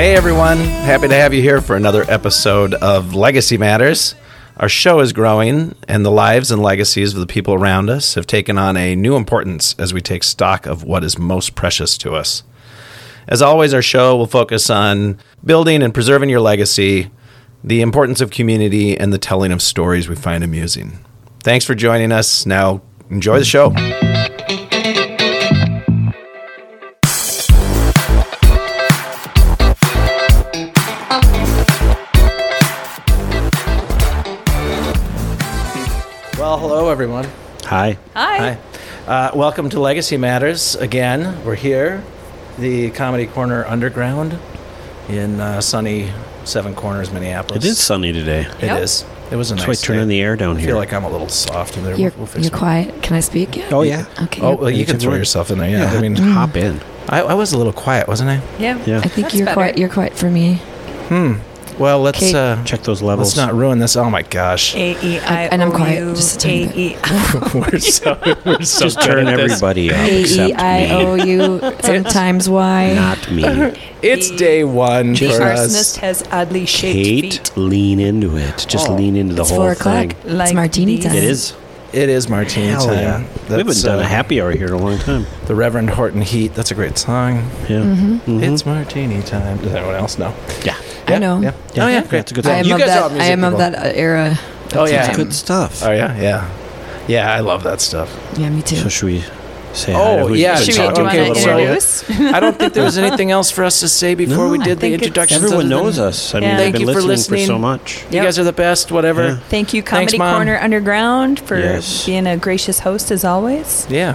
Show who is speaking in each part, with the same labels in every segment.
Speaker 1: Hey everyone, happy to have you here for another episode of Legacy Matters. Our show is growing, and the lives and legacies of the people around us have taken on a new importance as we take stock of what is most precious to us. As always, our show will focus on building and preserving your legacy, the importance of community, and the telling of stories we find amusing. Thanks for joining us. Now, enjoy the show. Well, hello, everyone.
Speaker 2: Hi.
Speaker 1: Hi. Uh, welcome to Legacy Matters again. We're here, the Comedy Corner Underground in uh, sunny Seven Corners, Minneapolis.
Speaker 2: It is sunny today.
Speaker 1: It
Speaker 3: Yep.
Speaker 1: is. It was a
Speaker 2: That's why I
Speaker 1: nice
Speaker 2: turn on
Speaker 1: day.
Speaker 2: the air down
Speaker 1: I
Speaker 2: here.
Speaker 1: feel like I'm a little soft in there.
Speaker 3: You're,
Speaker 1: We'll fix
Speaker 3: you're
Speaker 1: it.
Speaker 3: quiet. Can I speak? Yeah.
Speaker 2: oh yeah.
Speaker 3: Okay.
Speaker 1: Oh, Mm. well, you
Speaker 2: You Mm-hmm.
Speaker 1: can
Speaker 2: can
Speaker 1: throw
Speaker 2: work.
Speaker 1: yourself in there. Yeah, I mean,
Speaker 2: hop in.
Speaker 1: I, I was a little quiet, wasn't I?
Speaker 3: yeah.
Speaker 2: Yeah.
Speaker 3: I think
Speaker 4: That's
Speaker 3: you're
Speaker 4: better.
Speaker 3: quiet. You're quiet for me.
Speaker 1: Well, let's
Speaker 3: Okay.
Speaker 1: uh,
Speaker 2: Check those levels.
Speaker 1: let's not ruin this. Oh my gosh,
Speaker 4: A E I
Speaker 3: And
Speaker 4: O
Speaker 3: I'm quiet,
Speaker 4: U
Speaker 3: just a tiny
Speaker 4: A E I-
Speaker 1: we're so we're so
Speaker 2: Just
Speaker 1: good
Speaker 2: turn
Speaker 1: at this.
Speaker 2: everybody up
Speaker 3: A
Speaker 2: except
Speaker 3: E I O
Speaker 2: me.
Speaker 3: U. Sometimes Y.
Speaker 2: Not me.
Speaker 1: It's day one
Speaker 4: The
Speaker 1: for
Speaker 4: arsonist
Speaker 1: us.
Speaker 4: has oddly shaped
Speaker 2: Kate,
Speaker 4: feet.
Speaker 2: lean into it. Just
Speaker 1: Oh.
Speaker 2: lean into the
Speaker 3: It's
Speaker 2: whole
Speaker 3: four o'clock.
Speaker 2: thing.
Speaker 3: it's
Speaker 4: Like
Speaker 3: martini
Speaker 4: these.
Speaker 3: time.
Speaker 2: It is.
Speaker 1: It is martini
Speaker 2: Hell
Speaker 1: time.
Speaker 2: yeah. We haven't
Speaker 1: That's,
Speaker 2: done
Speaker 1: uh,
Speaker 2: a happy hour here in a long time.
Speaker 1: The Reverend Horton Heat. That's a great song.
Speaker 2: Yeah. Mhm.
Speaker 1: It's martini time. Does anyone else know?
Speaker 2: Yeah.
Speaker 3: I know.
Speaker 1: Yeah.
Speaker 2: Yeah.
Speaker 1: Oh yeah,
Speaker 2: Yeah,
Speaker 1: great.
Speaker 2: it's a good
Speaker 3: I
Speaker 2: song.
Speaker 3: am
Speaker 1: You
Speaker 3: of
Speaker 1: guys are all
Speaker 3: that. I
Speaker 1: music
Speaker 3: am of
Speaker 1: people.
Speaker 3: that uh, era.
Speaker 1: Oh yeah.
Speaker 2: It's good stuff.
Speaker 1: Oh yeah, yeah, yeah. I love that stuff.
Speaker 3: Yeah, me too.
Speaker 2: So should we say hi to
Speaker 1: Oh
Speaker 2: who
Speaker 1: yeah.
Speaker 2: we've been
Speaker 4: Should
Speaker 1: so-
Speaker 4: we- do
Speaker 2: talking
Speaker 4: you
Speaker 2: to a
Speaker 1: okay,
Speaker 4: wanna
Speaker 2: little
Speaker 1: so-
Speaker 2: while?
Speaker 4: introduce?
Speaker 1: I don't think there was anything else for us to say before we
Speaker 2: No.
Speaker 1: did
Speaker 4: I
Speaker 1: the
Speaker 4: think it's-
Speaker 1: introductions.
Speaker 2: Everyone
Speaker 1: other than
Speaker 2: knows us. I mean,
Speaker 4: Yeah.
Speaker 2: they've
Speaker 1: Thank
Speaker 2: been
Speaker 1: you for
Speaker 2: listening
Speaker 1: listening.
Speaker 2: so much.
Speaker 1: You
Speaker 4: Yep.
Speaker 1: guys are the best. Whatever.
Speaker 4: Thank you,
Speaker 1: Thanks,
Speaker 4: Comedy
Speaker 1: Mom.
Speaker 4: Corner Underground, for
Speaker 2: Yes.
Speaker 4: being a gracious host as always.
Speaker 1: Yeah.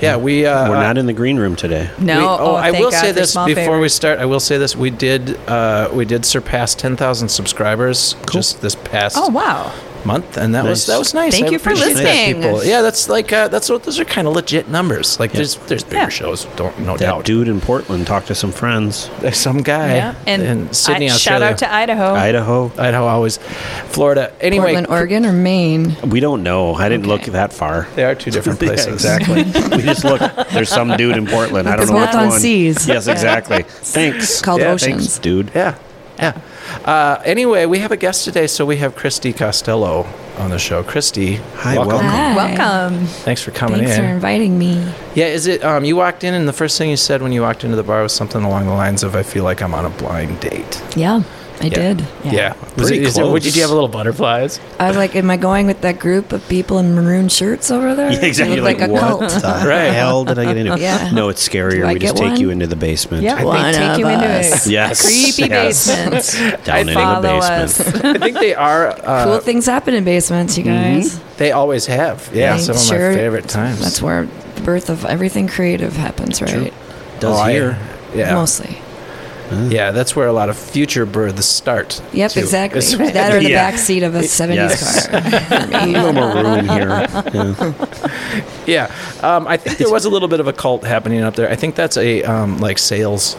Speaker 1: Yeah. We uh,
Speaker 2: We're not in the green room today.
Speaker 4: No,
Speaker 1: we-
Speaker 4: oh,
Speaker 1: I
Speaker 4: thank
Speaker 1: will
Speaker 4: God
Speaker 1: say
Speaker 4: for
Speaker 1: this
Speaker 4: small
Speaker 1: before
Speaker 4: favors.
Speaker 1: we start. I will say this. We did. Uh, we did surpass ten thousand subscribers just this past
Speaker 4: Oh wow!
Speaker 1: month, and that was
Speaker 2: Nice.
Speaker 1: that was nice.
Speaker 4: Thank
Speaker 1: I
Speaker 4: you for
Speaker 1: appreciate that,
Speaker 4: listening.
Speaker 1: people. Yeah, that's like uh, that's what those are kind of legit numbers. Like
Speaker 2: Yeah.
Speaker 1: there's there's bigger
Speaker 4: Yeah.
Speaker 1: shows. Don't no
Speaker 2: That
Speaker 1: doubt.
Speaker 2: dude in Portland talked to some friends.
Speaker 1: There's some guy
Speaker 4: Yeah, and
Speaker 1: in Sydney,
Speaker 4: I, shout
Speaker 1: Australia.
Speaker 4: out to Idaho.
Speaker 2: Idaho.
Speaker 1: Idaho, always, Florida. Anyway,
Speaker 3: Portland, Oregon, or Maine?
Speaker 2: We don't know. I didn't
Speaker 3: Okay.
Speaker 2: look that far.
Speaker 1: they are two different
Speaker 2: Yeah,
Speaker 1: places.
Speaker 2: exactly. we just look. There's some dude in Portland. I don't
Speaker 3: It's
Speaker 2: know
Speaker 3: both
Speaker 2: which
Speaker 3: on
Speaker 2: one.
Speaker 3: seas.
Speaker 2: Yes, exactly. Thanks.
Speaker 3: Called
Speaker 1: Yeah,
Speaker 3: oceans.
Speaker 2: Thanks, dude.
Speaker 1: Yeah, yeah. Uh, anyway, we have a guest today, so we have Christy Costello on the show. Christy,
Speaker 2: Hi, welcome.
Speaker 3: Hi.
Speaker 4: Welcome.
Speaker 1: Thanks for coming
Speaker 3: Thanks for
Speaker 1: in.
Speaker 3: inviting me.
Speaker 1: yeah, is it? Um, you walked in, and the first thing you said when you walked into the bar was something along the lines of, "I feel like I'm on a blind date."
Speaker 3: Yeah, I did.
Speaker 1: Yeah. Was
Speaker 2: Pretty
Speaker 1: it, is it, would you,
Speaker 2: close.
Speaker 1: do you have a little butterflies?
Speaker 3: I was like, am I going with that group of people in maroon shirts over there?
Speaker 2: Yeah, exactly.
Speaker 3: They
Speaker 2: You're
Speaker 3: look
Speaker 2: Like,
Speaker 3: like, a
Speaker 2: what
Speaker 3: cult.
Speaker 2: the
Speaker 1: Right.
Speaker 2: hell did I get into?
Speaker 3: Yeah.
Speaker 2: No, it's
Speaker 3: Do
Speaker 2: scarier.
Speaker 3: I
Speaker 2: we just
Speaker 3: get
Speaker 2: take you
Speaker 3: one?
Speaker 2: into the basement.
Speaker 4: Yeah,
Speaker 3: One
Speaker 4: they
Speaker 3: of
Speaker 4: take you
Speaker 3: us.
Speaker 4: into a
Speaker 2: Yes.
Speaker 4: creepy
Speaker 2: Yes.
Speaker 4: basement.
Speaker 2: Down into the
Speaker 4: Follow
Speaker 2: basement.
Speaker 4: us.
Speaker 1: I think they are. Uh,
Speaker 3: cool things happen in basements, you
Speaker 2: mm-hmm.
Speaker 3: guys.
Speaker 1: They always have. Yeah,
Speaker 3: Right.
Speaker 1: some of
Speaker 3: Sure.
Speaker 1: my favorite times.
Speaker 3: That's where the birth of everything creative happens, right?
Speaker 2: Does
Speaker 1: Oh, I-
Speaker 2: here.
Speaker 1: yeah,
Speaker 3: Mostly.
Speaker 1: yeah. That's where a lot of future births start.
Speaker 3: Yep,
Speaker 1: too.
Speaker 3: exactly.
Speaker 1: It's-
Speaker 3: That or the backseat
Speaker 2: Yeah.
Speaker 3: back seat of a 70s
Speaker 2: Yes.
Speaker 3: car.
Speaker 2: A little more room here. Yeah.
Speaker 1: Yeah, um, I think there was a little bit of a cult happening up there. I think that's a um, like sales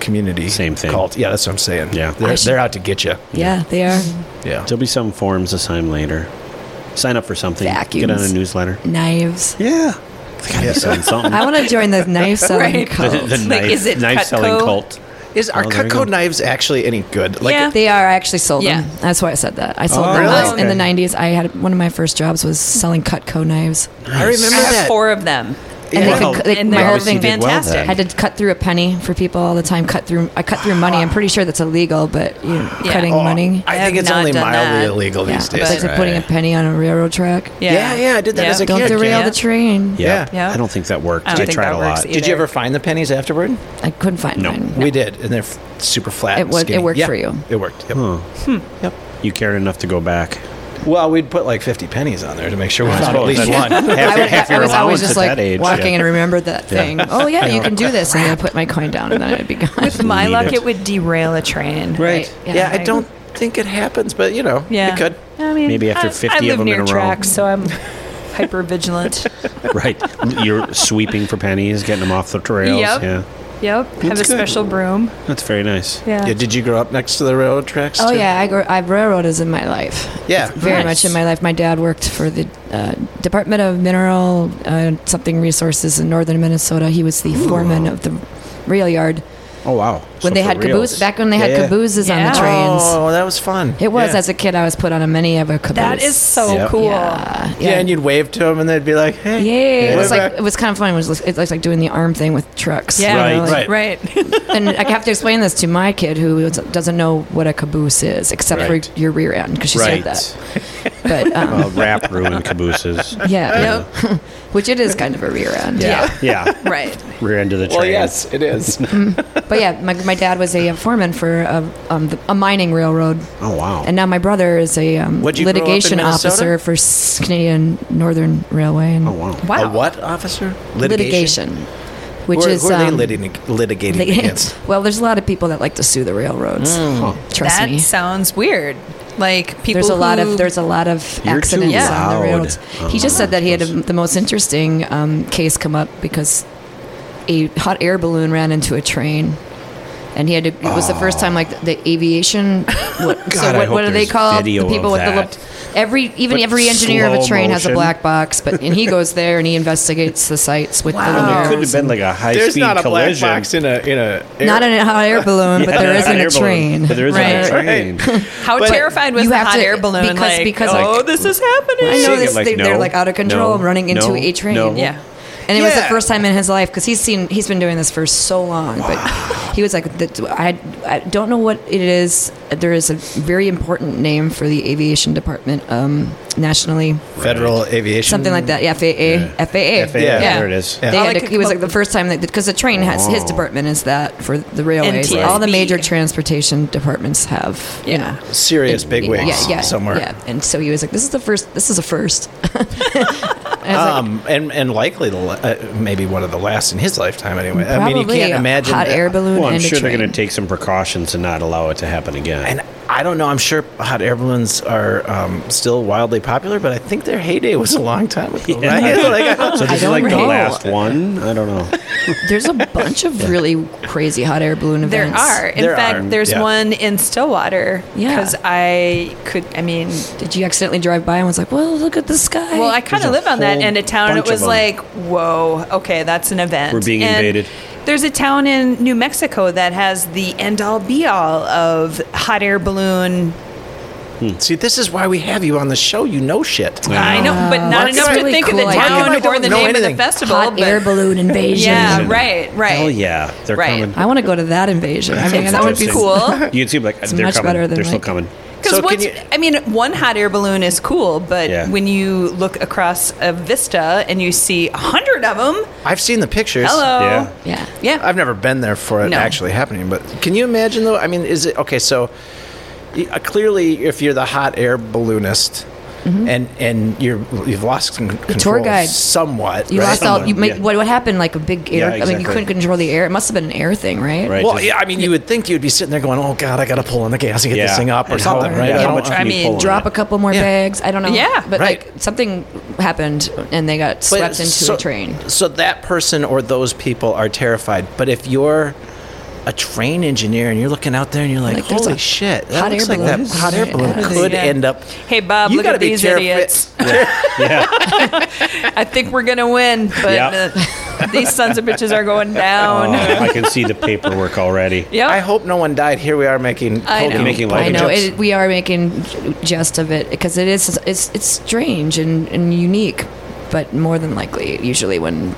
Speaker 1: community
Speaker 2: Same thing.
Speaker 1: cult. Yeah, that's what I'm saying.
Speaker 2: Yeah.
Speaker 1: they're,
Speaker 3: I should-
Speaker 1: they're out to get you.
Speaker 3: yeah, they are.
Speaker 1: Yeah,
Speaker 2: There'll be some forms to sign later. Sign up for something. Get on a
Speaker 3: Vacuums.
Speaker 2: newsletter.
Speaker 3: Knives.
Speaker 2: Yeah. Gotta be selling something.
Speaker 3: I want to join the knife selling
Speaker 4: Right.
Speaker 2: the
Speaker 3: cult.
Speaker 2: the
Speaker 4: Like,
Speaker 2: knife,
Speaker 4: is it
Speaker 2: knife selling
Speaker 4: Cutco?
Speaker 2: cult.
Speaker 1: is our
Speaker 2: Oh, there
Speaker 1: Cutco
Speaker 2: you go.
Speaker 1: knives actually any good? Like,
Speaker 4: Yeah.
Speaker 3: They are. I actually sold
Speaker 4: Yeah.
Speaker 3: them. That's why I said that. I sold
Speaker 2: Oh,
Speaker 3: them
Speaker 1: really?
Speaker 3: in the
Speaker 1: Okay.
Speaker 3: 90s. I had one of my first jobs was selling Cutco knives.
Speaker 1: I remember
Speaker 4: I have
Speaker 1: that.
Speaker 4: four of them.
Speaker 3: And
Speaker 1: Yeah.
Speaker 3: they could, they,
Speaker 4: And
Speaker 3: my
Speaker 4: they're
Speaker 3: whole
Speaker 2: obviously
Speaker 3: thing
Speaker 2: did well
Speaker 4: fantastic.
Speaker 2: then.
Speaker 3: I had to cut through a penny for people all the time. Cut through. I cut through money. I'm pretty sure that's illegal, but you know,
Speaker 4: Yeah.
Speaker 3: cutting
Speaker 4: Oh,
Speaker 3: money.
Speaker 1: I
Speaker 4: I
Speaker 1: think
Speaker 4: have
Speaker 1: it's only
Speaker 4: not done
Speaker 1: mildly
Speaker 4: that.
Speaker 1: illegal
Speaker 3: Yeah,
Speaker 1: these
Speaker 3: it's
Speaker 1: days.
Speaker 3: like
Speaker 2: right.
Speaker 3: putting a penny on a railroad track.
Speaker 1: Yeah, yeah, I did that
Speaker 4: Yeah.
Speaker 1: as a
Speaker 3: Don't
Speaker 1: kid.
Speaker 3: derail
Speaker 1: yeah.
Speaker 3: the train.
Speaker 2: Yeah.
Speaker 4: Yeah.
Speaker 2: I don't think that worked.
Speaker 4: I
Speaker 2: I,
Speaker 4: don't think
Speaker 2: tried
Speaker 4: that
Speaker 2: a
Speaker 4: works
Speaker 2: lot.
Speaker 4: either.
Speaker 1: Did you ever find the pennies afterward?
Speaker 3: I couldn't find
Speaker 2: No.
Speaker 3: mine.
Speaker 1: We did, and they're f- super flat.
Speaker 3: It
Speaker 1: and
Speaker 3: was- it
Speaker 1: skinny.
Speaker 3: worked
Speaker 1: Yeah,
Speaker 3: for you.
Speaker 1: It worked. Yep.
Speaker 2: Huh.
Speaker 1: Yep.
Speaker 2: You cared enough to go back.
Speaker 1: Well, we'd put like 50 pennies on there to make sure we found at
Speaker 2: suppose
Speaker 1: least
Speaker 2: that's-
Speaker 1: one.
Speaker 2: Half
Speaker 3: I,
Speaker 2: your-
Speaker 3: would,
Speaker 2: half
Speaker 3: I
Speaker 2: your
Speaker 3: was
Speaker 2: allowance
Speaker 3: always just
Speaker 2: at
Speaker 3: like
Speaker 2: that age,
Speaker 3: walking
Speaker 2: yeah.
Speaker 3: and remembered that
Speaker 2: Yeah.
Speaker 3: thing. Oh yeah, you can do this, and then I put my coin down, and then I'd be gone.
Speaker 4: With my
Speaker 2: Need
Speaker 4: luck,
Speaker 2: it.
Speaker 4: it. would derail a train.
Speaker 2: Right.
Speaker 1: Yeah, I don't think it happens, but you know,
Speaker 4: Yeah.
Speaker 1: it could.
Speaker 4: I mean,
Speaker 2: Maybe after
Speaker 4: I-
Speaker 2: 50
Speaker 4: I
Speaker 2: of
Speaker 4: live
Speaker 2: them
Speaker 4: near
Speaker 2: in a row.
Speaker 4: tracks, so I'm hyper vigilant.
Speaker 2: right. You're sweeping for pennies, getting them off the trails.
Speaker 4: Yep.
Speaker 2: Yeah.
Speaker 4: Yep. Have a
Speaker 2: That's good.
Speaker 4: special broom.
Speaker 2: That's very nice.
Speaker 4: Yeah.
Speaker 1: Yeah, did you grow up next to the railroad tracks?
Speaker 3: Oh
Speaker 1: too?
Speaker 3: yeah, I grew, I railroad is in my life.
Speaker 1: Yeah.
Speaker 3: very
Speaker 2: Nice.
Speaker 3: much in my life. My dad worked for the uh, Department of Mineral uh, something resources in northern Minnesota. He was the foreman of the rail yard.
Speaker 2: Oh wow!
Speaker 3: when they had cabooses. Back when they had cabooses on
Speaker 4: Yeah.
Speaker 3: the trains.
Speaker 1: Oh, that was fun.
Speaker 3: It was.
Speaker 1: Yeah.
Speaker 3: As a kid, I was put on a mini of a caboose.
Speaker 4: That is so
Speaker 1: Yep.
Speaker 4: cool.
Speaker 3: Yeah.
Speaker 1: yeah. and you'd wave to them, and they'd be like, "Hey,
Speaker 3: Yeah, it
Speaker 1: wave
Speaker 3: was like
Speaker 1: back.
Speaker 3: it was kind of fun. It was it was like doing the arm thing with trucks.
Speaker 4: Yeah,
Speaker 2: Right,
Speaker 3: like-
Speaker 1: right.
Speaker 4: right.
Speaker 3: And I have to explain this to my kid who is- doesn't know what a caboose is, except
Speaker 2: Right.
Speaker 3: for your rear end, because she
Speaker 2: right.
Speaker 3: said that. But um,
Speaker 2: Well, rap ruined cabooses.
Speaker 3: yeah, which it is kind of a rear end.
Speaker 4: Yeah.
Speaker 2: Yeah,
Speaker 4: right.
Speaker 2: rear end of the train.
Speaker 1: well, yes, it is."
Speaker 3: But yeah, my, my dad was a foreman for a, um, the, a mining railroad,
Speaker 2: Oh wow!
Speaker 3: and now my brother is a um,
Speaker 1: What'd you grow up in
Speaker 3: litigation
Speaker 1: Minnesota?
Speaker 3: officer for S- Canadian Northern Railway. And
Speaker 2: oh wow!
Speaker 4: Wow.
Speaker 1: A what officer?
Speaker 3: litigation, which
Speaker 1: Who are,
Speaker 3: is
Speaker 1: who are
Speaker 3: um,
Speaker 1: they litig- litigating
Speaker 3: they-
Speaker 1: against? Hmm.
Speaker 3: well, there's a lot of people that like to sue the railroads. Trust
Speaker 4: That
Speaker 3: me.
Speaker 4: sounds weird. Like people.
Speaker 3: There's a lot
Speaker 4: who-
Speaker 3: of there's a lot of
Speaker 2: You're too
Speaker 3: accidents on the
Speaker 2: loud. Oh,
Speaker 3: railroads. He just said that he had a, the most interesting um, case come up because a hot air balloon ran into a train, and he had to. It was the first time like the aviation. What,
Speaker 2: God, I
Speaker 3: so what,
Speaker 2: hope
Speaker 3: what are they
Speaker 2: there's
Speaker 3: called? The
Speaker 2: video
Speaker 3: people
Speaker 2: of
Speaker 3: with the
Speaker 2: that.
Speaker 3: the every even
Speaker 2: But
Speaker 3: every engineer of a
Speaker 2: slow
Speaker 3: train has a
Speaker 2: motion.
Speaker 3: black box, but and he goes there and he investigates the sites with the
Speaker 4: Wow.
Speaker 2: It
Speaker 3: luminaires
Speaker 2: could have been like a high
Speaker 1: There's
Speaker 2: speed
Speaker 1: not a
Speaker 2: collision.
Speaker 1: black box in a in a. air-
Speaker 3: not in a hot air balloon, but
Speaker 2: Yeah,
Speaker 3: there
Speaker 2: there's
Speaker 3: is in
Speaker 2: an air
Speaker 3: a
Speaker 2: balloon,
Speaker 3: train.
Speaker 2: But there is
Speaker 4: Right.
Speaker 2: in a train.
Speaker 4: How terrified was
Speaker 3: you
Speaker 4: the
Speaker 3: have
Speaker 4: hot
Speaker 3: to-
Speaker 4: air balloon?
Speaker 3: because-
Speaker 4: like,
Speaker 3: because,
Speaker 4: oh,
Speaker 3: like-
Speaker 4: this is happening.
Speaker 3: I know
Speaker 2: Seeing it
Speaker 3: this.
Speaker 2: like,
Speaker 3: they, They're
Speaker 2: no,
Speaker 3: like out of control,
Speaker 2: no,
Speaker 3: running into
Speaker 2: no,
Speaker 3: a train.
Speaker 2: no.
Speaker 4: Yeah.
Speaker 3: And it was the
Speaker 1: Yeah.
Speaker 3: first time in his life because he's seen he's been doing this for so long. But he was like, "That- I, I don't know what it is. There is a very important name for the aviation department um, nationally,
Speaker 1: Federal aviation.
Speaker 3: something like that. Yeah, FAA, FAA.
Speaker 2: FAA,
Speaker 1: Yeah.
Speaker 2: there it is.
Speaker 3: They
Speaker 1: Yeah.
Speaker 4: All I
Speaker 3: had to,
Speaker 4: could
Speaker 3: he was
Speaker 4: come
Speaker 3: like
Speaker 4: up
Speaker 3: the first time that because the train has his
Speaker 2: Oh.
Speaker 3: department is that for the railways.
Speaker 4: NTSB.
Speaker 3: All the major transportation departments have you
Speaker 4: Yeah.
Speaker 3: know
Speaker 1: Serious big
Speaker 3: yeah,
Speaker 1: wigs
Speaker 3: yeah, yeah,
Speaker 1: somewhere.
Speaker 3: Yeah, and so he was like, "This is the first. This is a first.
Speaker 1: Um, and and likely the la- uh, maybe one of the last in his lifetime anyway. I mean, you
Speaker 3: Probably
Speaker 1: can't
Speaker 3: a
Speaker 1: imagine
Speaker 3: hot
Speaker 1: that-
Speaker 3: air balloon.
Speaker 2: Well, I'm
Speaker 3: and a
Speaker 2: sure they're going
Speaker 3: train.
Speaker 2: to take some precautions to not allow it to happen again.
Speaker 1: And I don't know. I'm sure hot air balloons are um, still wildly popular, but I think their heyday was a long time ago. Right? Like, I don't-
Speaker 2: so this
Speaker 3: I
Speaker 2: is
Speaker 3: don't
Speaker 2: like the
Speaker 3: know.
Speaker 2: last one. I don't know.
Speaker 3: There's a bunch of really crazy hot air balloon
Speaker 4: There
Speaker 3: events.
Speaker 4: are. In
Speaker 1: There
Speaker 4: fact,
Speaker 1: are,
Speaker 4: there's
Speaker 1: yeah.
Speaker 4: one in Stillwater.
Speaker 3: Yeah.
Speaker 4: Because I could, I mean,
Speaker 3: Did you accidentally drive by and was like, "Well, look at the sky"?
Speaker 4: well, I kind
Speaker 2: There's
Speaker 4: of
Speaker 2: a
Speaker 4: live on that
Speaker 2: whole
Speaker 4: end of town. And it
Speaker 2: bunch of
Speaker 4: was
Speaker 2: them.
Speaker 4: like, whoa, okay, that's an event.
Speaker 2: We're being
Speaker 4: And
Speaker 2: invaded.
Speaker 4: There's a town in New Mexico that has the end all be all of hot air balloon.
Speaker 1: See, this is why we have you on the show. You know shit.
Speaker 4: I know, but not
Speaker 3: that's
Speaker 4: enough
Speaker 3: really
Speaker 4: to think
Speaker 3: cool
Speaker 4: of the
Speaker 3: idea. How
Speaker 1: come I
Speaker 4: town or
Speaker 1: don't
Speaker 4: the
Speaker 1: know
Speaker 4: name of
Speaker 1: anything?
Speaker 4: the festival.
Speaker 3: hot
Speaker 4: but
Speaker 3: air balloon invasion.
Speaker 4: Yeah, right, right.
Speaker 2: Hell yeah, they're
Speaker 4: Right.
Speaker 2: coming.
Speaker 3: I want to go to that invasion. I mean,
Speaker 2: Sounds
Speaker 3: that would be
Speaker 2: interesting.
Speaker 4: cool.
Speaker 2: You can see like they're
Speaker 3: much
Speaker 2: coming.
Speaker 3: better than
Speaker 2: they're still
Speaker 3: like-
Speaker 2: coming.
Speaker 1: So
Speaker 4: Because
Speaker 1: can
Speaker 4: what's
Speaker 1: you-
Speaker 4: I mean, one hot air balloon is cool, but
Speaker 2: Yeah.
Speaker 4: when you look across a vista and you see a hundred of them,
Speaker 1: I've seen the pictures.
Speaker 4: hello,
Speaker 2: Yeah.
Speaker 3: Yeah.
Speaker 4: yeah,
Speaker 1: I've never been there for it
Speaker 4: No.
Speaker 1: actually happening, but can you imagine though? I mean, is it okay? So y- uh, clearly, if you're the hot air balloonist. And and you're you've lost con- control
Speaker 3: Mm-hmm. tour guide.
Speaker 1: somewhat.
Speaker 3: You
Speaker 1: right?
Speaker 3: lost all. You make,
Speaker 2: yeah.
Speaker 3: what, what happened? Like a big air.
Speaker 2: Yeah,
Speaker 3: I mean,
Speaker 2: exactly.
Speaker 3: you couldn't control the air. It must have been an air thing, right?
Speaker 2: Right.
Speaker 1: Well,
Speaker 2: just-
Speaker 1: yeah, I mean, you would think you'd be sitting there going, "Oh God, I got to pull on the gas and get this
Speaker 2: Yeah.
Speaker 1: thing up or
Speaker 2: And how-
Speaker 1: something," right?
Speaker 2: yeah,
Speaker 1: I
Speaker 2: how
Speaker 1: don't-
Speaker 2: much
Speaker 4: I
Speaker 2: can you
Speaker 4: mean,
Speaker 2: pull on
Speaker 3: Drop
Speaker 2: it?
Speaker 3: a couple more
Speaker 1: Yeah.
Speaker 3: bags. I don't know.
Speaker 4: Yeah.
Speaker 3: but
Speaker 1: Right.
Speaker 3: like something happened and they got
Speaker 1: But
Speaker 3: swept into
Speaker 1: so,
Speaker 3: a train.
Speaker 1: So that person or those people are terrified. But if you're a train engineer and you're looking out there and you're like,
Speaker 3: Like, there's
Speaker 1: "Holy
Speaker 3: a
Speaker 1: shit,
Speaker 3: hot
Speaker 1: that looks
Speaker 3: air
Speaker 1: like that
Speaker 3: balloon.
Speaker 1: hot air balloon
Speaker 3: Yeah.
Speaker 1: could
Speaker 4: Yeah.
Speaker 1: end up."
Speaker 4: Hey Bob,
Speaker 1: You
Speaker 4: look
Speaker 1: gotta
Speaker 4: at
Speaker 1: be
Speaker 4: these
Speaker 1: terrifi-
Speaker 4: idiots.
Speaker 2: Yeah,
Speaker 4: I think we're gonna win, but
Speaker 2: Yeah.
Speaker 4: uh, these sons of bitches are going down.
Speaker 2: Oh, I can see the paperwork already.
Speaker 4: yep.
Speaker 1: I hope no one died. Here we are making
Speaker 4: I
Speaker 1: poking-
Speaker 4: know.
Speaker 2: Making
Speaker 1: poking
Speaker 3: I
Speaker 2: Like
Speaker 3: know
Speaker 1: jokes.
Speaker 3: it, we are making j- jest of it because it is it's it's strange and, and unique, but more than likely, usually when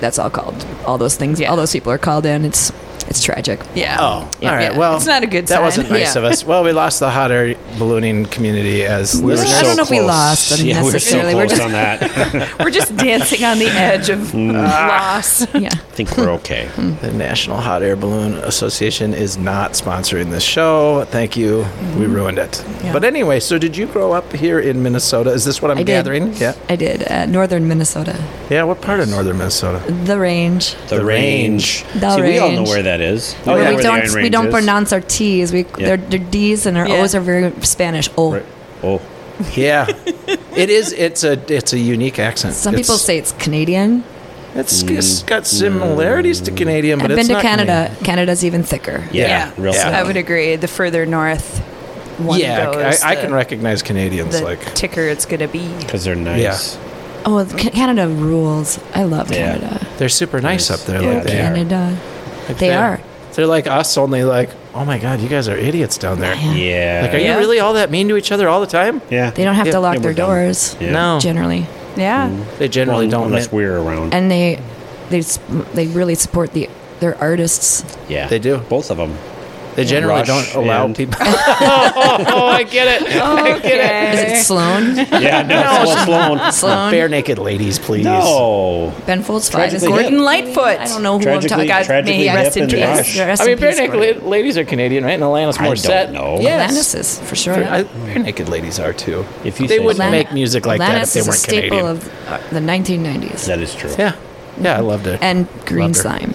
Speaker 3: that's all called, all those things,
Speaker 4: Yeah.
Speaker 3: all those people are called in. It's it's tragic.
Speaker 4: yeah.
Speaker 1: Oh,
Speaker 3: Yeah.
Speaker 1: all right.
Speaker 3: Yeah.
Speaker 1: Well,
Speaker 4: It's not a good
Speaker 1: That
Speaker 4: sign.
Speaker 1: wasn't nice
Speaker 3: Yeah.
Speaker 1: of us. Well, we lost the hot air ballooning community as
Speaker 2: We were
Speaker 3: I
Speaker 2: so
Speaker 3: don't know if we
Speaker 2: close.
Speaker 3: lost them
Speaker 2: yeah, we were so
Speaker 3: necessarily. We're
Speaker 2: close
Speaker 3: just-
Speaker 2: on that. I
Speaker 4: We're just dancing on the edge of
Speaker 2: Mm.
Speaker 4: loss.
Speaker 3: Yeah,
Speaker 2: think we're okay.
Speaker 3: Hmm.
Speaker 1: The National Hot Air Balloon Association is not sponsoring this show. Thank you. We ruined it.
Speaker 3: Mm-hmm. Yeah.
Speaker 1: But anyway, so did you grow up here in Minnesota? Is this what I'm
Speaker 3: I did.
Speaker 1: gathering? Yeah.
Speaker 3: I did. Uh, Northern Minnesota,
Speaker 1: Yeah, what part of northern Minnesota?
Speaker 3: the range.
Speaker 2: The,
Speaker 1: The
Speaker 2: range.
Speaker 3: The
Speaker 2: see, we all know
Speaker 3: range.
Speaker 2: where that is. We
Speaker 1: Oh,
Speaker 2: know
Speaker 1: yeah.
Speaker 3: Where
Speaker 2: where
Speaker 3: we
Speaker 2: the Iron
Speaker 3: don't we
Speaker 2: Range
Speaker 3: don't
Speaker 2: is.
Speaker 3: pronounce our T's. We
Speaker 2: Yeah.
Speaker 3: their, their D's and our
Speaker 4: Yeah.
Speaker 3: O's are very Spanish. Oh,
Speaker 2: Right. Oh,
Speaker 1: Yeah. it is it's a it's a unique accent.
Speaker 3: some people
Speaker 1: It's-
Speaker 3: say it's Canadian.
Speaker 1: it's, it's got similarities to Canadian, but
Speaker 3: I've
Speaker 1: it's
Speaker 3: been to
Speaker 1: not
Speaker 3: Canada. Canada's even thicker.
Speaker 2: yeah. Real
Speaker 1: Yeah.
Speaker 4: I
Speaker 2: simple.
Speaker 4: would agree. The further north one
Speaker 1: Canadian. Yeah,
Speaker 4: goes,
Speaker 1: I, I
Speaker 3: uh,
Speaker 4: the-
Speaker 1: can recognize Canadians
Speaker 4: the
Speaker 1: like
Speaker 4: ticker it's gonna be.
Speaker 2: Because they're nice.
Speaker 3: Oh, Ca- Canada rules. I love
Speaker 2: Yeah.
Speaker 3: Canada. Oh,
Speaker 1: they're super nice up there.
Speaker 2: Yeah,
Speaker 1: like
Speaker 2: they are.
Speaker 3: Canada.
Speaker 1: Like
Speaker 3: They
Speaker 1: they're-
Speaker 3: are.
Speaker 5: They're like us, only like, oh my God, you guys are idiots down there.
Speaker 2: Yeah.
Speaker 5: Like, are
Speaker 4: Yeah.
Speaker 5: you really all that mean to each other all the time?
Speaker 2: yeah.
Speaker 3: They don't have
Speaker 5: Yeah,
Speaker 3: to lock
Speaker 2: yeah,
Speaker 3: their
Speaker 2: we're done.
Speaker 3: doors
Speaker 2: Yeah. Oh.
Speaker 5: No,
Speaker 3: generally,
Speaker 4: Yeah.
Speaker 2: Mm.
Speaker 5: they
Speaker 2: Well,
Speaker 5: generally don't.
Speaker 2: unless we're around.
Speaker 3: and they they s- they really support the their artists.
Speaker 2: yeah.
Speaker 5: They do.
Speaker 2: Both of them.
Speaker 5: They generally
Speaker 2: Rush
Speaker 5: don't allow
Speaker 2: and-
Speaker 5: people. oh, oh, oh, I get it. I get
Speaker 3: Is it Sloan?
Speaker 2: Yeah. No. it's Sloan.
Speaker 5: it.
Speaker 3: Sloan?
Speaker 5: Bare naked ladies, please.
Speaker 2: No.
Speaker 3: Ben Folds Five is
Speaker 2: Tragically
Speaker 3: Gordon
Speaker 2: hip.
Speaker 3: Lightfoot. I don't know who
Speaker 2: Tragically-
Speaker 3: I'm talking about.
Speaker 2: tragically
Speaker 3: May he
Speaker 2: hip
Speaker 3: rest in
Speaker 2: and
Speaker 3: peace.
Speaker 2: Rush.
Speaker 3: Rest
Speaker 5: I
Speaker 3: in
Speaker 5: mean, bare
Speaker 3: peace, Gordon.
Speaker 5: naked la- ladies are Canadian, right? And Alanis
Speaker 2: I don't
Speaker 5: Morissette.
Speaker 2: know.
Speaker 5: Yes.
Speaker 3: Alanis is for sure.
Speaker 5: I, bare naked ladies are too.
Speaker 2: If you
Speaker 5: they
Speaker 2: say
Speaker 5: wouldn't
Speaker 2: so.
Speaker 5: make music like that if
Speaker 3: Alanis
Speaker 5: they
Speaker 3: is a
Speaker 5: weren't
Speaker 3: staple
Speaker 5: Canadian.
Speaker 3: of uh, the 1990s.
Speaker 2: That is true.
Speaker 5: yeah, yeah, I loved it.
Speaker 3: and Green
Speaker 5: Loved her.
Speaker 3: Slime,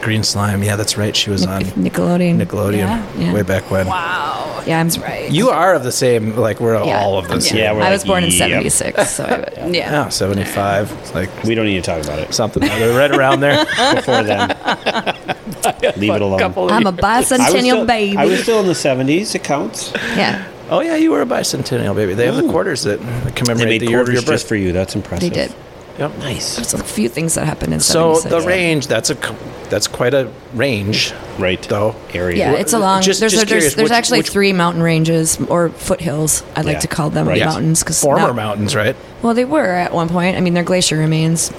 Speaker 1: Green Slime. Yeah, that's right. She was on
Speaker 3: Nickelodeon.
Speaker 1: Nickelodeon
Speaker 3: Yeah, yeah.
Speaker 1: way back when.
Speaker 4: Wow.
Speaker 3: Yeah, I'm right.
Speaker 1: You are of the same. Like we're all of the same.
Speaker 2: Yeah, we're
Speaker 3: I
Speaker 2: like,
Speaker 3: was born in
Speaker 2: yep.
Speaker 3: '76, so I would,
Speaker 4: Yeah.
Speaker 2: Oh,
Speaker 1: Yeah, seventy-five. It's like
Speaker 2: We don't need to talk about it.
Speaker 1: something. They're right around there.
Speaker 2: Before then, leave it alone.
Speaker 5: Couple of
Speaker 3: I'm a
Speaker 5: years.
Speaker 2: I was
Speaker 3: bicentennial
Speaker 2: still-
Speaker 3: baby.
Speaker 2: I was still in the 70s. It counts.
Speaker 3: yeah,
Speaker 1: Oh yeah, you were a bicentennial baby. They have the quarters that
Speaker 2: They
Speaker 1: commemorate
Speaker 2: made
Speaker 1: the year of your
Speaker 2: quarters
Speaker 1: birth.
Speaker 2: just for you. That's impressive.
Speaker 3: they did.
Speaker 1: Yep.
Speaker 2: Nice.
Speaker 3: There's a few things that happened in
Speaker 1: So
Speaker 3: '76.
Speaker 1: the range. That's a. c- That's quite a range.
Speaker 2: Right.
Speaker 1: Though.
Speaker 2: Area.
Speaker 3: yeah, it's a long.
Speaker 1: just-
Speaker 3: there's
Speaker 1: just
Speaker 3: a- there's,
Speaker 1: curious,
Speaker 3: there's
Speaker 1: which-
Speaker 3: actually
Speaker 1: which-
Speaker 3: three mountain ranges or foothills. I like
Speaker 2: Yeah,
Speaker 3: to call them
Speaker 2: right.
Speaker 3: mountains because
Speaker 1: Former mountains, right?
Speaker 3: Well, they were at one point. I mean, they're glacier remains,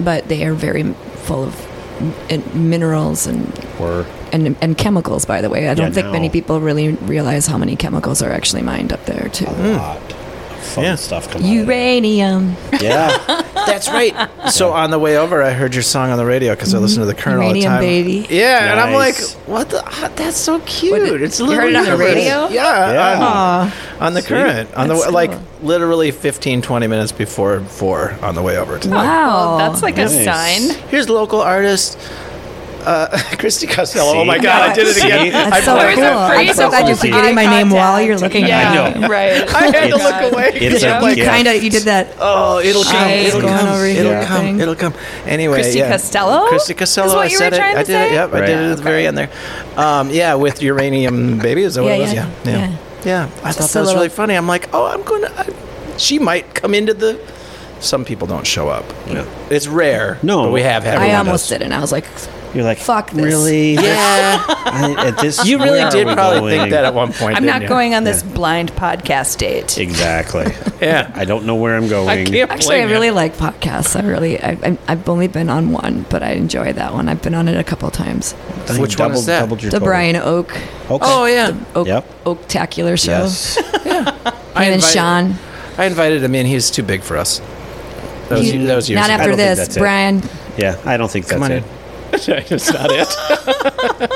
Speaker 3: but they are very full of m- and minerals and
Speaker 2: Or
Speaker 3: and and chemicals. By the way, I don't think
Speaker 2: no.
Speaker 3: many people really realize how many chemicals are actually mined up there too.
Speaker 2: a lot of fun
Speaker 1: Yeah.
Speaker 2: stuff coming out of that.
Speaker 3: Uranium.
Speaker 2: Yeah.
Speaker 1: That's right. So on the way over, I heard your song on the radio because I listen to the Current all the
Speaker 3: Uranium
Speaker 1: time.
Speaker 3: Baby.
Speaker 1: Yeah, and I'm like,
Speaker 2: Nice.
Speaker 1: what the? ah, That's so cute.
Speaker 3: What,
Speaker 1: it's
Speaker 3: you
Speaker 1: Little
Speaker 3: heard it on the
Speaker 1: Universe.
Speaker 3: radio?
Speaker 1: Yeah,
Speaker 2: Yeah.
Speaker 1: On, on the Current, on the
Speaker 3: That's
Speaker 1: w- like
Speaker 3: cool.
Speaker 1: literally 15, 20 minutes before four on the way over. To
Speaker 3: Wow,
Speaker 4: That's like
Speaker 2: Nice.
Speaker 4: a sign.
Speaker 1: Here's local artist uh, Christy Costello. Oh
Speaker 2: See?
Speaker 1: my God, I did it
Speaker 2: See?
Speaker 1: again.
Speaker 3: That's
Speaker 2: Oh,
Speaker 3: so
Speaker 1: I,
Speaker 4: always
Speaker 3: cool. I'm
Speaker 4: afraid
Speaker 3: so
Speaker 4: of
Speaker 3: glad you're
Speaker 2: losing
Speaker 3: forgetting my
Speaker 4: eye
Speaker 3: name while
Speaker 4: contact.
Speaker 3: you're looking
Speaker 4: yeah,
Speaker 3: at it.
Speaker 2: know.
Speaker 4: Right.
Speaker 1: I had to
Speaker 2: It's-
Speaker 1: look away.
Speaker 2: It's a
Speaker 4: Yeah. You
Speaker 3: You
Speaker 2: gift.
Speaker 3: kind of you did that.
Speaker 1: Oh, it'll come.
Speaker 3: Eyes
Speaker 1: It'll
Speaker 3: going
Speaker 1: come.
Speaker 3: over
Speaker 1: it'll
Speaker 3: here
Speaker 1: come.
Speaker 3: thing.
Speaker 1: It'll come. Anyway,
Speaker 4: Christy
Speaker 1: yeah.
Speaker 4: Costello?
Speaker 1: Christy
Speaker 4: Is
Speaker 1: Costello. I
Speaker 4: what you were
Speaker 1: said it.
Speaker 4: trying to
Speaker 1: I did it.
Speaker 4: say?
Speaker 1: Yep, I did
Speaker 2: Right.
Speaker 1: it at the very end there. Um, yeah, with uranium baby. Is that what
Speaker 3: Yeah,
Speaker 1: it was?
Speaker 3: yeah,
Speaker 1: Yeah, yeah,
Speaker 3: yeah.
Speaker 1: yeah. I
Speaker 3: Just
Speaker 1: thought
Speaker 3: a
Speaker 1: that was
Speaker 3: little-
Speaker 1: really funny. I'm like, oh, I'm gonna. I, she might come into the. Some people don't show up. It's rare.
Speaker 2: No.
Speaker 1: but we have had.
Speaker 3: I
Speaker 1: around
Speaker 3: almost
Speaker 1: us.
Speaker 3: did, and I was like,
Speaker 2: You're like,
Speaker 3: Fuck this.
Speaker 2: Really? Yeah. I, at this,
Speaker 1: You
Speaker 2: where
Speaker 1: really
Speaker 2: are
Speaker 1: did
Speaker 2: we
Speaker 1: probably
Speaker 2: going?
Speaker 1: think that at one point.
Speaker 4: I'm
Speaker 1: didn't
Speaker 4: not
Speaker 1: you?
Speaker 4: going on this blind podcast date.
Speaker 2: Exactly.
Speaker 1: Yeah.
Speaker 2: I don't know where I'm going.
Speaker 1: I can't
Speaker 3: Actually, I
Speaker 1: blame you.
Speaker 3: really like podcasts. I really, I, I'm- I've only been on one, but I enjoy that one. I've been on it a couple times.
Speaker 2: I think
Speaker 1: Which one
Speaker 2: doubled-
Speaker 1: is that?
Speaker 2: doubled your
Speaker 3: The
Speaker 2: total.
Speaker 3: Brian Oak,
Speaker 2: Okay.
Speaker 1: Oh yeah.
Speaker 3: Oak,
Speaker 2: Yep.
Speaker 3: Oaktacular show.
Speaker 2: yes.
Speaker 1: I
Speaker 3: Him and
Speaker 1: invited-
Speaker 3: Sean.
Speaker 1: I invited him in. He's too big for us. That was,
Speaker 3: He-
Speaker 1: that was years
Speaker 3: not
Speaker 1: ago.
Speaker 3: after
Speaker 2: don't think
Speaker 3: this,
Speaker 2: that's it.
Speaker 3: Brian.
Speaker 2: Yeah. I don't think that's
Speaker 1: on
Speaker 2: it.
Speaker 1: That's not it.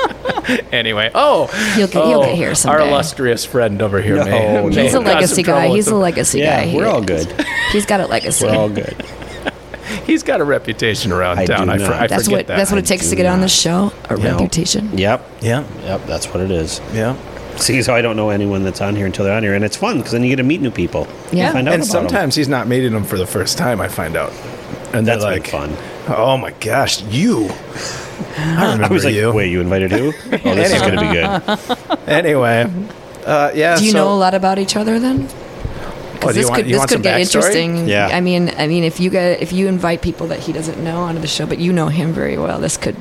Speaker 1: anyway, oh,
Speaker 3: He'll get, he'll get here someday.
Speaker 1: Our illustrious friend over here.
Speaker 2: No,
Speaker 1: may-
Speaker 2: no.
Speaker 1: may
Speaker 3: He's a
Speaker 1: have gotten
Speaker 3: legacy
Speaker 1: in trouble
Speaker 3: guy.
Speaker 1: with
Speaker 3: He's a
Speaker 1: the-
Speaker 3: legacy guy.
Speaker 2: Yeah.
Speaker 3: He-
Speaker 2: We're all good.
Speaker 3: He's got a legacy.
Speaker 2: We're all good.
Speaker 1: He's got a reputation around
Speaker 2: I
Speaker 1: town.
Speaker 2: do
Speaker 1: I, fr-
Speaker 2: not.
Speaker 1: I
Speaker 3: that's
Speaker 1: forget
Speaker 3: what
Speaker 1: that.
Speaker 3: that's what it
Speaker 2: I
Speaker 3: takes to
Speaker 2: do
Speaker 3: get on
Speaker 2: not.
Speaker 3: this show. A
Speaker 2: Yeah.
Speaker 3: reputation.
Speaker 2: Yep.
Speaker 1: yeah,
Speaker 2: Yep. That's what it is.
Speaker 1: yeah.
Speaker 2: See, so I don't know anyone that's on here until they're on here, and it's fun because then you get to meet new people.
Speaker 3: Yeah.
Speaker 2: Find out
Speaker 1: And
Speaker 2: about 'em.
Speaker 1: sometimes he's not meeting them for the first time. I find out, and they're
Speaker 2: That's been
Speaker 1: like,
Speaker 2: fun.
Speaker 1: "Oh my gosh, you!" I remember
Speaker 2: I was like,
Speaker 1: you.
Speaker 2: wait, you invited who? Oh, this is going to be good.
Speaker 1: Anyway, uh, yeah.
Speaker 3: Do you
Speaker 1: so-
Speaker 3: know a lot about each other
Speaker 2: Oh,
Speaker 3: then? 'Cause
Speaker 1: Oh, do you
Speaker 3: this
Speaker 1: want-
Speaker 3: could
Speaker 1: you
Speaker 3: this
Speaker 1: want
Speaker 3: could
Speaker 1: some
Speaker 3: get
Speaker 1: backstory?
Speaker 3: interesting.
Speaker 2: Yeah.
Speaker 3: I mean, I mean, if you get if you invite people that he doesn't know onto the show, but you know him very well, this could.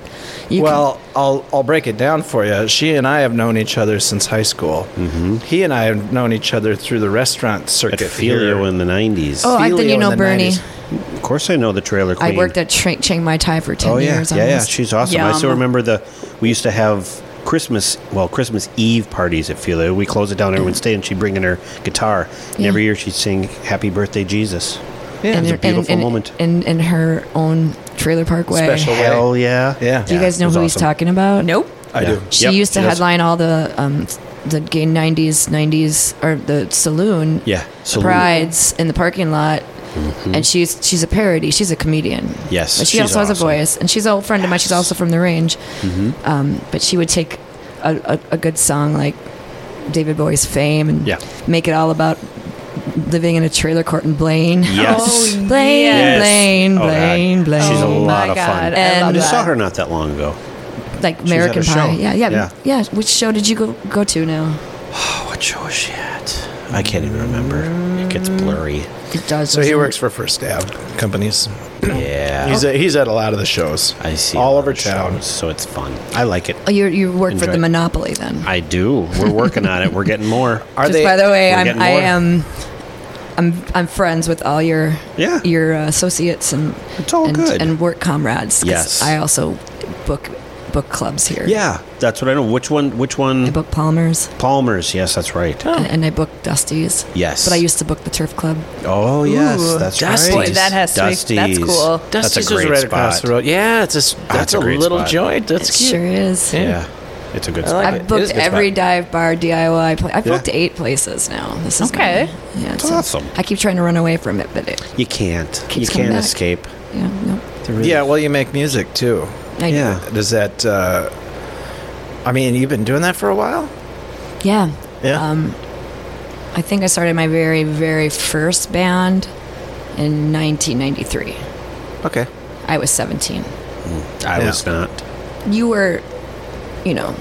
Speaker 3: You
Speaker 1: Well, I'll I'll break it down for you. She and I have known each other since high school. Mm-hmm. He and I have known each other through the restaurant
Speaker 2: At
Speaker 1: circuit here.
Speaker 2: Filio in the 90s.
Speaker 3: Oh, I think
Speaker 1: Filio
Speaker 3: you
Speaker 1: in
Speaker 3: know
Speaker 1: the
Speaker 3: Bernie.
Speaker 1: 90s.
Speaker 2: Of course I know the Trailer
Speaker 3: can,
Speaker 2: Queen.
Speaker 3: I worked at Ch- Chiang Mai Thai for ten
Speaker 2: Oh, yeah.
Speaker 3: years.
Speaker 2: yeah, yeah.
Speaker 3: almost.
Speaker 2: She's awesome. I still
Speaker 4: Yum.
Speaker 2: remember the, we used to have Christmas, well, Christmas Eve parties at Filio. We close it down, everyone stayed, and she'd bring in her guitar. And
Speaker 3: Yeah.
Speaker 2: every year she'd sing Happy Birthday, Jesus. Yeah, it was a
Speaker 3: in,
Speaker 2: beautiful
Speaker 3: in,
Speaker 2: moment.
Speaker 3: In, in her own trailer park way.
Speaker 1: Special.
Speaker 2: Hell yeah.
Speaker 1: Yeah.
Speaker 3: Do you guys
Speaker 2: it
Speaker 3: know
Speaker 2: was
Speaker 3: who he's
Speaker 2: awesome.
Speaker 3: talking about?
Speaker 4: Nope.
Speaker 1: I do.
Speaker 3: She
Speaker 2: Yep,
Speaker 3: used to
Speaker 2: she does.
Speaker 3: headline all the um, the gay '90s, '90s, or the saloon
Speaker 2: Yeah, saloon.
Speaker 3: prides in the parking lot. And she's she's a parody. She's a comedian.
Speaker 2: Mm-hmm. Yes,
Speaker 3: but she
Speaker 2: she's
Speaker 3: also has a
Speaker 2: awesome. Mm-hmm.
Speaker 3: voice, and she's an old friend of mine. She's also from the range. Um, but she would take a, a, a good song like David Bowie's "Fame" and
Speaker 2: Yeah.
Speaker 3: make it all about living in a trailer court in Blaine.
Speaker 2: Yes.
Speaker 4: Oh,
Speaker 3: Blaine,
Speaker 4: yes.
Speaker 3: Blaine,
Speaker 2: Oh, God.
Speaker 3: Blaine, Blaine.
Speaker 2: She's a
Speaker 4: Oh,
Speaker 2: lot
Speaker 4: my
Speaker 2: of fun.
Speaker 4: God.
Speaker 3: And-
Speaker 4: I
Speaker 2: I
Speaker 4: love
Speaker 2: just
Speaker 4: that.
Speaker 2: saw her not that long ago.
Speaker 3: like
Speaker 2: was at
Speaker 3: American
Speaker 2: a
Speaker 3: Pie.
Speaker 2: show.
Speaker 3: Yeah, yeah,
Speaker 2: Yeah.
Speaker 3: yeah, Which show did you go go to now?
Speaker 6: Oh,
Speaker 2: What show is she at? I can't even remember. It gets blurry.
Speaker 3: It does.
Speaker 1: So he works for First Stab Companies.
Speaker 2: Yeah. Yeah.
Speaker 6: He's
Speaker 1: Oh.
Speaker 6: at, he's at a lot of the shows.
Speaker 2: I see. a
Speaker 6: All
Speaker 2: lot
Speaker 6: over
Speaker 2: of
Speaker 6: town.
Speaker 2: shows, so it's fun. I like it.
Speaker 3: Oh, you you work for
Speaker 2: Enjoy.
Speaker 3: the Monopoly then?
Speaker 2: I do. We're working on it. We're getting more.
Speaker 6: Are
Speaker 3: Just by the way,
Speaker 2: we're
Speaker 3: I'm,
Speaker 2: getting
Speaker 3: I
Speaker 2: more.
Speaker 3: am. I'm I'm friends with all your
Speaker 2: Yeah.
Speaker 3: your uh, associates and
Speaker 2: It's all
Speaker 3: and,
Speaker 2: good.
Speaker 3: and work comrades. 'cause
Speaker 2: Yes.
Speaker 3: I also book book clubs here.
Speaker 2: Yeah, that's what I know. Which one? Which
Speaker 3: I
Speaker 2: one?
Speaker 3: book Palmer's
Speaker 2: Palmer's. Yes, that's right.
Speaker 3: and, and I book Dusty's.
Speaker 2: Oh. Yes.
Speaker 3: But I used to book the Turf Club.
Speaker 2: Oh yes,
Speaker 1: Ooh,
Speaker 2: that's
Speaker 1: Dusty's.
Speaker 2: right.
Speaker 4: Boy, that has to be- that's
Speaker 2: Dusty's.
Speaker 4: cool.
Speaker 2: That's a
Speaker 1: Dusty's was
Speaker 2: great
Speaker 1: right
Speaker 2: spot. Ah,
Speaker 1: across the road. Yeah, it's just that's
Speaker 2: a
Speaker 1: a,
Speaker 2: great
Speaker 1: little
Speaker 2: spot.
Speaker 1: joint. That's
Speaker 3: It
Speaker 1: cute.
Speaker 3: sure is.
Speaker 1: Yeah.
Speaker 2: Yeah, it's a good spot.
Speaker 1: like
Speaker 3: I've
Speaker 1: It
Speaker 3: booked
Speaker 1: is a good
Speaker 3: every
Speaker 1: spot.
Speaker 3: dive bar DIY. Pla- I've
Speaker 2: Yeah.
Speaker 3: booked eight places now. This is
Speaker 4: Okay.
Speaker 3: my- yeah, it's
Speaker 2: awesome.
Speaker 3: I keep trying to run away from it, but it.
Speaker 2: You can't. You
Speaker 3: Keeps coming
Speaker 2: can't
Speaker 3: back.
Speaker 2: escape.
Speaker 3: Yeah. No.
Speaker 6: Yeah, well, you make music too.
Speaker 3: I,
Speaker 2: Yeah.
Speaker 6: Does that? Uh, I mean, you've been doing that for a while.
Speaker 3: Yeah.
Speaker 6: Yeah.
Speaker 3: Um, I think I started my very, very first band in 1993.
Speaker 6: Okay.
Speaker 3: I was 17.
Speaker 2: I
Speaker 6: Yeah.
Speaker 2: was not.
Speaker 3: You were, you know,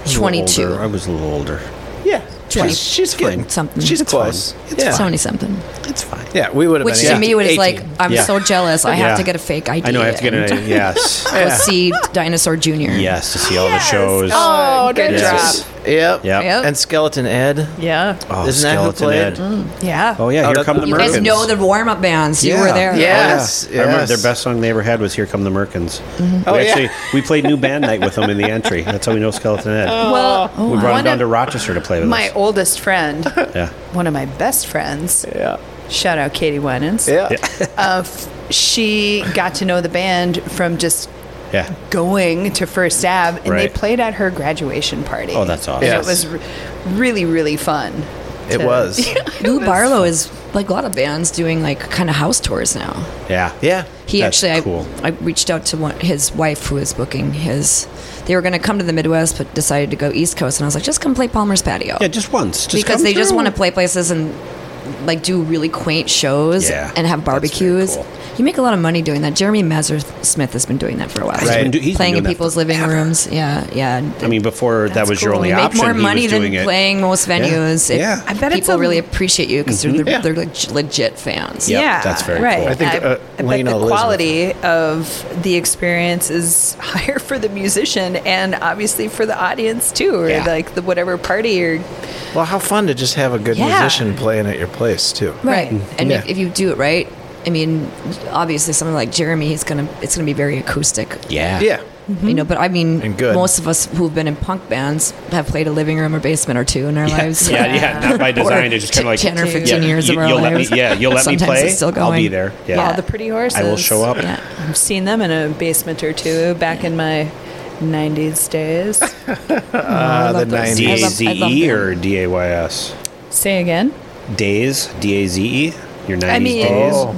Speaker 2: I was a little
Speaker 3: 22.
Speaker 2: older. I was a little older.
Speaker 6: Yeah.
Speaker 3: Twenty-
Speaker 6: She's, she's getting
Speaker 3: something.
Speaker 6: She's
Speaker 3: It's
Speaker 6: close. Yeah.
Speaker 3: It's 20 something.
Speaker 2: It's fine.
Speaker 6: Yeah, we would have
Speaker 3: Which
Speaker 6: been.
Speaker 3: to me was
Speaker 6: 18.
Speaker 3: like, I'm
Speaker 2: Yeah.
Speaker 3: so jealous. I
Speaker 2: Yeah.
Speaker 3: have to get a fake ID.
Speaker 2: I know. I have to get
Speaker 3: and
Speaker 2: an yes.
Speaker 3: Go see Dinosaur Jr.
Speaker 2: Yes, to see all
Speaker 4: Yes.
Speaker 2: the shows.
Speaker 4: Oh, good
Speaker 2: Yes.
Speaker 4: job.
Speaker 6: Yep.
Speaker 2: Yep.
Speaker 4: Yep.
Speaker 6: And Skeleton Ed.
Speaker 4: Yeah. Mm,
Speaker 2: Oh,
Speaker 6: Isn't that who
Speaker 2: Skeleton
Speaker 6: played?
Speaker 2: Ed.
Speaker 4: Yeah.
Speaker 2: Oh yeah,
Speaker 6: Oh,
Speaker 2: here
Speaker 6: that-
Speaker 2: come the
Speaker 6: You
Speaker 3: You
Speaker 2: Merkins.
Speaker 6: guys
Speaker 3: guys know the warm up bands. You were there.
Speaker 6: Mm. Yeah.
Speaker 2: Oh,
Speaker 6: Yes,
Speaker 2: I remember
Speaker 6: yes.
Speaker 2: their best song they ever had was "Here Come the Merkins."
Speaker 6: Oh,
Speaker 2: we
Speaker 6: yeah.
Speaker 2: actually we played new band night with them in the entry. That's how we know Skeleton Ed.
Speaker 3: Oh,
Speaker 4: Well,
Speaker 2: we brought
Speaker 4: Oh. one
Speaker 2: them down
Speaker 4: of
Speaker 2: to Rochester to play with
Speaker 4: my
Speaker 2: us.
Speaker 4: oldest friend,
Speaker 2: Yeah,
Speaker 4: one of my best friends,
Speaker 6: Yeah.
Speaker 4: shout out Katie Winans.
Speaker 6: Yeah.
Speaker 4: Uh, f- she got to know the band from just
Speaker 2: yeah.
Speaker 4: going to First Ab, and
Speaker 2: Right.
Speaker 4: they played at her graduation party.
Speaker 2: Oh, that's awesome.
Speaker 4: And
Speaker 6: Yes.
Speaker 4: it was re- really, really fun.
Speaker 6: It
Speaker 4: to-
Speaker 6: was.
Speaker 3: Lou Barlow is like a lot of bands doing like kind of house tours now.
Speaker 2: Yeah,
Speaker 6: Yeah.
Speaker 3: He
Speaker 2: That's
Speaker 3: actually,
Speaker 2: cool.
Speaker 3: I, I reached out to one, his wife who was booking his. They were going to come to the Midwest, but decided to go East Coast, and I was like, just come play Palmer's Patio
Speaker 2: Yeah, just once, just
Speaker 3: because
Speaker 2: come
Speaker 3: they just
Speaker 2: through.
Speaker 3: want to play places and like do really quaint shows
Speaker 2: Yeah,
Speaker 3: and have
Speaker 2: that's very
Speaker 3: barbecues.
Speaker 2: cool.
Speaker 3: You make a lot of money doing that. Jeremy Mazur Smith has been doing that for a while.
Speaker 2: He's been Right. do- he's been
Speaker 3: playing
Speaker 2: doing
Speaker 3: in
Speaker 2: that
Speaker 3: people's living rooms. Yeah, yeah.
Speaker 2: I mean, before that was your only
Speaker 3: you make
Speaker 2: option.
Speaker 3: more
Speaker 2: he
Speaker 3: money
Speaker 2: was
Speaker 3: than
Speaker 2: doing it.
Speaker 3: playing most venues. If
Speaker 2: Yeah. Mm-hmm. I
Speaker 4: bet it's
Speaker 3: people
Speaker 4: a-
Speaker 3: really appreciate you because they're,
Speaker 6: Yeah.
Speaker 3: they're leg- legit fans.
Speaker 2: Yep,
Speaker 4: yeah,
Speaker 2: that's very
Speaker 4: right.
Speaker 2: cool. I
Speaker 6: think, uh,
Speaker 4: I bet
Speaker 6: Lena
Speaker 4: the
Speaker 6: Elizabeth-
Speaker 4: quality of the experience is higher for the musician and obviously for the audience too, or
Speaker 2: Yeah.
Speaker 4: like the whatever party or
Speaker 6: Well, how fun to just have a good
Speaker 4: Yeah.
Speaker 6: musician playing at your place too.
Speaker 3: right.
Speaker 2: Mm-hmm.
Speaker 3: And if,
Speaker 6: Yeah.
Speaker 3: if you do it right, I mean, obviously, someone like Jeremy, he's gonna it's gonna be very acoustic.
Speaker 2: Yeah,
Speaker 6: Yeah.
Speaker 3: You know, but I mean,
Speaker 6: And good.
Speaker 3: most of us who've been in punk bands have played a living room or basement or two in our lives.
Speaker 2: Yeah, yeah, not by design. It's just kind of like
Speaker 3: 10 or 15
Speaker 2: yeah,
Speaker 3: years
Speaker 2: you,
Speaker 3: of our
Speaker 2: you'll
Speaker 3: lives.
Speaker 2: Let me, yeah, you'll let me
Speaker 3: Sometimes
Speaker 2: play.
Speaker 3: it's still
Speaker 2: I'll be
Speaker 3: going.
Speaker 2: there.
Speaker 4: all
Speaker 2: Yeah,
Speaker 4: the pretty horses.
Speaker 2: I will show up.
Speaker 3: Yeah.
Speaker 4: I've seen them in a basement or two back in my 90s days.
Speaker 3: I
Speaker 6: the
Speaker 3: love those. I
Speaker 6: 90s.
Speaker 2: D a
Speaker 3: love- I
Speaker 2: z
Speaker 3: love
Speaker 2: e
Speaker 3: them.
Speaker 2: or d a y s.
Speaker 4: Say again.
Speaker 2: Days d a z e. Your nineties
Speaker 4: mean-
Speaker 2: days.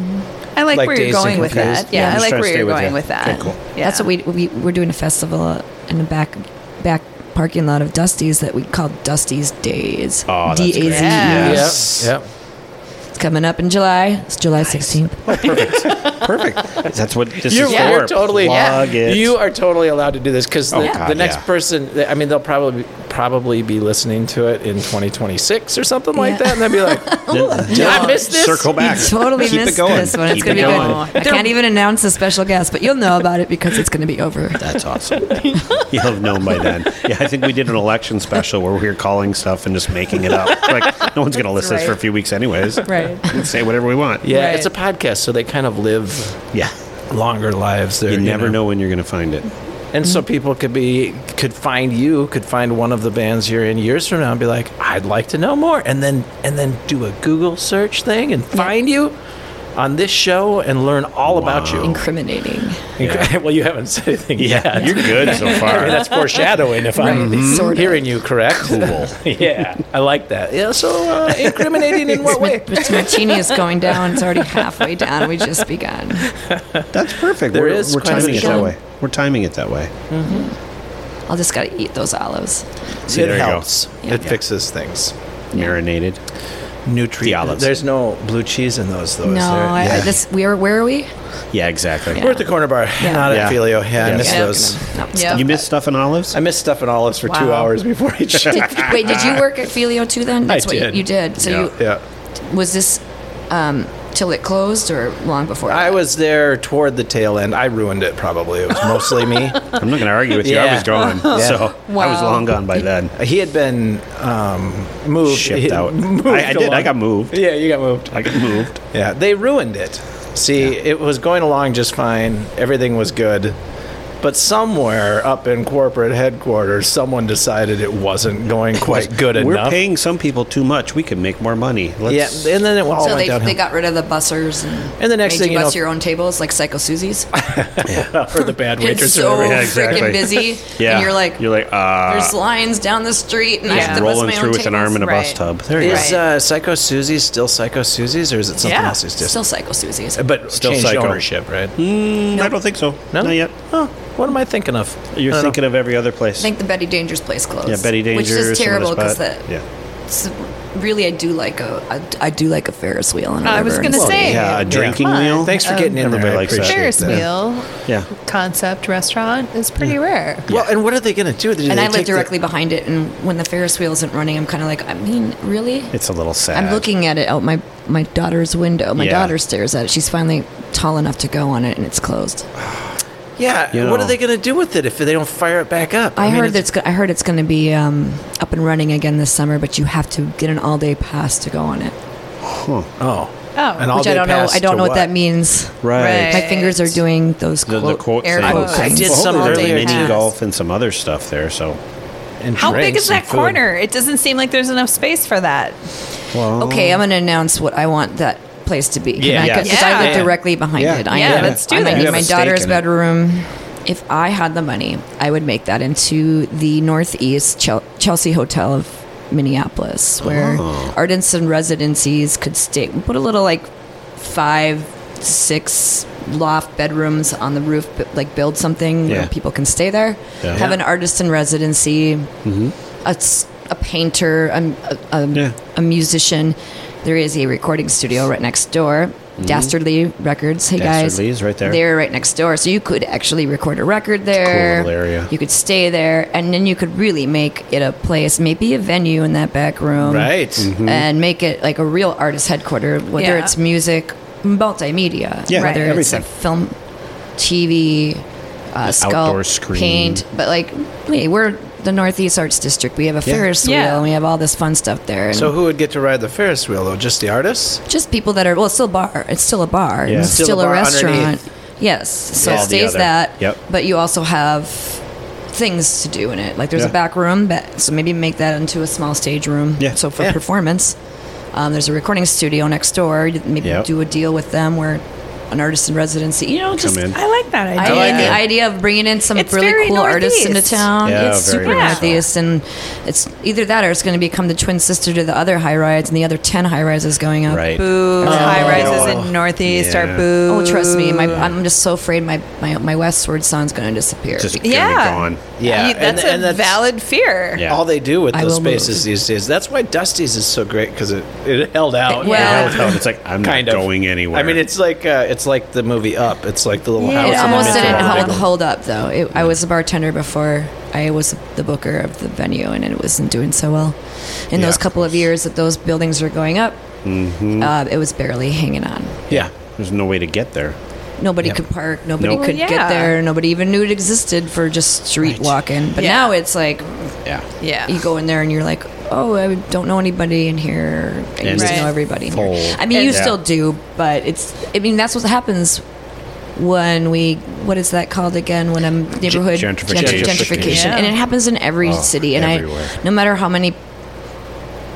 Speaker 4: I like,
Speaker 6: Like
Speaker 4: where you're
Speaker 6: Dazed and
Speaker 4: going with
Speaker 6: Confused?
Speaker 4: that. Yeah,
Speaker 2: Yeah,
Speaker 4: I
Speaker 2: I'm
Speaker 4: like
Speaker 2: trying to
Speaker 4: where
Speaker 2: stay
Speaker 4: you're
Speaker 2: with
Speaker 4: going
Speaker 2: you.
Speaker 4: with that.
Speaker 2: Okay, cool.
Speaker 4: Yeah.
Speaker 3: That's what we, we we're doing a festival uh, in the back back parking lot of Dusty's that we call Dusty's Days.
Speaker 2: Oh, that's
Speaker 3: D-A-Z-E.
Speaker 2: great.
Speaker 4: Yeah.
Speaker 6: Yes. Yep.
Speaker 3: It's E. coming up in July. It's July sixteenth.
Speaker 2: Perfect. That's what this
Speaker 1: You're,
Speaker 2: is
Speaker 1: yeah,
Speaker 2: for.
Speaker 1: you're totally.
Speaker 2: Plug it.
Speaker 1: You are totally allowed to do this because the,
Speaker 2: Oh, God,
Speaker 1: the next
Speaker 2: yeah.
Speaker 1: person. I mean, they'll probably probably be listening to it in 2026 or something like
Speaker 3: Yeah.
Speaker 1: that, and they'll be like,
Speaker 2: Did
Speaker 1: I miss this?
Speaker 2: Circle back.
Speaker 3: Totally
Speaker 2: Keep
Speaker 3: missed
Speaker 2: it going.
Speaker 3: this one. It's
Speaker 2: Keep
Speaker 3: gonna
Speaker 2: it
Speaker 3: be
Speaker 2: going.
Speaker 3: good. I can't even announce a special guest, but you'll know about it because it's gonna be over.
Speaker 2: That's awesome. You'll have known by then. Yeah, I think we did an election special where we were calling stuff and just making it up. Like, no one's going to listen to this for a few weeks, anyways.
Speaker 4: Right.
Speaker 2: We can say whatever we want.
Speaker 1: "Yeah,
Speaker 4: Right.
Speaker 1: it's a podcast, so they kind of live
Speaker 2: Yeah.
Speaker 6: Longer lives there.
Speaker 2: You never know when you're going to find it.
Speaker 6: And so people could be could find you, could find one of the bands you're in years from now and be like, I'd like to know more. And then and then do a Google search thing and find you on this show and learn all about you.
Speaker 3: Incriminating.
Speaker 6: well, you haven't said anything yet.
Speaker 2: You're good so
Speaker 6: I mean,
Speaker 2: far.
Speaker 6: that's foreshadowing if I'm
Speaker 3: Sort of.
Speaker 6: hearing you correct. Cool. yeah, I like that. Yeah, so uh, incriminating in what way?
Speaker 3: This martini is going down. It's already halfway down. We just begun.
Speaker 2: That's perfect.
Speaker 6: There
Speaker 2: we're
Speaker 6: is
Speaker 2: we're
Speaker 6: quite a
Speaker 2: timing it that
Speaker 3: skill.
Speaker 2: way. We're timing it that way.
Speaker 3: I'll just gotta eat those olives.
Speaker 2: See, there
Speaker 6: it
Speaker 2: you go.
Speaker 6: helps.
Speaker 3: Yeah.
Speaker 6: It fixes things.
Speaker 2: Marinated.
Speaker 6: Nutrient.
Speaker 2: The olives.
Speaker 6: There's no blue cheese in those, though.
Speaker 3: No,
Speaker 6: is there?
Speaker 3: I, I, this we are. Where are we?
Speaker 2: Yeah, exactly.
Speaker 6: We're at the corner bar,
Speaker 3: Yeah.
Speaker 6: not
Speaker 2: Yeah.
Speaker 6: at Filio. Yeah, I
Speaker 2: Yeah.
Speaker 6: miss
Speaker 2: Yeah.
Speaker 6: those.
Speaker 3: No, no,
Speaker 4: Yeah.
Speaker 3: stop
Speaker 2: You
Speaker 3: that.
Speaker 2: missed stuff in olives?
Speaker 6: I missed stuffing olives for two
Speaker 4: Wow.
Speaker 6: hours before each show.
Speaker 3: Did- wait, did you work at Filio too? Then that's what you-
Speaker 6: did.
Speaker 3: you did. So
Speaker 2: Yeah.
Speaker 3: you
Speaker 6: yeah.
Speaker 3: was this um, till it closed or long before?
Speaker 1: I
Speaker 3: that?
Speaker 1: was there toward the tail end. I ruined it probably. It was mostly me.
Speaker 2: I'm not going to argue with you. I
Speaker 1: Yeah.
Speaker 2: was gone, so I was
Speaker 4: Wow.
Speaker 2: long gone by then.
Speaker 1: He had been um, moved.
Speaker 2: Shipped
Speaker 1: he-
Speaker 2: out.
Speaker 1: moved
Speaker 2: I, I did. I
Speaker 1: along.
Speaker 2: got moved.
Speaker 7: Yeah, you got moved.
Speaker 2: I got moved.
Speaker 1: Yeah, they ruined it. See, it was going along just fine. Everything was good. But somewhere up in corporate headquarters, someone decided it wasn't going quite good
Speaker 2: We're
Speaker 1: enough.
Speaker 2: paying some people too much. We can make more money.
Speaker 1: yeah,
Speaker 2: Let's,
Speaker 1: and then it all
Speaker 3: so
Speaker 1: went
Speaker 3: they,
Speaker 1: downhill.
Speaker 3: they got rid of the bussers and,
Speaker 1: And the next
Speaker 3: made
Speaker 1: thing
Speaker 3: you
Speaker 1: you
Speaker 3: bus
Speaker 1: know-
Speaker 3: your own tables like Psycho Susie's.
Speaker 1: for the bad
Speaker 3: it's
Speaker 1: waitress. or
Speaker 3: so
Speaker 1: whatever.
Speaker 2: Yeah, exactly.
Speaker 3: freaking busy.
Speaker 2: yeah.
Speaker 3: And you're like,
Speaker 2: you're like, uh,
Speaker 3: there's lines down the street, and I
Speaker 4: Yeah.
Speaker 3: have to bus
Speaker 2: rolling
Speaker 3: my own
Speaker 2: through with an arm in a
Speaker 4: tables,
Speaker 2: bus
Speaker 4: right.
Speaker 2: tub. There you go.
Speaker 1: Is uh, Psycho Susie's still Psycho Susie's, or is it something
Speaker 4: Yeah,
Speaker 1: else? It's just
Speaker 3: Still Psycho Susie's.
Speaker 1: but
Speaker 2: Still
Speaker 1: changed
Speaker 2: Psycho.
Speaker 1: ownership, right?
Speaker 2: Mm, I don't think so.
Speaker 1: No?
Speaker 2: Not yet.
Speaker 1: Oh, what am I thinking of?
Speaker 2: You're
Speaker 1: I don't
Speaker 2: thinking of every other place.
Speaker 3: I think the Betty Dangers place closed.
Speaker 2: yeah, Betty Danger.
Speaker 3: which is terrible because that.
Speaker 2: yeah.
Speaker 3: s- Really, I do like a I, I do like a Ferris wheel. And
Speaker 4: I
Speaker 3: whatever.
Speaker 4: was gonna
Speaker 3: Well,
Speaker 4: say
Speaker 2: Yeah, a drinking
Speaker 4: Come on.
Speaker 2: wheel.
Speaker 1: know. Thanks for
Speaker 4: Um,
Speaker 1: getting in there.
Speaker 2: everybody
Speaker 1: I
Speaker 2: likes that.
Speaker 1: appreciate
Speaker 4: Ferris
Speaker 1: that.
Speaker 4: wheel
Speaker 2: Yeah.
Speaker 4: concept restaurant is pretty rare.
Speaker 1: Well, and what are they going to do? Do
Speaker 3: And
Speaker 1: they
Speaker 3: I live
Speaker 1: take the-
Speaker 3: directly behind it, and when the Ferris wheel isn't running, I'm kind of like, I mean, really?
Speaker 2: It's a little sad.
Speaker 3: I'm looking at it out my my daughter's window. My
Speaker 2: Yeah.
Speaker 3: daughter stares at it. She's finally tall enough to go on it, and it's closed.
Speaker 1: Yeah,
Speaker 2: You
Speaker 1: what
Speaker 2: know.
Speaker 1: are they going to do with it if they don't fire it back up?
Speaker 3: I,
Speaker 1: mean,
Speaker 3: heard that's go- I heard it's going to be um, up and running again this summer, but you have to get an all day pass to go on it,
Speaker 1: Oh,
Speaker 4: Oh,
Speaker 1: And all
Speaker 3: which
Speaker 1: they
Speaker 3: I don't know.
Speaker 1: passed
Speaker 3: I don't
Speaker 1: to
Speaker 3: know what that means.
Speaker 2: Right.
Speaker 3: My fingers are doing those
Speaker 2: The,
Speaker 3: quote,
Speaker 2: the quote
Speaker 4: air
Speaker 2: thing.
Speaker 4: quotes.
Speaker 1: I did
Speaker 2: Well,
Speaker 1: some
Speaker 2: there's
Speaker 1: earlier
Speaker 2: mini
Speaker 1: today.
Speaker 2: golf and some other stuff there. So,
Speaker 1: And
Speaker 4: How big
Speaker 1: drinks
Speaker 4: is
Speaker 1: and
Speaker 4: that
Speaker 1: food.
Speaker 4: corner? It doesn't seem like there's enough space for that.
Speaker 2: well,
Speaker 3: Okay, I'm going to announce what I want that place to be. Can
Speaker 1: Yeah.
Speaker 3: I,
Speaker 1: Yeah.
Speaker 3: Because I live
Speaker 4: Yeah.
Speaker 3: directly behind
Speaker 2: Yeah.
Speaker 3: it. I
Speaker 4: Yeah,
Speaker 3: am-
Speaker 4: let's do
Speaker 3: I
Speaker 4: that.
Speaker 3: might
Speaker 4: You
Speaker 3: need
Speaker 2: have
Speaker 3: my
Speaker 2: a stake
Speaker 3: daughter's
Speaker 2: in it.
Speaker 3: bedroom. If I had the money, I would make that into the Northeast Chel- Chelsea Hotel of Minneapolis, where
Speaker 2: Oh.
Speaker 3: artists and residencies could stay. We Put a little like five, six loft bedrooms on the roof, but, like build something
Speaker 2: Yeah.
Speaker 3: where people can stay there.
Speaker 2: Yeah.
Speaker 3: Have
Speaker 2: Yeah.
Speaker 3: an artist in residency, a s a a, painter, a, a, a-
Speaker 2: Yeah.
Speaker 3: a musician. There is a recording studio right next door. Dastardly Records. Hey guys,
Speaker 2: Mm-hmm. Dastardly is right there.
Speaker 3: They're right next door, so you could actually record a record there.
Speaker 2: little area.
Speaker 3: You could stay there, and then you could really make it a place, maybe a venue in that back room,
Speaker 1: Right.
Speaker 2: Mm-hmm.
Speaker 3: And make it like a real artist headquarters, whether
Speaker 4: Yeah.
Speaker 3: it's music, multimedia,
Speaker 2: Yeah,
Speaker 3: whether
Speaker 2: everything.
Speaker 3: it's a film, TV, uh,
Speaker 2: outdoor
Speaker 3: sculpt,
Speaker 2: screen.
Speaker 3: paint, but like, hey, we're the Northeast Arts District. We have a Ferris wheel,
Speaker 4: Yeah.
Speaker 3: and we have all this fun stuff there. And
Speaker 1: So who would get to ride the Ferris wheel though? Just the artists?
Speaker 3: just people that are well, it's still a bar. It's still a bar.
Speaker 2: Yeah.
Speaker 3: It's
Speaker 1: Still
Speaker 3: still,
Speaker 1: a
Speaker 3: a,
Speaker 1: bar
Speaker 3: restaurant.
Speaker 1: underneath.
Speaker 3: Yes. So
Speaker 2: Yeah.
Speaker 3: it
Speaker 2: All the
Speaker 3: stays
Speaker 2: other.
Speaker 3: that.
Speaker 2: Yep.
Speaker 3: But you also have things to do in it. Like there's
Speaker 2: Yeah.
Speaker 3: a back room, but so maybe make that into a small stage room.
Speaker 2: Yeah.
Speaker 3: So for
Speaker 1: Yeah.
Speaker 3: performance, um, there's a recording studio next door. You Maybe
Speaker 2: Yep.
Speaker 3: do a deal with them where an artist in residency. You know, just.
Speaker 2: in.
Speaker 4: I like that
Speaker 3: I,
Speaker 4: idea.
Speaker 3: mean, the idea of bringing in some
Speaker 4: It's
Speaker 3: really
Speaker 4: very
Speaker 3: cool artists into
Speaker 4: Northeast.
Speaker 3: town.
Speaker 2: Yeah,
Speaker 3: it's
Speaker 2: very
Speaker 3: super
Speaker 2: much so.
Speaker 3: northeast, and it's either that or it's going to become the twin sister to the other high rides, and the other ten high rises going up.
Speaker 2: Right.
Speaker 4: Boo, high rises
Speaker 1: Oh.
Speaker 4: in Northeast
Speaker 2: Yeah.
Speaker 4: are boo.
Speaker 3: Oh, trust me, my, I'm just so afraid my, my, my westward son's going to disappear.
Speaker 2: Just gonna be
Speaker 4: Yeah.
Speaker 2: gone.
Speaker 1: Yeah,
Speaker 4: You-
Speaker 1: and-
Speaker 4: that's
Speaker 1: and
Speaker 4: a
Speaker 1: that's-
Speaker 4: valid fear.
Speaker 2: Yeah.
Speaker 1: All they do with
Speaker 3: I
Speaker 1: those
Speaker 3: will move.
Speaker 1: spaces these days. That's why Dusty's is so great because it, it held out.
Speaker 3: Well,
Speaker 2: Hell, hell, It's like I'm
Speaker 1: kind
Speaker 2: not
Speaker 1: of
Speaker 2: going anywhere.
Speaker 1: I mean, it's like uh, it's like the movie Up. It's like the little
Speaker 4: Yeah.
Speaker 1: house.
Speaker 3: it
Speaker 1: in the
Speaker 3: almost
Speaker 1: middle of
Speaker 3: didn't
Speaker 1: the
Speaker 3: hold,
Speaker 1: big-
Speaker 3: hold up, though. It, I was a bartender before I was the booker of the venue, and it wasn't doing so well. In those
Speaker 2: Yeah. Mm-hmm.
Speaker 3: couple of years that those buildings were going up, uh, it was barely hanging on.
Speaker 1: Yeah.
Speaker 2: there's no way to get there.
Speaker 3: Nobody could park. Nobody
Speaker 2: Nope.
Speaker 3: could
Speaker 4: Well,
Speaker 3: get
Speaker 4: yeah.
Speaker 3: there. Nobody even knew it existed for just street walking. But
Speaker 4: Yeah.
Speaker 3: now it's like
Speaker 2: Yeah.
Speaker 4: Yeah.
Speaker 3: you go in there and you're like, oh, I don't know anybody in here. I
Speaker 2: And
Speaker 3: used to
Speaker 4: it's
Speaker 3: know everybody. in here."
Speaker 2: full.
Speaker 3: I mean, you
Speaker 4: And-
Speaker 3: still do, but it's. I mean, that's what happens when we. What is that called again? When a neighborhood
Speaker 2: gentrification. Oh,
Speaker 3: gentr- gentrification.
Speaker 4: Yeah.
Speaker 3: and it happens in every city. And
Speaker 2: everywhere.
Speaker 3: I, no matter how many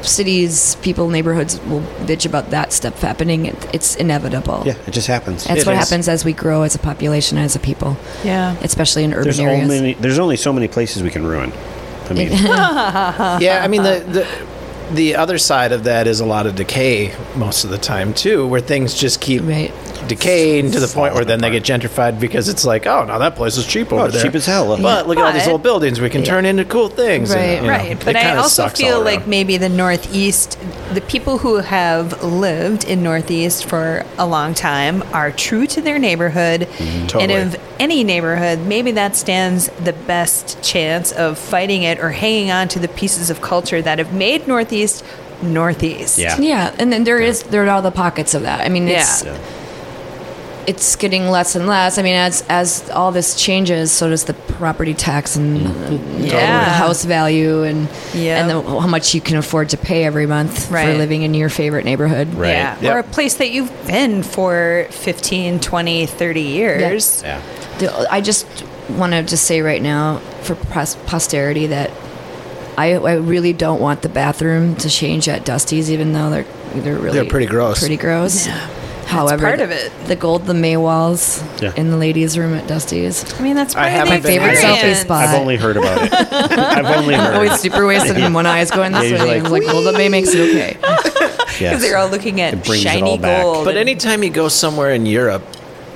Speaker 3: cities, people, neighborhoods will bitch about that stuff happening, it, it's inevitable.
Speaker 2: Yeah, it just happens.
Speaker 3: That's
Speaker 1: It
Speaker 3: what
Speaker 1: is.
Speaker 3: happens as we grow as a population, as a people,
Speaker 4: Yeah.
Speaker 3: especially in urban
Speaker 2: there's
Speaker 3: areas.
Speaker 2: only there's only so many places we can ruin. I mean,
Speaker 1: yeah, I mean the, the the other side of that is a lot of decay most of the time too, where things just keep
Speaker 3: Right.
Speaker 1: decaying to the point where then they get gentrified because it's like, oh, now that place is cheap over
Speaker 2: Oh, it's
Speaker 1: there,
Speaker 2: cheap as hell.
Speaker 1: But look at all these
Speaker 4: But-
Speaker 1: old buildings we can turn into cool things, and,
Speaker 3: Right.
Speaker 1: you know,
Speaker 4: Right,
Speaker 1: it
Speaker 4: but I
Speaker 1: kinda
Speaker 4: also
Speaker 1: sucks all
Speaker 4: feel
Speaker 1: around.
Speaker 4: like maybe the Northeast, the people who have lived in Northeast for a long time are true to their neighborhood.
Speaker 1: Mm-hmm. Totally.
Speaker 4: And if any neighborhood, maybe that stands the best chance of fighting it or hanging on to the pieces of culture that have made Northeast Northeast.
Speaker 2: Yeah.
Speaker 3: Yeah, and then there is there are all the pockets of that. I mean, it's
Speaker 4: Yeah.
Speaker 3: it's getting less and less. I mean, as as all this changes, so does the property tax and and
Speaker 4: Yeah.
Speaker 3: the house value and
Speaker 4: Yep.
Speaker 3: and the, how much you can afford to pay every month
Speaker 4: Right.
Speaker 3: for living in your favorite neighborhood.
Speaker 2: Right.
Speaker 4: Yeah.
Speaker 6: Yep.
Speaker 4: Or a place that you've been for 15, 20, 30 years.
Speaker 2: Yeah.
Speaker 3: The- I just want to just say right now for pos- posterity that I, I really don't want the bathroom to change at Dusty's, even though they're they're really
Speaker 1: They're pretty gross.
Speaker 3: Pretty gross. However,
Speaker 4: part of
Speaker 3: the-
Speaker 4: it.
Speaker 3: The gold, the May walls
Speaker 2: Yeah.
Speaker 3: in the ladies' room at Dusty's.
Speaker 4: I mean, that's
Speaker 1: I
Speaker 4: part of
Speaker 1: haven't
Speaker 4: the
Speaker 1: been there.
Speaker 3: Favorite selfie
Speaker 4: experience.
Speaker 3: spot.
Speaker 2: I've only heard about it. I've only heard.
Speaker 3: Always super wasted, and one eye is going this
Speaker 2: Yeah,
Speaker 3: way.
Speaker 2: you're
Speaker 3: Like,
Speaker 2: like,
Speaker 3: like, well, the May makes it okay.
Speaker 2: Yes.
Speaker 4: Because they're all looking
Speaker 2: It
Speaker 4: at
Speaker 2: brings it all
Speaker 4: shiny
Speaker 2: back.
Speaker 4: gold.
Speaker 1: But
Speaker 4: and-
Speaker 1: anytime you go somewhere in Europe,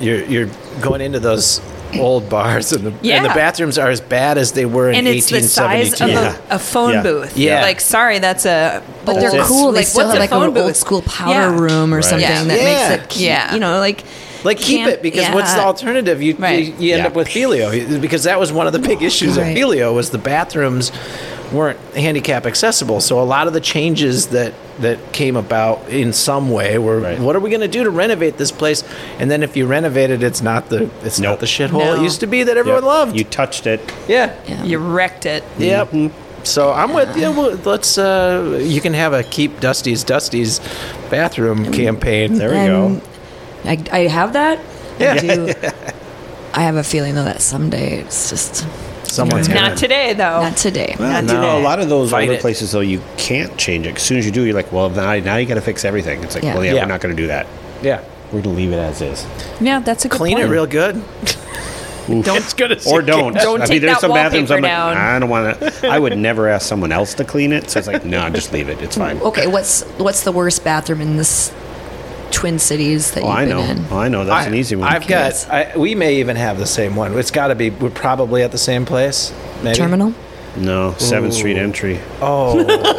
Speaker 1: you're you're going into those old bars and the, and the
Speaker 4: Yeah.
Speaker 1: bathrooms are as bad as they were in
Speaker 4: and it's the size of
Speaker 1: 1872.
Speaker 2: Yeah.
Speaker 4: a, a phone
Speaker 2: Yeah.
Speaker 4: booth.
Speaker 1: Yeah.
Speaker 4: Like, sorry, that's a.
Speaker 3: But
Speaker 2: That's
Speaker 3: they're
Speaker 2: it.
Speaker 3: cool. They
Speaker 4: Like,
Speaker 3: still
Speaker 4: what's
Speaker 3: have
Speaker 4: a
Speaker 3: like
Speaker 4: phone
Speaker 3: an
Speaker 4: booth?
Speaker 3: old school powder
Speaker 4: Yeah.
Speaker 3: room or
Speaker 2: Right.
Speaker 3: something
Speaker 2: Yeah.
Speaker 3: that
Speaker 1: Yeah.
Speaker 3: makes it cute.
Speaker 4: Yeah.
Speaker 3: You know, like
Speaker 1: Like keep
Speaker 3: can't-
Speaker 1: it because what's the
Speaker 4: yeah.
Speaker 1: alternative? You
Speaker 4: Right.
Speaker 1: you, you end
Speaker 2: Yeah.
Speaker 1: up with Helio because that was one of the big issues of
Speaker 3: Right.
Speaker 1: Helio was the bathrooms weren't handicap accessible. So a lot of the changes that that came about in some way were
Speaker 2: Right.
Speaker 1: what are we going to do to renovate this place? And then if you renovate it, it's not the it's
Speaker 2: Nope.
Speaker 1: not the shithole it
Speaker 4: No.
Speaker 1: used to be that
Speaker 2: Yeah.
Speaker 1: everyone loved.
Speaker 2: You touched it.
Speaker 1: yeah.
Speaker 3: Yeah.
Speaker 4: You wrecked it.
Speaker 1: Yep. So I'm with you. Well, let's. Uh, you can have a keep Dusty's Dusty's bathroom campaign. There
Speaker 2: we go.
Speaker 3: and I, I have that.
Speaker 1: Yeah.
Speaker 3: I do. I have a feeling though that someday it's just
Speaker 1: Someone's
Speaker 4: Not today, though.
Speaker 3: not today.
Speaker 2: Oh. Well,
Speaker 1: Not
Speaker 2: no,
Speaker 1: today.
Speaker 2: a lot of those
Speaker 1: Fight
Speaker 2: older
Speaker 1: it.
Speaker 2: places though you can't change it. As soon as you do, you're like, well, now, now you got to fix everything. It's like,
Speaker 3: Yeah.
Speaker 2: well, yeah,
Speaker 1: Yeah.
Speaker 2: we're not going to do that.
Speaker 1: Yeah.
Speaker 2: We're going to leave it as is.
Speaker 4: Yeah, that's a good
Speaker 1: Clean
Speaker 4: point.
Speaker 1: it real good.
Speaker 2: Don't
Speaker 1: good as
Speaker 2: or
Speaker 1: you can.
Speaker 2: don't.
Speaker 4: Don't take that wallpaper down.
Speaker 2: I don't want to. I would never ask someone else to clean it. So it's like, no, just leave it. It's fine.
Speaker 3: Okay, what's what's the worst bathroom in this Twin Cities that
Speaker 2: Oh,
Speaker 3: you've
Speaker 2: I
Speaker 3: been
Speaker 2: know.
Speaker 3: in?
Speaker 2: Oh, I know. That's
Speaker 1: I-
Speaker 2: an easy one.
Speaker 1: I've got. I, we may even have the same one. It's got to be. We're probably at the same place. Maybe.
Speaker 3: Terminal.
Speaker 2: no Seventh Street entry.
Speaker 1: Oh,
Speaker 3: I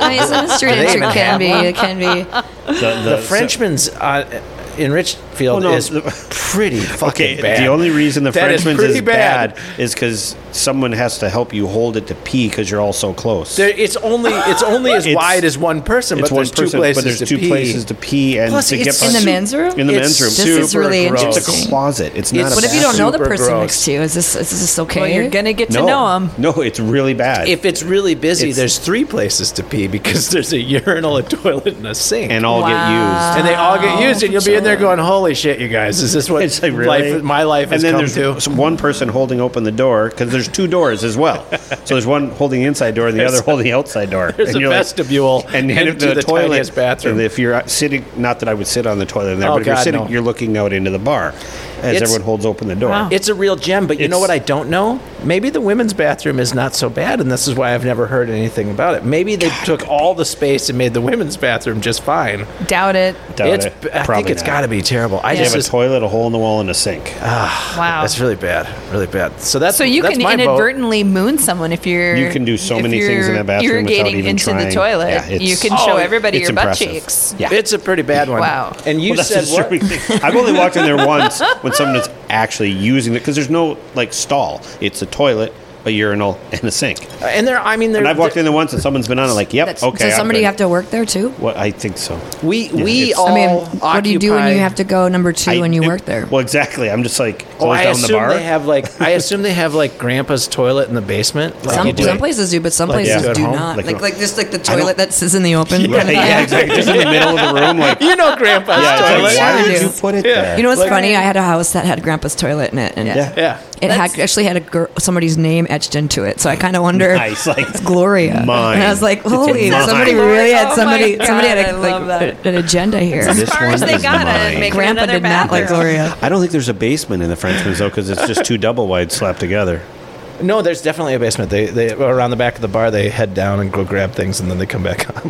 Speaker 3: mean, it's on the street.
Speaker 1: they even
Speaker 3: It can
Speaker 1: have
Speaker 3: be. It can be.
Speaker 2: The,
Speaker 1: the Frenchman's uh, in Richfield
Speaker 2: Oh, no.
Speaker 1: is pretty fucking
Speaker 2: Okay,
Speaker 1: bad.
Speaker 2: the only reason the
Speaker 1: That is
Speaker 2: Frenchman's is,
Speaker 1: pretty
Speaker 2: bad,
Speaker 1: bad.
Speaker 2: is because someone has to help you hold it to pee because you're all so close.
Speaker 1: There- it's only it's only as
Speaker 2: It's-
Speaker 1: wide as one person, but there's two places
Speaker 2: but there's
Speaker 1: to
Speaker 2: two
Speaker 1: pee.
Speaker 2: places to pee and
Speaker 1: Plus,
Speaker 2: to
Speaker 1: it's
Speaker 2: get
Speaker 3: in
Speaker 2: by-
Speaker 3: the men's room.
Speaker 2: In the
Speaker 1: It's
Speaker 2: men's room,
Speaker 3: This
Speaker 1: super
Speaker 3: is really
Speaker 1: gross.
Speaker 2: It's a
Speaker 3: interesting.
Speaker 2: closet. It's not.
Speaker 1: It's-
Speaker 2: a
Speaker 3: What if you don't know the
Speaker 1: super
Speaker 3: person
Speaker 1: gross.
Speaker 3: next to you? Is this is this okay?
Speaker 4: Well, you're going to get
Speaker 2: no,
Speaker 4: to know them.
Speaker 2: No, it's really bad.
Speaker 1: If it's really busy,
Speaker 2: It's-
Speaker 1: there's three places to pee because there's a urinal, a toilet, and a sink.
Speaker 2: and all
Speaker 4: Wow.
Speaker 2: get used.
Speaker 1: and they all get used, and you'll be in there going, "Holy shit, you guys! Is this what
Speaker 2: It's like really
Speaker 1: life, my life has
Speaker 2: and then
Speaker 1: come
Speaker 2: there's
Speaker 1: to?"
Speaker 2: so one person holding open the door because there's two doors as well. so there's one holding the inside door and the other holding the outside door.
Speaker 1: There's a
Speaker 2: you're like-
Speaker 1: vestibule
Speaker 2: and then
Speaker 1: into
Speaker 2: the,
Speaker 1: the
Speaker 2: toilet
Speaker 1: tiniest bathroom.
Speaker 2: And if you're out sitting, not that I would sit on the toilet in there,
Speaker 1: Oh,
Speaker 2: but if you're
Speaker 1: God,
Speaker 2: sitting,
Speaker 1: no.
Speaker 2: you're looking out into the bar as
Speaker 1: It's-
Speaker 2: everyone holds open the door.
Speaker 4: Wow.
Speaker 1: It's a real gem, but you know what
Speaker 2: It's-
Speaker 1: I don't know? Maybe the women's bathroom is not so bad, and this is why I've never heard anything about it. Maybe they took all the space and made the women's bathroom just fine.
Speaker 4: Doubt it.
Speaker 2: Doubt
Speaker 1: it's,
Speaker 2: it.
Speaker 1: I think
Speaker 2: Probably
Speaker 1: it's
Speaker 2: not.
Speaker 1: got to be terrible. I
Speaker 2: They have
Speaker 1: just
Speaker 2: a toilet, a hole in the wall, and a sink.
Speaker 4: Wow.
Speaker 1: that's really bad, really bad. So that's
Speaker 4: So you
Speaker 1: that's
Speaker 4: can
Speaker 1: my vote.
Speaker 4: inadvertently moon someone if you're
Speaker 2: You can do so
Speaker 4: if
Speaker 2: many things in
Speaker 4: you're
Speaker 2: that bathroom without
Speaker 4: irrigating
Speaker 2: even
Speaker 4: into
Speaker 2: trying.
Speaker 4: the toilet.
Speaker 2: Yeah, it's-
Speaker 4: you can
Speaker 2: Oh,
Speaker 4: show everybody
Speaker 2: it's
Speaker 4: your butt
Speaker 2: impressive.
Speaker 4: cheeks.
Speaker 2: Yeah.
Speaker 1: It's a pretty bad one.
Speaker 4: Wow.
Speaker 1: And you
Speaker 2: Well, that's
Speaker 1: said
Speaker 2: just
Speaker 1: what?
Speaker 2: everything. I've only walked in there once when someone is actually using it because there's no like stall. It's a toilet, a urinal, and a sink.
Speaker 1: And there, I mean, there.
Speaker 2: And I've walked in there once and someone's been on it like, yep,
Speaker 3: That's,
Speaker 2: okay.
Speaker 3: so
Speaker 2: I'm
Speaker 3: somebody
Speaker 2: good.
Speaker 3: have to work there too.
Speaker 2: What I think so.
Speaker 1: We we
Speaker 2: it's-
Speaker 1: all.
Speaker 3: I mean, what do you do when you
Speaker 1: occupy-
Speaker 3: have to go number two
Speaker 2: I-
Speaker 3: when you
Speaker 2: it-
Speaker 3: work there?
Speaker 2: Well, exactly. I'm just like
Speaker 1: Oh,
Speaker 2: close
Speaker 1: I
Speaker 2: down
Speaker 1: assume
Speaker 2: the bar.
Speaker 1: they have like I assume they have like grandpa's toilet in the basement. Like you
Speaker 3: Some,
Speaker 1: do.
Speaker 3: some places do, but some
Speaker 1: Like,
Speaker 3: places
Speaker 2: yeah. at
Speaker 3: do
Speaker 1: home?
Speaker 3: not.
Speaker 2: Like,
Speaker 3: Like,
Speaker 2: uh,
Speaker 3: like, just like the toilet that sits in the open.
Speaker 2: Right,
Speaker 3: kinda
Speaker 2: yeah,
Speaker 3: thing.
Speaker 2: exactly. Just in the middle of the room, like
Speaker 1: you know grandpa's
Speaker 2: yeah. It's
Speaker 1: toilet.
Speaker 2: like,
Speaker 3: Yeah,
Speaker 2: why
Speaker 3: I
Speaker 2: would
Speaker 3: do.
Speaker 2: you put it there?
Speaker 3: You know what's funny? I had a house that had grandpa's toilet in it, and
Speaker 2: Yeah.
Speaker 1: Yeah.
Speaker 3: it had actually had a girl, somebody's name etched into it. So I kind of wonder.
Speaker 2: Nice, like
Speaker 3: it's Gloria.
Speaker 2: mine.
Speaker 3: And I was like,
Speaker 2: It's
Speaker 3: holy,
Speaker 2: mine.
Speaker 3: somebody
Speaker 4: Gloria,
Speaker 3: really
Speaker 4: oh
Speaker 3: had
Speaker 4: my
Speaker 3: somebody.
Speaker 4: God,
Speaker 3: somebody had
Speaker 4: I
Speaker 3: a,
Speaker 4: love
Speaker 3: like,
Speaker 4: that.
Speaker 3: an agenda here.
Speaker 2: This
Speaker 4: as far as
Speaker 2: one
Speaker 4: they
Speaker 2: is
Speaker 4: got
Speaker 2: mine.
Speaker 4: it, making
Speaker 3: Grandpa
Speaker 4: another
Speaker 3: did not like
Speaker 4: bathroom.
Speaker 3: Gloria.
Speaker 2: I don't think there's a basement in the Frenchman's though, because it's just two double wides slapped together.
Speaker 1: No, there's definitely a basement. They they around the back of the bar. They head down and go grab things, and then they come back up.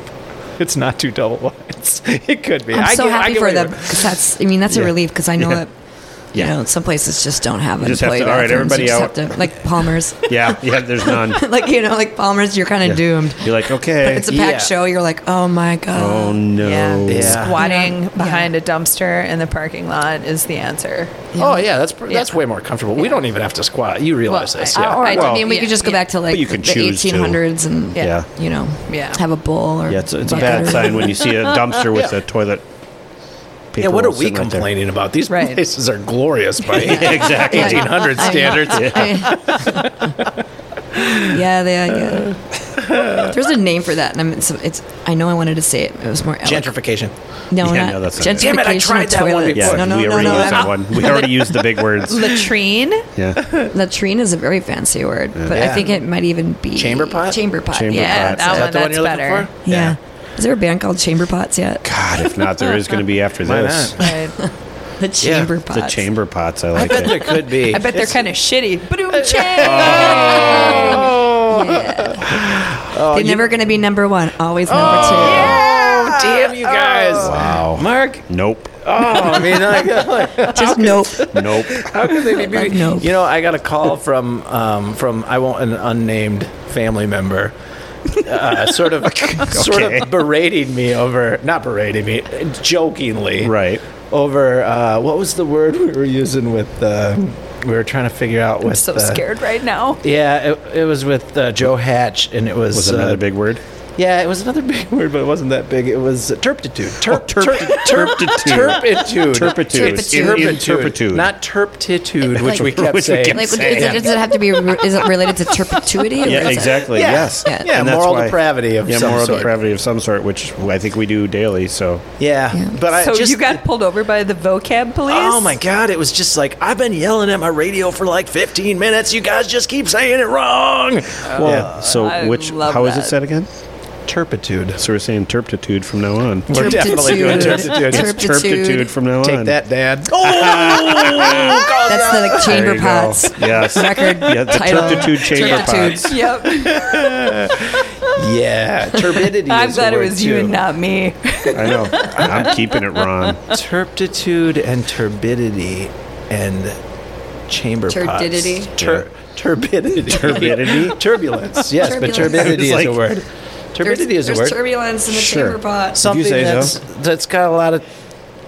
Speaker 1: It's not two double wides. It could be.
Speaker 3: I'm
Speaker 1: I
Speaker 3: so
Speaker 1: get- I
Speaker 3: happy
Speaker 1: get
Speaker 3: for
Speaker 1: what you
Speaker 3: them
Speaker 1: mean.
Speaker 3: because that's. I mean, that's a relief because I know that You
Speaker 2: Yeah.
Speaker 3: know, some places just don't have
Speaker 2: just have
Speaker 3: employee
Speaker 2: to- all right,
Speaker 3: bathrooms.
Speaker 2: everybody
Speaker 3: You just
Speaker 2: out.
Speaker 3: have to- like Palmer's.
Speaker 2: Yeah, yeah. There's none.
Speaker 3: like you know, like Palmer's, you're kind of
Speaker 2: Yeah.
Speaker 3: doomed.
Speaker 2: You're like, okay.
Speaker 3: It's a packed
Speaker 1: Yeah.
Speaker 3: show. You're like, oh my
Speaker 2: oh
Speaker 3: god.
Speaker 2: no.
Speaker 1: Yeah.
Speaker 4: Squatting
Speaker 3: Yeah.
Speaker 4: behind a dumpster in the parking lot is the answer.
Speaker 1: Oh yeah, that's pr- that's way more comfortable. We don't even have to squat. You realize
Speaker 4: Well,
Speaker 1: this?
Speaker 4: I-
Speaker 1: Yeah.
Speaker 3: Uh, Or I
Speaker 2: Well,
Speaker 3: mean, we could just go
Speaker 4: yeah.
Speaker 3: back to like
Speaker 2: But you can
Speaker 3: the
Speaker 2: choose to.
Speaker 3: 1800s and
Speaker 4: Yeah.
Speaker 2: Yeah.
Speaker 3: you know,
Speaker 4: Yeah.
Speaker 3: have a bowl or
Speaker 2: Yeah, it's, it's a
Speaker 3: bucket
Speaker 2: bad
Speaker 3: or-
Speaker 2: sign when you see a dumpster with a toilet. Paper
Speaker 1: Yeah, what are
Speaker 2: roll
Speaker 1: we
Speaker 2: sitting right there.
Speaker 1: complaining about? These
Speaker 4: Right.
Speaker 1: places are glorious by
Speaker 2: Yeah, exactly.
Speaker 1: 1800 standards.
Speaker 3: yeah, they. Yeah. There's a name for that, and I'm, it's, it's. I know I wanted to say it. It was more eloquent.
Speaker 1: Gentrification.
Speaker 3: No,
Speaker 2: Yeah,
Speaker 3: not
Speaker 2: no, that's not it.
Speaker 3: gentrification.
Speaker 1: Damn it, I
Speaker 3: of
Speaker 1: tried that one
Speaker 3: toilets.
Speaker 1: before.
Speaker 2: Yeah,
Speaker 3: no, no,
Speaker 2: we
Speaker 3: no,
Speaker 2: already
Speaker 3: no,
Speaker 2: used that
Speaker 3: no.
Speaker 2: one. We already used the big words.
Speaker 4: Latrine.
Speaker 2: Yeah,
Speaker 3: Latrine is a very fancy word, but I
Speaker 1: Yeah.
Speaker 3: think it might even be
Speaker 1: Chamber pot?
Speaker 3: Chamber pot.
Speaker 2: Chamber
Speaker 3: yeah,
Speaker 2: pot.
Speaker 4: that
Speaker 1: Is that
Speaker 4: one,
Speaker 1: the one
Speaker 4: that's
Speaker 1: you're looking
Speaker 4: better.
Speaker 1: for?
Speaker 3: yeah. Is there a band called Chamber Pots yet?
Speaker 2: God, if not, there is going to be after
Speaker 1: Why
Speaker 2: this.
Speaker 1: not?
Speaker 4: Right.
Speaker 3: The Chamber Pots.
Speaker 2: The chamber pots, I
Speaker 1: I
Speaker 2: like
Speaker 1: bet there
Speaker 2: it.
Speaker 1: could be.
Speaker 4: I bet they're kind of shitty. Boom, change.
Speaker 1: Oh,
Speaker 3: They're never going to be number one. Always number two.
Speaker 1: Oh, damn you guys.
Speaker 2: Wow.
Speaker 1: Mark.
Speaker 2: Nope.
Speaker 1: Oh, I mean, like,
Speaker 3: Just nope.
Speaker 2: Nope.
Speaker 1: how could they be beauty?
Speaker 3: nope.
Speaker 1: You know, I got a call from um, from I won't an unnamed family member. Uh, sort of, sort
Speaker 2: Okay.
Speaker 1: of berating me over, not berating me, jokingly,
Speaker 2: Right.
Speaker 1: Over uh, what was the word we were using with? Uh, we were trying to figure out with.
Speaker 4: I'm so
Speaker 1: uh,
Speaker 4: scared right now.
Speaker 1: Yeah, it, it was with uh, Joe Hatch, and it was
Speaker 2: Was another
Speaker 1: uh,
Speaker 2: big word?
Speaker 1: Yeah, it was another big word, but it wasn't that big. It was uh, turpitude. Terp,
Speaker 2: terp- turpitude.
Speaker 1: Turpitude.
Speaker 2: Turpitude.
Speaker 3: Turpitude. In-
Speaker 2: in turpitude.
Speaker 1: Not turpitude, which we kept
Speaker 2: Which we
Speaker 1: saying.
Speaker 2: kept
Speaker 3: Like, does
Speaker 2: saying.
Speaker 3: it, does it have to be? Is it related to turpituity? or is
Speaker 2: Yeah,
Speaker 3: it-
Speaker 2: exactly.
Speaker 1: Yeah.
Speaker 2: Yes.
Speaker 3: Yeah.
Speaker 1: Yeah,
Speaker 2: that's
Speaker 1: moral
Speaker 2: why-
Speaker 1: depravity of
Speaker 2: yeah,
Speaker 1: some
Speaker 2: moral
Speaker 1: sort.
Speaker 2: depravity of some sort, which I think we do daily. So
Speaker 1: Yeah,
Speaker 3: Yeah.
Speaker 1: but I
Speaker 4: so
Speaker 1: just.
Speaker 4: you got pulled over by the vocab police?
Speaker 1: Oh my god! It was just like I've been yelling at my radio for like 15 minutes. You guys just keep saying it wrong.
Speaker 2: well, so
Speaker 4: I
Speaker 2: which
Speaker 4: love
Speaker 2: how is
Speaker 4: that.
Speaker 2: it said again?
Speaker 1: Turpitude.
Speaker 2: So we're saying turpitude from now on.
Speaker 1: We're definitely doing turpitude.
Speaker 3: Turpitude. Turp-
Speaker 2: It's turpitude from now on.
Speaker 1: Take that, Dad. Oh,
Speaker 3: That's the like,
Speaker 2: There
Speaker 3: Chamber
Speaker 2: you go.
Speaker 3: Pots
Speaker 2: Yes.
Speaker 3: record
Speaker 2: Yeah, the
Speaker 3: title.
Speaker 2: turpitude chamber
Speaker 3: Turpitude.
Speaker 2: pots.
Speaker 4: Yep.
Speaker 1: yeah, turbidity.
Speaker 4: I'm
Speaker 1: is a
Speaker 4: glad it
Speaker 1: word,
Speaker 4: was you
Speaker 1: too.
Speaker 4: and not me.
Speaker 2: I know. I'm keeping it wrong.
Speaker 1: turpitude and turbidity and chamber
Speaker 3: Turdidity?
Speaker 1: pots. Tur- turbidity.
Speaker 2: Turbidity?
Speaker 1: Turbulence. Yes,
Speaker 3: Turbulence.
Speaker 1: but turbidity
Speaker 2: It's like-
Speaker 1: is a word. Turbidity
Speaker 3: there's,
Speaker 1: is a
Speaker 3: there's
Speaker 1: word.
Speaker 3: turbulence in the
Speaker 2: Sure.
Speaker 3: chamber pot.
Speaker 1: Something
Speaker 2: say so.
Speaker 1: that's that's got a lot of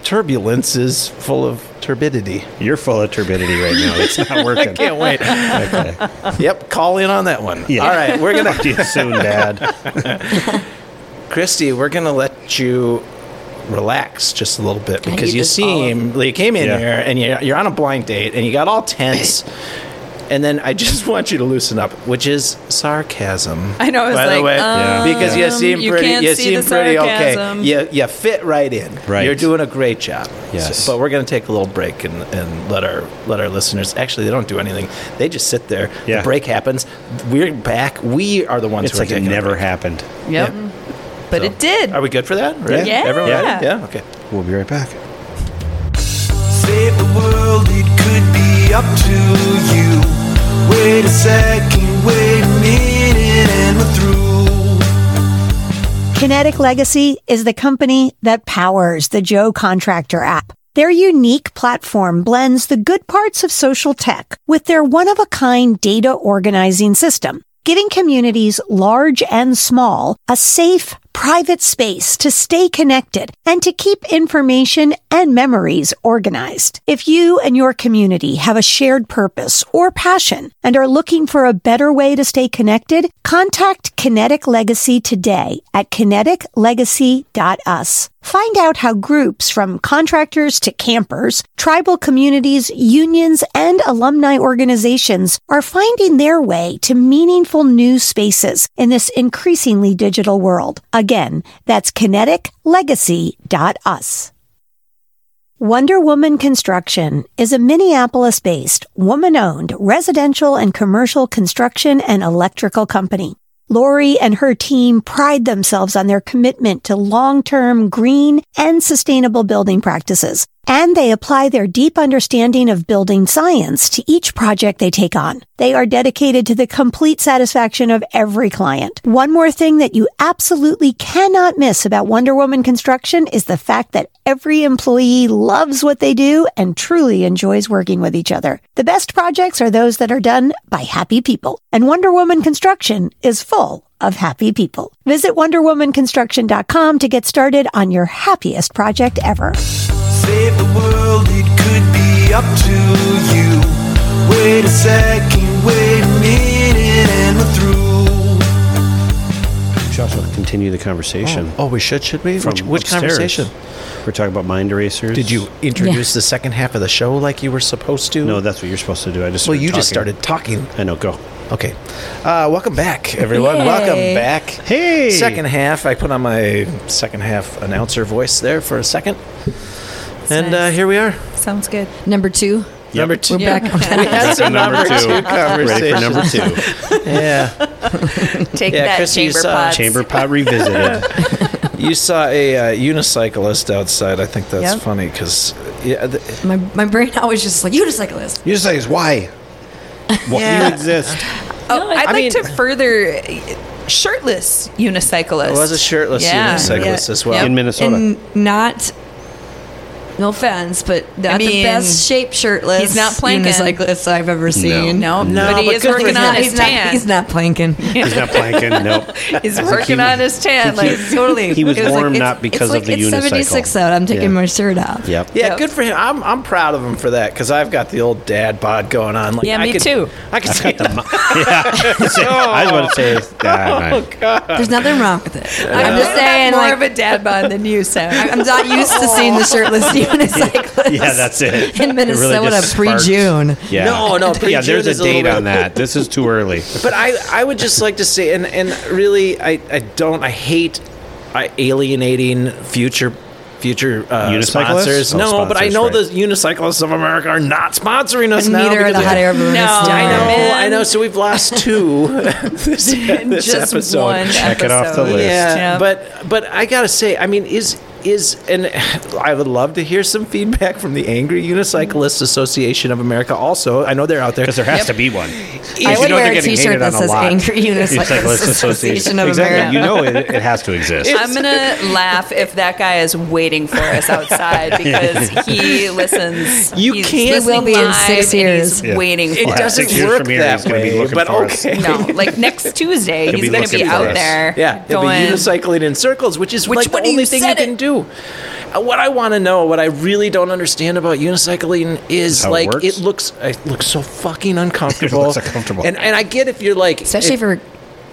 Speaker 1: turbulence is full of turbidity.
Speaker 2: You're full of turbidity right now. It's not working. I can't wait. Okay.
Speaker 1: Yep, call in on that one.
Speaker 2: Yeah.
Speaker 1: All right, we're gonna
Speaker 2: Talk to you soon, Dad.
Speaker 1: Christy, we're gonna let you relax just a little bit
Speaker 3: I
Speaker 1: because
Speaker 3: need
Speaker 1: you
Speaker 3: this all
Speaker 1: seem you came in
Speaker 2: Yeah.
Speaker 1: here and you're, you're on a blind date and you got all tense. And then I just want you to loosen up, which is sarcasm.
Speaker 4: I know, I was
Speaker 1: by the
Speaker 4: like,
Speaker 1: way,
Speaker 4: Yeah.
Speaker 1: because you
Speaker 4: um,
Speaker 1: seem
Speaker 4: you
Speaker 1: pretty.
Speaker 4: can't
Speaker 1: You
Speaker 4: see
Speaker 1: seem
Speaker 4: the
Speaker 1: pretty
Speaker 4: sarcasm.
Speaker 1: okay. You you fit right in.
Speaker 2: Right.
Speaker 1: You're doing a great job.
Speaker 2: Yes.
Speaker 1: So- but we're gonna take a little break and, and let our let our listeners. Actually, they don't do anything. They just sit there.
Speaker 2: Yeah.
Speaker 1: The break happens. We're back. We are the ones
Speaker 2: It's
Speaker 1: who are
Speaker 2: like it
Speaker 1: taking a
Speaker 2: never
Speaker 1: break.
Speaker 2: happened.
Speaker 4: Yep. But it did.
Speaker 1: Are we good for that? Right?
Speaker 4: Yeah.
Speaker 1: Everyone
Speaker 4: Yeah.
Speaker 1: ready? Yeah. Oh, Okay.
Speaker 2: We'll be right back.
Speaker 8: Save the world, it could be up to you. Wait a second, wait a minute, and we're through.
Speaker 9: Kinetic Legacy is the company that powers the Joe Contractor app. Their unique platform blends the good parts of social tech with their one of a kind data organizing system, giving communities large and small a safe, private space to stay connected and to keep information and memories organized. If you and your community have a shared purpose or passion and are looking for a better way to stay connected, contact Kinetic Legacy today at kineticlegacy.us. Find out how groups from contractors to campers, tribal communities, unions, and alumni organizations are finding their way to meaningful new spaces in this increasingly digital world. Again, that's kineticlegacy.us. Wonder Woman Construction is a Minneapolis based, woman owned residential and commercial construction and electrical company. Lori and her team pride themselves on their commitment to long term green and sustainable building practices, and they apply their deep understanding of building science to each project they take on. They are dedicated to the complete satisfaction of every client. One more thing that you absolutely cannot miss about Wonder Woman Construction is the fact that Every employee loves what they do and truly enjoys working with each other. The best projects are those that are done by happy people. And Wonder Woman Construction is full of happy people. Visit wonderwomanconstruction.com to get started on your happiest project ever.
Speaker 8: Save the world, it could be up to you. Wait a second, wait a minute, and we're through.
Speaker 2: Should also continue the conversation.
Speaker 1: Oh, we should, should we?
Speaker 2: from
Speaker 1: Which, which
Speaker 2: upstairs.
Speaker 1: conversation?
Speaker 2: We're talking about mind erasers.
Speaker 1: Did you introduce the second half of the show like you were supposed to?
Speaker 2: No, that's what you're supposed to do. I just.
Speaker 1: Well, you just started talking.
Speaker 2: I know. Go.
Speaker 1: Okay. Uh, welcome back, everyone.
Speaker 3: Yay.
Speaker 1: Welcome back.
Speaker 2: Hey.
Speaker 1: Second half. I put on my second half announcer voice there for a second. and uh,
Speaker 4: nice.
Speaker 1: here we are.
Speaker 4: Sounds good.
Speaker 3: Number two.
Speaker 1: Number two.
Speaker 3: We're back.
Speaker 1: That's a number two
Speaker 2: Ready for
Speaker 1: conversation.
Speaker 2: number two.
Speaker 1: Yeah.
Speaker 4: Take
Speaker 1: Yeah,
Speaker 4: that
Speaker 1: Chrissy, you
Speaker 4: chamber
Speaker 1: saw-
Speaker 4: pots.
Speaker 2: Chamber pot revisited.
Speaker 1: You saw a uh, unicyclist outside. I think that's
Speaker 3: Yep.
Speaker 1: funny because yeah, th-
Speaker 3: my, my brain always just like, unicyclist.
Speaker 2: Unicyclist. Why? Why do you exist?
Speaker 4: Oh,
Speaker 3: No, I-
Speaker 4: I'd
Speaker 3: I
Speaker 4: like
Speaker 3: mean-
Speaker 4: to further shirtless unicyclist.
Speaker 1: it was a shirtless
Speaker 4: Yeah.
Speaker 1: unicyclist
Speaker 4: Yeah.
Speaker 1: as well.
Speaker 4: Yep.
Speaker 2: In Minnesota.
Speaker 3: And not, no offense, but not the
Speaker 4: mean,
Speaker 3: best shape shirtless.
Speaker 4: he's not planking.
Speaker 3: Unicyclist I've ever seen.
Speaker 4: no,
Speaker 1: No,
Speaker 4: but he
Speaker 1: but
Speaker 4: is
Speaker 1: good for
Speaker 4: working
Speaker 1: him.
Speaker 4: on his
Speaker 3: he's not,
Speaker 4: tan.
Speaker 3: he's not planking.
Speaker 2: He's not planking. Nope.
Speaker 4: He's working on his tan. Like
Speaker 3: totally.
Speaker 2: He was
Speaker 3: It
Speaker 2: warm,
Speaker 3: it's-
Speaker 2: not because
Speaker 3: it's like,
Speaker 2: of the
Speaker 3: it's
Speaker 2: unicycle.
Speaker 3: 76 out. I'm taking
Speaker 2: Yeah.
Speaker 3: my shirt off.
Speaker 2: Yep.
Speaker 1: Yeah,
Speaker 4: Yep.
Speaker 1: good for him. I'm, I'm proud of him for that because I've got the old dad bod going on. Like,
Speaker 4: Yeah,
Speaker 1: I
Speaker 4: me
Speaker 1: could-
Speaker 4: too.
Speaker 1: I could see the
Speaker 2: I was about
Speaker 3: Oh.
Speaker 2: to say. ah, man.
Speaker 3: There's nothing wrong with it.
Speaker 4: I'm
Speaker 3: I'm just saying,
Speaker 4: more
Speaker 3: like,
Speaker 4: of a dad bod than you, Sam.
Speaker 3: I'm not used to seeing the shirtless unicyclist.
Speaker 2: Yeah, that's it.
Speaker 3: In
Speaker 2: It really
Speaker 3: Minnesota
Speaker 2: just
Speaker 3: pre
Speaker 2: sparked-
Speaker 3: June.
Speaker 2: Yeah.
Speaker 1: No, no,
Speaker 2: Yeah,
Speaker 1: pre-June
Speaker 2: there's a
Speaker 1: is a little
Speaker 2: date
Speaker 1: bit-
Speaker 2: on that. This is too early.
Speaker 1: But I, I would just like to say, and, and really, I, I don't, I hate I, alienating future future uh,
Speaker 2: Unicyclists?
Speaker 1: sponsors.
Speaker 2: Oh,
Speaker 1: no, but I
Speaker 2: sponsors,
Speaker 1: know
Speaker 2: right.
Speaker 1: the unicyclists of America are not sponsoring us
Speaker 3: And
Speaker 1: now.
Speaker 3: neither are
Speaker 1: because-
Speaker 3: the hot air balloonists.
Speaker 4: No,
Speaker 1: I know,
Speaker 4: Man.
Speaker 1: I know. So we've lost two this, this
Speaker 4: Just
Speaker 1: episode.
Speaker 4: one
Speaker 2: Check it off the
Speaker 4: episode.
Speaker 2: list.
Speaker 1: Yeah,
Speaker 4: Yeah.
Speaker 1: but but I gotta say, I mean, is is and I would love to hear some feedback from the Angry Unicyclists Association of America. Also, I know they're out there.
Speaker 2: Because there has to be one.
Speaker 3: I would
Speaker 2: You know
Speaker 3: wear
Speaker 2: they're
Speaker 3: a
Speaker 2: getting
Speaker 3: t shirt
Speaker 2: hated on
Speaker 3: that
Speaker 2: a
Speaker 3: says
Speaker 2: lot.
Speaker 3: Angry Unicyclist Association of
Speaker 2: exactly.
Speaker 3: America.
Speaker 2: You know it, it has to exist.
Speaker 4: I'm gonna laugh if that guy is waiting for us outside because he listens.
Speaker 1: You
Speaker 4: he's
Speaker 1: can't- He
Speaker 4: listening
Speaker 3: will be in
Speaker 4: live
Speaker 3: six
Speaker 4: and
Speaker 3: years.
Speaker 4: He's
Speaker 2: Yeah.
Speaker 4: waiting.
Speaker 1: it
Speaker 4: for us.
Speaker 1: doesn't
Speaker 2: Six years
Speaker 1: work
Speaker 2: from here,
Speaker 1: that
Speaker 2: he's gonna be
Speaker 1: way,
Speaker 2: looking
Speaker 1: but
Speaker 2: for us.
Speaker 1: okay.
Speaker 4: No, like next Tuesday,
Speaker 2: be
Speaker 4: he's going to
Speaker 2: looking
Speaker 4: be
Speaker 2: for
Speaker 4: out
Speaker 2: us.
Speaker 4: there.
Speaker 1: Yeah, they'll be
Speaker 4: going.
Speaker 1: unicycling in circles, which is
Speaker 4: Which
Speaker 1: like the
Speaker 4: one of
Speaker 1: only
Speaker 4: you
Speaker 1: thing
Speaker 4: said
Speaker 1: you can
Speaker 4: it?
Speaker 1: do. Uh, What I want to know, what I really don't understand about unicycling is
Speaker 2: How it
Speaker 1: like
Speaker 2: works?
Speaker 1: it looks, uh, it looks so fucking uncomfortable.
Speaker 2: uncomfortable.
Speaker 1: And and I get if you're like,
Speaker 3: Especially
Speaker 1: if-
Speaker 3: for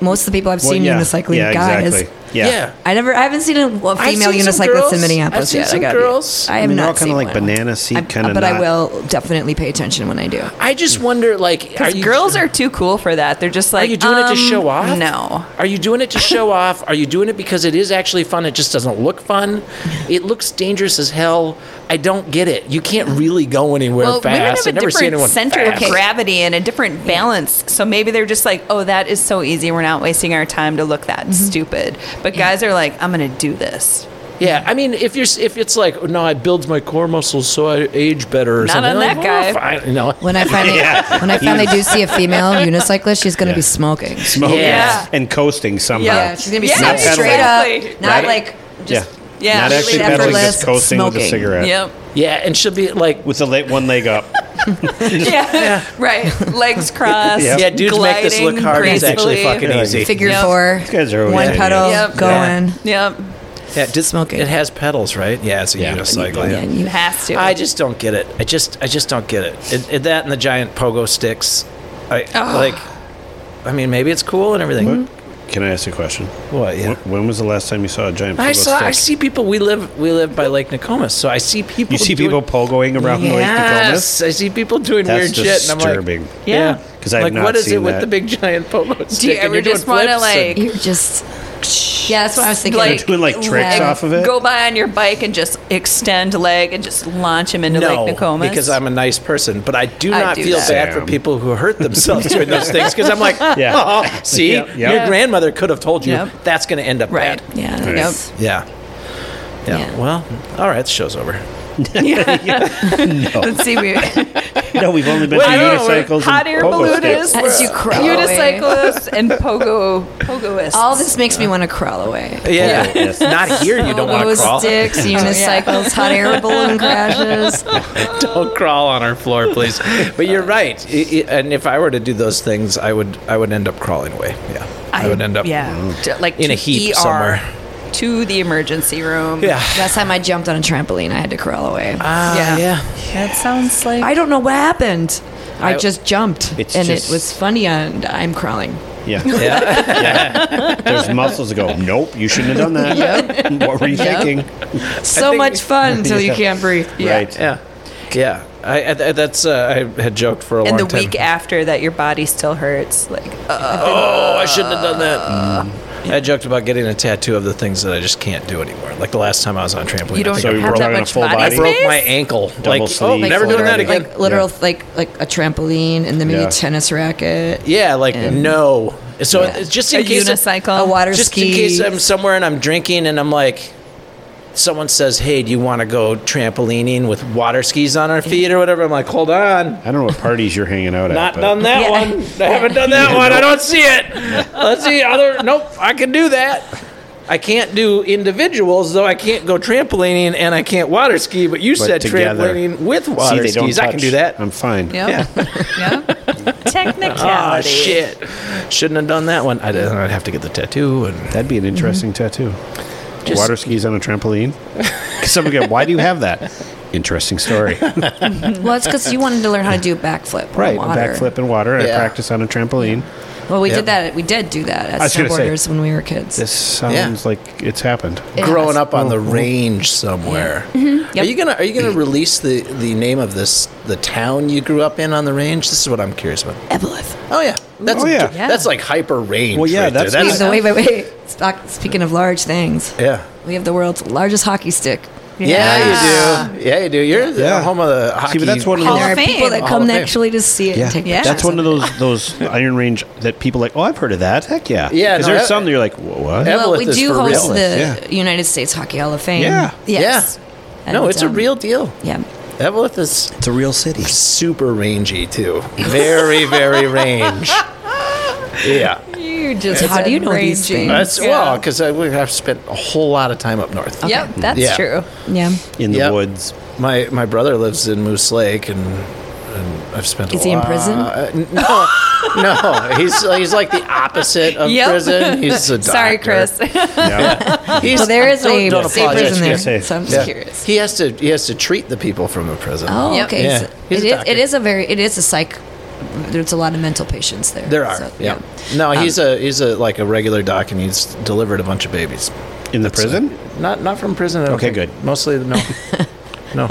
Speaker 3: most of the people I've
Speaker 2: Well,
Speaker 3: seen
Speaker 2: yeah.
Speaker 3: unicycling
Speaker 2: yeah,
Speaker 3: guys.
Speaker 2: Exactly. Yeah.
Speaker 1: yeah.
Speaker 3: I never. I haven't seen a, a
Speaker 1: I've
Speaker 3: female
Speaker 1: seen some
Speaker 3: unicyclist
Speaker 1: girls.
Speaker 3: in Minneapolis
Speaker 1: I've seen
Speaker 3: yet.
Speaker 1: some
Speaker 3: I got
Speaker 1: girls.
Speaker 3: I
Speaker 1: I
Speaker 3: have
Speaker 2: mean, they're all
Speaker 3: not
Speaker 2: kinda
Speaker 3: seen
Speaker 2: like
Speaker 3: one.
Speaker 2: banana seat
Speaker 3: I'm-
Speaker 2: kinda
Speaker 3: But I
Speaker 2: not-
Speaker 3: will definitely pay attention when I do.
Speaker 1: I just wonder, like, are you,
Speaker 4: Girls are too cool for that. They're just
Speaker 1: are
Speaker 4: like,
Speaker 1: you doing it to
Speaker 4: um,
Speaker 1: show off?
Speaker 4: No.
Speaker 1: Are you doing it to show off? Are you doing it because it is actually fun? It just doesn't look fun. It looks dangerous as hell. I don't get it. You can't really go anywhere
Speaker 4: Well,
Speaker 1: fast.
Speaker 4: women have a
Speaker 1: I've never seen
Speaker 4: different
Speaker 1: anyone
Speaker 4: center
Speaker 1: fast.
Speaker 4: of gravity and a different balance. So maybe they're just like, oh, that is so easy. We're not wasting our time to look
Speaker 1: Mm-hmm.
Speaker 4: that stupid. But guys are like, I'm going to do this.
Speaker 1: Yeah, I mean, if you're if it's like no, I build my core muscles so I age better or
Speaker 4: Not
Speaker 1: something.
Speaker 4: on
Speaker 1: like, "Oh,
Speaker 4: that guy.
Speaker 1: fine, you know.
Speaker 3: When I finally, when I finally do see a female unicyclist, she's going to be smoking.
Speaker 2: Smoking
Speaker 4: Yeah.
Speaker 2: and coasting somehow.
Speaker 3: Yeah, she's gonna be
Speaker 4: Yeah,
Speaker 3: smoking
Speaker 2: not
Speaker 3: straight
Speaker 4: exactly.
Speaker 3: up, not
Speaker 2: Not-
Speaker 3: like just
Speaker 2: yeah.
Speaker 4: Yeah.
Speaker 2: Not actually
Speaker 4: Really
Speaker 2: pedaling,
Speaker 3: effortless
Speaker 2: just coasting with a
Speaker 3: smoking.
Speaker 2: cigarette.
Speaker 4: Yep.
Speaker 1: Yeah, and she'll be like,
Speaker 2: With the le- one leg up.
Speaker 4: Yeah. Right. Legs crossed.
Speaker 2: Yep.
Speaker 1: yeah, dudes make this look
Speaker 4: gliding
Speaker 1: hard. It's actually
Speaker 4: gracefully.
Speaker 1: fucking
Speaker 2: Yeah.
Speaker 1: easy.
Speaker 3: figure
Speaker 4: Yep.
Speaker 3: four,
Speaker 2: guys are always
Speaker 3: one
Speaker 2: idiots.
Speaker 3: pedal
Speaker 4: Yep.
Speaker 3: going.
Speaker 4: Yep.
Speaker 1: Yeah, it did-
Speaker 3: Smoking.
Speaker 1: It has pedals, right? Yeah, it's a
Speaker 2: Yeah.
Speaker 1: unicycle.
Speaker 3: Yeah, you
Speaker 4: It has to.
Speaker 1: I just don't get it. I just I just don't get it. it, it that and the giant pogo sticks. I like. I mean, maybe it's cool and everything.
Speaker 2: Can I ask you a question?
Speaker 1: What, yeah.
Speaker 2: Wh- When was the last time you saw a giant pogo
Speaker 1: I saw. I
Speaker 2: stick?
Speaker 1: see people. We live. We live by Lake Nokomis, so I see people.
Speaker 2: You see
Speaker 1: doing-
Speaker 2: people pogoing around the Lake Tacomas?
Speaker 1: Yes, I see people doing
Speaker 2: That's
Speaker 1: weird shit, and I'm
Speaker 2: disturbing.
Speaker 1: like, yeah,
Speaker 2: Because I have
Speaker 1: like,
Speaker 2: not
Speaker 1: what is
Speaker 2: seen
Speaker 1: it with
Speaker 2: that.
Speaker 1: the big giant pogo stick?
Speaker 4: do you
Speaker 1: and
Speaker 4: ever
Speaker 1: you're doing
Speaker 4: just want to
Speaker 1: flips and-
Speaker 4: like
Speaker 3: You're just. Yeah, that's what I was thinking.
Speaker 4: Like,
Speaker 2: doing like tricks
Speaker 4: leg-
Speaker 2: off of it.
Speaker 4: Go by on your bike and just extend leg and just launch him into
Speaker 1: no,
Speaker 4: Lake Nokomis.
Speaker 1: because I'm a nice person, but I do
Speaker 4: I
Speaker 1: not
Speaker 4: do
Speaker 1: feel
Speaker 4: that.
Speaker 1: bad for
Speaker 2: Sam.
Speaker 1: people who hurt themselves doing those things. Because I'm like,
Speaker 2: Yeah.
Speaker 1: oh, see,
Speaker 2: Yep, yep.
Speaker 1: your grandmother could have told you
Speaker 4: Yep.
Speaker 1: that's going to end up
Speaker 4: right.
Speaker 1: bad.
Speaker 3: Yeah.
Speaker 2: Right.
Speaker 3: Nope.
Speaker 1: Yeah. yeah,
Speaker 3: Yeah.
Speaker 1: Well, all right, the show's over.
Speaker 4: Let's see. We,
Speaker 2: No, we've only been to
Speaker 4: I don't know where
Speaker 2: unicycles
Speaker 4: hot
Speaker 2: and
Speaker 4: air
Speaker 2: pogo sticks.
Speaker 4: balloonists,
Speaker 3: As you crawl away.
Speaker 4: unicyclists, and pogo pogoists.
Speaker 3: All this makes me want to crawl away.
Speaker 1: Yeah. Not here, you don't want to
Speaker 3: Those
Speaker 1: crawl.
Speaker 3: sticks, unicycles, hot air balloon crashes.
Speaker 1: don't crawl on our floor, please. But you're right. I- I- and if I were to do those things, I would I would end up crawling away. Yeah, I, would end up.
Speaker 4: yeah, to- like
Speaker 1: in
Speaker 4: to
Speaker 1: a heap
Speaker 4: ER,
Speaker 1: somewhere.
Speaker 4: to the emergency room.
Speaker 1: Yeah.
Speaker 3: Last time I jumped on a trampoline, I had to crawl away.
Speaker 1: Ah,
Speaker 4: Yeah.
Speaker 1: yeah.
Speaker 4: that sounds like
Speaker 3: I don't know what happened. I, just jumped, and
Speaker 2: It's
Speaker 3: it
Speaker 2: just-
Speaker 3: was funny, and I'm crawling.
Speaker 2: Yeah. Yeah. There's muscles that go, nope, you shouldn't have done that. What were you thinking?
Speaker 3: So much fun until you can't breathe. Yeah.
Speaker 2: Right.
Speaker 1: Yeah. Yeah. I, I that's uh, I had joked for a
Speaker 4: and
Speaker 1: long
Speaker 4: the
Speaker 1: time.
Speaker 4: week after that your body still hurts like uh,
Speaker 1: Oh, I shouldn't have done that. Mm. I joked about getting a tattoo of the things that I just can't do anymore. Like the last time I was on a trampoline,
Speaker 4: you
Speaker 1: I
Speaker 4: don't
Speaker 1: think
Speaker 2: So
Speaker 1: I
Speaker 2: you
Speaker 4: have
Speaker 2: broke
Speaker 4: that
Speaker 2: out in a
Speaker 4: much
Speaker 2: full
Speaker 4: body
Speaker 2: body?
Speaker 4: space?
Speaker 1: broke my ankle. like, oh,
Speaker 2: sleeve.
Speaker 1: never doing that
Speaker 2: Like
Speaker 1: again.
Speaker 3: Like literal, like like a trampoline, and then maybe
Speaker 2: Yeah.
Speaker 3: a tennis racket,
Speaker 1: yeah, like no. So it's just in
Speaker 4: A
Speaker 1: case
Speaker 4: unicycle?
Speaker 3: a water
Speaker 1: just
Speaker 3: ski.
Speaker 1: in case I'm somewhere and I'm drinking and I'm like, someone says, "Hey, do you want to go trampolining with water skis on our feet or whatever?" I'm like, "Hold on,
Speaker 2: I don't know what parties you're hanging out at.
Speaker 1: not
Speaker 2: but-
Speaker 1: done that
Speaker 3: Yeah.
Speaker 1: one. I haven't done that one. I don't see it. Let's see other. Nope, I can do that." I can't do individuals, though I can't go trampolining and I can't water ski. But you
Speaker 2: But
Speaker 1: said
Speaker 2: together.
Speaker 1: trampolining with
Speaker 2: See,
Speaker 1: water
Speaker 2: they don't
Speaker 1: skis. I can
Speaker 2: touch.
Speaker 1: do that.
Speaker 2: I'm fine.
Speaker 4: yeah
Speaker 1: oh
Speaker 4: technicality
Speaker 1: shit! Shouldn't have done that one. I'd, I'd have to get the tattoo and
Speaker 2: That'd be an interesting tattoo. Water skis on a trampoline. Someone go, why do you have that? Interesting story.
Speaker 3: Well, it's because you wanted to learn how to do a backflip. on
Speaker 2: right. a
Speaker 3: Water.
Speaker 2: Backflip in water. I practice on a trampoline.
Speaker 3: Well, we
Speaker 1: Yeah.
Speaker 3: did that. We did do that
Speaker 2: I was
Speaker 3: as
Speaker 2: gonna say-
Speaker 3: snowboarders when we were kids.
Speaker 2: This sounds like it's happened.
Speaker 3: It
Speaker 1: growing
Speaker 3: has- Mm-hmm.
Speaker 1: up on the range somewhere. Mm-hmm. Are
Speaker 3: Yep.
Speaker 1: you gonna Are you gonna release the the name of this the town you grew up in on the range? This is what I'm curious about.
Speaker 3: Eveleth.
Speaker 1: Oh yeah, that's
Speaker 2: Oh, yeah.
Speaker 4: Yeah.
Speaker 1: that's like hyper range.
Speaker 2: Well, yeah,
Speaker 1: right there.
Speaker 2: that's-
Speaker 3: Wait, so wait, wait, wait. Stock- Speaking of large things,
Speaker 1: yeah.
Speaker 3: we have the world's largest hockey stick.
Speaker 1: Yeah, you do. Yeah, you do. You're the
Speaker 2: Yeah.
Speaker 1: home of the hockey.
Speaker 2: See, but that's one of
Speaker 3: And
Speaker 4: Hall
Speaker 3: there
Speaker 4: of
Speaker 3: are
Speaker 4: Fame.
Speaker 3: people that
Speaker 1: Hall
Speaker 3: come
Speaker 1: of Fame.
Speaker 3: actually to see it and take
Speaker 4: Yeah.
Speaker 3: pictures.
Speaker 2: That's one of
Speaker 3: it.
Speaker 2: those those Iron Range that people like. Oh, I've heard of that. Heck yeah.
Speaker 1: Yeah, no,
Speaker 2: Is there
Speaker 1: that-
Speaker 2: some that you're like, "Wha- what?
Speaker 1: Yeah.
Speaker 3: Well, we
Speaker 1: Eveleth is
Speaker 3: do
Speaker 1: for
Speaker 3: host
Speaker 1: real.
Speaker 3: the United States Hockey Hall of Fame.
Speaker 2: Yeah.
Speaker 3: Yes.
Speaker 1: Yeah. No,
Speaker 3: And,
Speaker 1: it's a
Speaker 3: um,
Speaker 1: real deal.
Speaker 3: Yeah.
Speaker 1: Evelyn is
Speaker 10: It's a real city.
Speaker 1: super rangy too. Very, very range. Yeah.
Speaker 4: you just
Speaker 3: How do you know these
Speaker 4: enraging.
Speaker 3: things?
Speaker 1: That's well, because we have spent a whole lot of time up north.
Speaker 4: yep that's
Speaker 1: Yeah.
Speaker 4: true
Speaker 3: Yeah.
Speaker 2: In the
Speaker 1: Yep.
Speaker 2: woods.
Speaker 1: My my brother lives in Moose Lake, and, and I've spent.
Speaker 3: Is
Speaker 1: a
Speaker 3: he in
Speaker 1: lot-
Speaker 3: prison?
Speaker 1: uh, n- no, no. He's he's like the opposite of
Speaker 4: Yep.
Speaker 1: prison. He's a doctor.
Speaker 4: sorry chris
Speaker 2: Yeah.
Speaker 1: He's,
Speaker 3: Well, there is
Speaker 1: don't-
Speaker 3: a
Speaker 1: don't
Speaker 3: state
Speaker 1: apologize.
Speaker 3: prison
Speaker 2: Yeah,
Speaker 3: there,
Speaker 2: safe.
Speaker 3: so I'm just
Speaker 1: Yeah.
Speaker 3: curious.
Speaker 1: He has to he has to treat the people from a prison.
Speaker 3: Oh,
Speaker 4: Yep.
Speaker 3: okay.
Speaker 1: Yeah.
Speaker 3: So
Speaker 1: He's
Speaker 3: it
Speaker 1: a
Speaker 3: is.
Speaker 1: doctor.
Speaker 3: It is a very. It is a psych. There's a lot of mental patients there.
Speaker 1: There are.
Speaker 3: So, Um,
Speaker 1: yeah. No, he's a he's a like a regular doc, and he's delivered a bunch of babies.
Speaker 2: In the prison?
Speaker 1: Not not from prison. I don't
Speaker 2: Okay,
Speaker 1: think.
Speaker 2: good.
Speaker 1: Mostly no, no.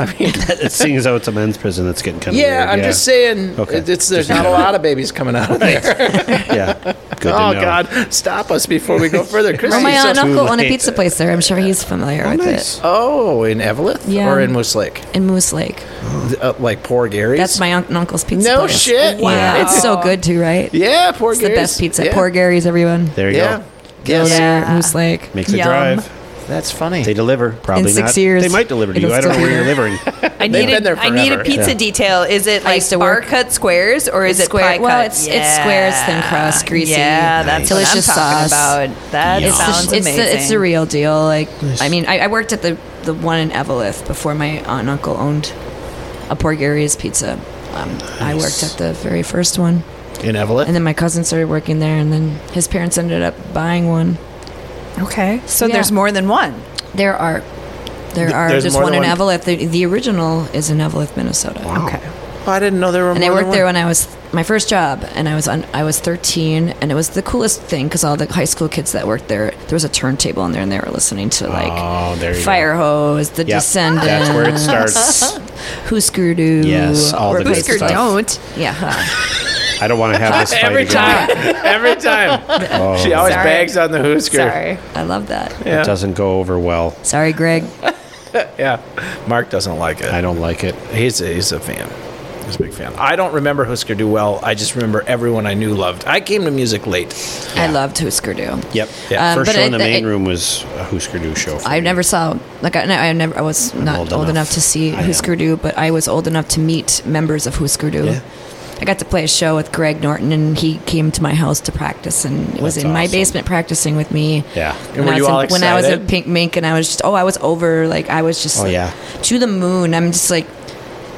Speaker 1: I mean,
Speaker 2: It's Seeing as though it's a men's prison, that's getting kind of
Speaker 1: yeah.
Speaker 2: weird.
Speaker 1: I'm just saying.
Speaker 2: Okay.
Speaker 1: It's there's not a lot of babies coming out of there.
Speaker 2: Yeah. Good
Speaker 1: oh
Speaker 2: to know.
Speaker 1: God! Stop us before we go further, Chris.
Speaker 3: Well, Oh, my
Speaker 1: you
Speaker 3: aunt and
Speaker 1: sound-
Speaker 3: uncle own a
Speaker 2: late.
Speaker 3: pizza place there. I'm sure he's familiar with
Speaker 2: nice.
Speaker 3: it.
Speaker 1: Oh, in Evelyn
Speaker 3: Yeah.
Speaker 1: or in Moose Lake,
Speaker 3: In Moose Lake.
Speaker 1: uh, like poor Gary's.
Speaker 3: That's my aunt and uncle's pizza
Speaker 1: No
Speaker 3: place.
Speaker 1: shit.
Speaker 3: Wow.
Speaker 1: Wow.
Speaker 3: Yeah. It's so good too, right?
Speaker 1: Yeah, poor
Speaker 3: It's the
Speaker 1: Gary's.
Speaker 3: best pizza.
Speaker 1: Yeah.
Speaker 3: Poor Gary's, everyone.
Speaker 2: There you
Speaker 1: Yeah.
Speaker 2: go.
Speaker 1: Yes.
Speaker 3: Yeah. Moose Lake.
Speaker 2: Makes a
Speaker 4: Yum.
Speaker 2: drive.
Speaker 1: That's funny.
Speaker 2: They deliver. Probably not.
Speaker 3: six years,
Speaker 2: They might deliver to you.
Speaker 3: it'll
Speaker 2: I don't know
Speaker 3: still
Speaker 2: where
Speaker 3: be
Speaker 2: you're
Speaker 3: there.
Speaker 2: delivering.
Speaker 4: i need,
Speaker 1: been
Speaker 4: a,
Speaker 1: there
Speaker 4: I need
Speaker 1: forever.
Speaker 4: a pizza
Speaker 2: Yeah.
Speaker 4: detail is it like
Speaker 3: used to
Speaker 4: bar
Speaker 3: work-
Speaker 4: cut squares or is
Speaker 3: It's
Speaker 4: it pie
Speaker 3: square-
Speaker 4: cut
Speaker 3: well, it's- it's squares, thin crust, greasy.
Speaker 4: yeah that's what
Speaker 3: Delicious
Speaker 4: i'm talking
Speaker 3: sauce.
Speaker 4: about that
Speaker 2: Yum.
Speaker 3: It's
Speaker 4: sounds
Speaker 3: the, it's,
Speaker 4: amazing
Speaker 3: the, it's the real deal. Like, I mean, I, I worked at the, the one in Eveleth before my aunt and uncle owned a Poor Gary's pizza. Um, I worked at the very first one,
Speaker 1: in Evelyn.
Speaker 3: and then my cousin started working there, and then his parents ended up buying one.
Speaker 4: okay so
Speaker 3: Yeah.
Speaker 4: there's more than one
Speaker 3: There are, there are
Speaker 1: there's
Speaker 3: just
Speaker 1: more
Speaker 3: one
Speaker 1: than
Speaker 3: in
Speaker 1: one?
Speaker 3: Eveleth. The, the original is in Eveleth, Minnesota.
Speaker 4: okay
Speaker 1: Oh, I didn't know there were.
Speaker 3: and I
Speaker 1: more
Speaker 3: worked
Speaker 1: than
Speaker 3: there
Speaker 1: one.
Speaker 3: when I was my first job, and I was on I was 13, and it was the coolest thing because all the high school kids that worked there, there was a turntable in there, and they were listening to like
Speaker 2: Oh, there you go.
Speaker 3: Fire Hose, The
Speaker 2: Yeah.
Speaker 3: Descendants,
Speaker 2: That's where it starts.
Speaker 3: Who Screwed Who,
Speaker 2: Yes, all the good
Speaker 3: Replaced
Speaker 2: Good
Speaker 3: with-
Speaker 2: stuff.
Speaker 4: don't
Speaker 3: Yeah,
Speaker 2: I don't want to have this fight
Speaker 1: Every
Speaker 2: again.
Speaker 1: time, every time,
Speaker 2: Oh.
Speaker 1: she always
Speaker 4: Sorry.
Speaker 1: bags on the hoosker.
Speaker 4: sorry
Speaker 3: I love that.
Speaker 2: It doesn't go over well.
Speaker 3: Sorry, Greg.
Speaker 1: Yeah, Mark doesn't like it.
Speaker 2: I don't like it.
Speaker 1: He's a, he's a fan. was a big fan. I don't remember Husker Du well. I just remember everyone I knew loved. I came to music late.
Speaker 3: I loved Husker Du.
Speaker 1: Yep.
Speaker 3: Um,
Speaker 2: First
Speaker 3: but
Speaker 2: show
Speaker 3: I-
Speaker 2: in the
Speaker 3: I-
Speaker 2: main room was a Husker Du show. for
Speaker 3: I
Speaker 2: me.
Speaker 3: never saw like I, I never I was not
Speaker 2: old
Speaker 3: old,
Speaker 2: enough.
Speaker 3: enough. to see
Speaker 2: I am.
Speaker 3: Husker Du, but I was old enough to meet members of Husker Du. I got to play a show with Greg Norton, and he came to my house to practice, and was
Speaker 2: That's
Speaker 3: in my
Speaker 2: awesome.
Speaker 3: basement practicing with me.
Speaker 2: Yeah.
Speaker 1: And
Speaker 3: when,
Speaker 1: were
Speaker 3: I, was
Speaker 1: you all
Speaker 3: in, when I was in
Speaker 1: excited?
Speaker 3: Pink Mink, and I was just oh, I was over like I was just
Speaker 2: Oh,
Speaker 3: like,
Speaker 2: yeah.
Speaker 3: to the moon. I'm just like,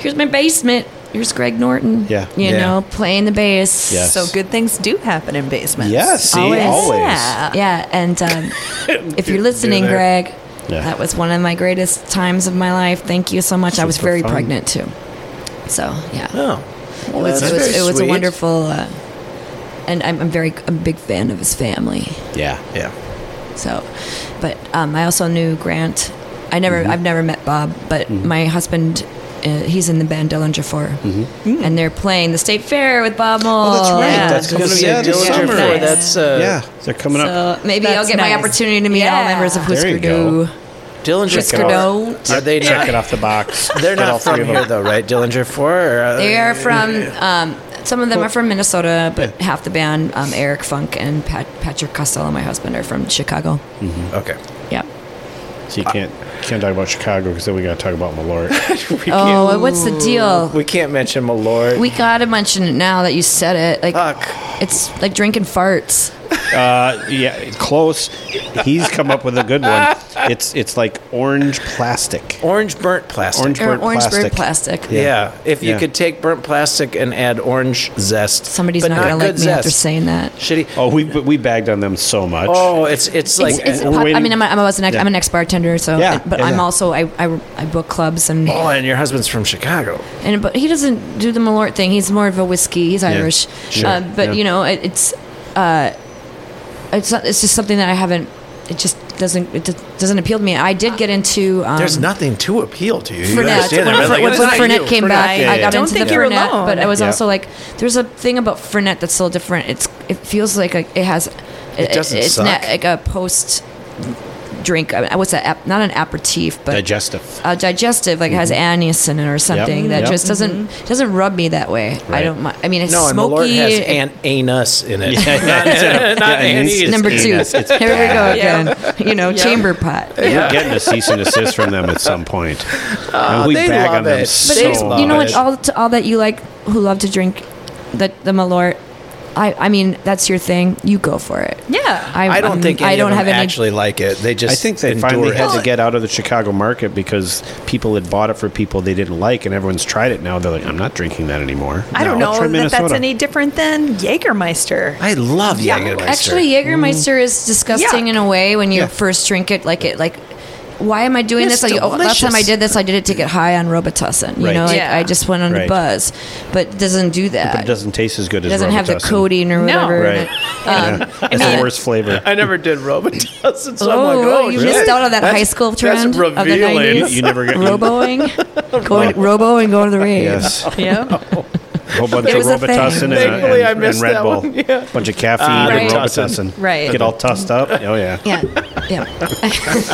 Speaker 3: here's my basement. Here's Greg Norton.
Speaker 2: Yeah.
Speaker 3: you
Speaker 1: Yeah.
Speaker 3: know, playing the bass.
Speaker 2: Yes.
Speaker 4: So good things do happen in basements.
Speaker 2: Yeah, see, always.
Speaker 3: Always.
Speaker 1: Uh,
Speaker 3: Yeah, and um, if you're listening,
Speaker 2: there.
Speaker 3: Greg,
Speaker 2: Yeah.
Speaker 3: that was one of my greatest times of my life. Thank you so much. I was
Speaker 2: Super
Speaker 3: very
Speaker 2: fun.
Speaker 3: pregnant too, so yeah,
Speaker 1: Oh.
Speaker 3: it was
Speaker 1: that's
Speaker 3: it was,
Speaker 1: very
Speaker 3: it was a
Speaker 1: sweet.
Speaker 3: wonderful. Uh, and I'm, I'm very I'm a big fan of his family.
Speaker 2: Yeah.
Speaker 1: Yeah.
Speaker 3: So, but um, I also knew Grant. I never
Speaker 1: Mm-hmm.
Speaker 3: I've never met Bob, but my husband. Uh, he's in the band Dillinger 4 and they're playing the State Fair with Bob Mole.
Speaker 2: Oh, that's right.
Speaker 1: It's Mm-hmm. gonna
Speaker 2: That's
Speaker 3: Yeah.
Speaker 1: be a
Speaker 2: Yeah, the
Speaker 1: Dillinger
Speaker 2: summer.
Speaker 1: for-
Speaker 3: Nice.
Speaker 1: That's uh,
Speaker 2: Yeah. They're coming up.
Speaker 3: So Uh, maybe I'll
Speaker 4: That's
Speaker 3: get my
Speaker 4: nice.
Speaker 3: opportunity to meet all
Speaker 4: Yeah.
Speaker 3: members of
Speaker 4: There
Speaker 2: you
Speaker 3: Whisker
Speaker 2: go.
Speaker 3: Do.
Speaker 1: Dillinger.
Speaker 3: Whisker
Speaker 1: Four.
Speaker 3: Don't.
Speaker 1: Are they
Speaker 2: Check
Speaker 1: not?
Speaker 2: it off the box.
Speaker 1: They're
Speaker 2: Get all
Speaker 1: not
Speaker 2: three
Speaker 1: from
Speaker 2: of them.
Speaker 1: here though, right? Dillinger Four. Or, uh,
Speaker 3: They are from. Um, some of them are from Minnesota, but half the band, um, Eric Funk and Pat, Patrick Costello, my husband, are from Chicago.
Speaker 1: Okay.
Speaker 3: Yeah.
Speaker 2: So you can't can't talk about Chicago because then we got to talk about Malort.
Speaker 3: Oh, what's the deal?
Speaker 1: We can't mention Malort.
Speaker 3: We gotta mention it now that you said it. Like,
Speaker 1: Fuck.
Speaker 3: it's like drinking farts.
Speaker 2: Uh, yeah, close. He's come up with a good one. It's it's like orange plastic.
Speaker 1: Orange burnt plastic.
Speaker 2: Orange
Speaker 3: Or
Speaker 2: burnt
Speaker 3: orange
Speaker 2: plastic.
Speaker 3: bird plastic.
Speaker 1: Yeah. If you
Speaker 2: Yeah.
Speaker 1: could take burnt plastic and add orange zest,
Speaker 3: Somebody's
Speaker 1: but
Speaker 3: not, gonna like
Speaker 1: good
Speaker 3: me after
Speaker 1: zest.
Speaker 3: saying that.
Speaker 1: Shitty.
Speaker 2: Oh, we we bagged on them so much.
Speaker 1: Oh, it's it's like
Speaker 3: It's- it's
Speaker 2: we're
Speaker 3: pop- I
Speaker 2: waiting-
Speaker 3: mean, I'm, a, I'm, a- I'm an ex,
Speaker 2: Yeah.
Speaker 3: I'm an ex bartender, so
Speaker 2: Yeah,
Speaker 3: but
Speaker 2: yeah,
Speaker 3: I'm
Speaker 2: yeah.
Speaker 3: also I, I, I book clubs and
Speaker 1: oh, and your husband's from Chicago.
Speaker 3: and but he doesn't do the Malort thing. He's more of a whiskey. He's Irish,
Speaker 2: Sure.
Speaker 3: uh, but
Speaker 2: Yeah.
Speaker 3: you know it, it's uh, it's not, it's just something that I haven't. It just doesn't it do- doesn't appeal to me. I did get into um,
Speaker 6: There's nothing to appeal to you. you
Speaker 3: Fernet
Speaker 6: understand
Speaker 3: when,
Speaker 6: that,
Speaker 3: Fer-
Speaker 6: right?
Speaker 3: when
Speaker 6: Like,
Speaker 4: it's not
Speaker 3: Fernet
Speaker 4: you.
Speaker 3: came
Speaker 4: Fernet,
Speaker 3: back.
Speaker 2: yeah,
Speaker 3: I
Speaker 2: yeah.
Speaker 3: got
Speaker 4: Don't
Speaker 3: into
Speaker 4: think
Speaker 3: the
Speaker 4: you're
Speaker 3: Fernet,
Speaker 4: alone.
Speaker 3: but I was
Speaker 2: Yeah.
Speaker 3: also like, there's a thing about Fernet that's so different. It's it feels like a, it has it,
Speaker 6: doesn't
Speaker 3: it's
Speaker 6: suck.
Speaker 3: not like a post drink. I mean, what's that? Ap- Not an aperitif, but
Speaker 2: digestive.
Speaker 3: uh, digestive, like it has anise in it or something
Speaker 2: Mm-hmm. Yep.
Speaker 3: that
Speaker 2: Yep. Mm-hmm.
Speaker 3: just doesn't doesn't rub me that way. I
Speaker 2: Right.
Speaker 3: don't. mi- I mean, it's
Speaker 1: No, and Malort
Speaker 3: smoky.
Speaker 1: has an- anus in it.
Speaker 2: Yeah, and
Speaker 1: anise.
Speaker 2: it's-
Speaker 3: number two.
Speaker 2: it's-
Speaker 3: Here
Speaker 2: it's- it's
Speaker 3: we go
Speaker 2: bad.
Speaker 3: again. You know, chamber pot.
Speaker 2: We're getting a cease and desist from them at some point. and we
Speaker 1: Ah, they
Speaker 2: bag
Speaker 1: love
Speaker 2: on them
Speaker 1: it.
Speaker 2: so
Speaker 3: But there's,
Speaker 2: much.
Speaker 3: you know what? All to all that you like, who love to drink, the the Malort. I I mean, that's your thing. You go for it.
Speaker 4: Yeah.
Speaker 3: I,
Speaker 6: I don't
Speaker 3: I'm-
Speaker 6: think any
Speaker 3: I don't
Speaker 6: of them
Speaker 3: have any.
Speaker 6: actually like it. They just
Speaker 2: I think they
Speaker 6: endure
Speaker 2: finally
Speaker 6: it.
Speaker 2: had
Speaker 3: Oh.
Speaker 2: to get out of the Chicago market because people had bought it for people they didn't like, and everyone's tried it now. They're like, I'm not drinking that anymore.
Speaker 4: I don't
Speaker 2: No, I'll
Speaker 4: know
Speaker 2: try
Speaker 4: that that's
Speaker 2: Minnesota.
Speaker 4: any different than Jägermeister.
Speaker 6: I love
Speaker 4: Yeah.
Speaker 6: Jägermeister.
Speaker 3: Actually, Jägermeister is disgusting
Speaker 4: Yuck.
Speaker 3: in a way when you first drink it. Like it, like why am I doing
Speaker 6: It's
Speaker 3: this? Like, oh, last time I
Speaker 6: delicious.
Speaker 3: did this, I did it to get high on Robitussin. You
Speaker 2: Right.
Speaker 3: know, like,
Speaker 4: Yeah.
Speaker 3: I just went on a
Speaker 2: Right.
Speaker 3: buzz, but it doesn't do
Speaker 2: But it
Speaker 3: that.
Speaker 2: doesn't taste as good
Speaker 3: It
Speaker 2: as
Speaker 3: doesn't have the
Speaker 2: Robitussin.
Speaker 3: codeine or
Speaker 4: No.
Speaker 3: whatever. in
Speaker 2: Right.
Speaker 3: it. Um,
Speaker 2: Yeah. It's the worst flavor.
Speaker 1: I never did Robitussin, so
Speaker 3: Oh,
Speaker 1: I'm like, oh,
Speaker 3: you
Speaker 1: shit.
Speaker 3: missed out on that
Speaker 1: That's-
Speaker 3: high school
Speaker 1: that's
Speaker 3: trend of the
Speaker 1: revealing.
Speaker 2: You,
Speaker 3: 90s.
Speaker 2: you never get
Speaker 3: Roboing, going robo and going to the rave.
Speaker 2: Yes. A
Speaker 4: Yeah.
Speaker 2: whole bunch
Speaker 3: It
Speaker 2: of
Speaker 3: was a thing.
Speaker 2: Robitussin and, and,
Speaker 1: Thankfully, I
Speaker 2: and
Speaker 1: missed
Speaker 2: Red
Speaker 1: that
Speaker 2: Bull.
Speaker 1: one, yeah.
Speaker 2: bunch of caffeine and
Speaker 3: Right.
Speaker 2: Robitussin.
Speaker 4: Right.
Speaker 2: Get all tussed up. Oh, yeah.
Speaker 3: Yeah, yeah.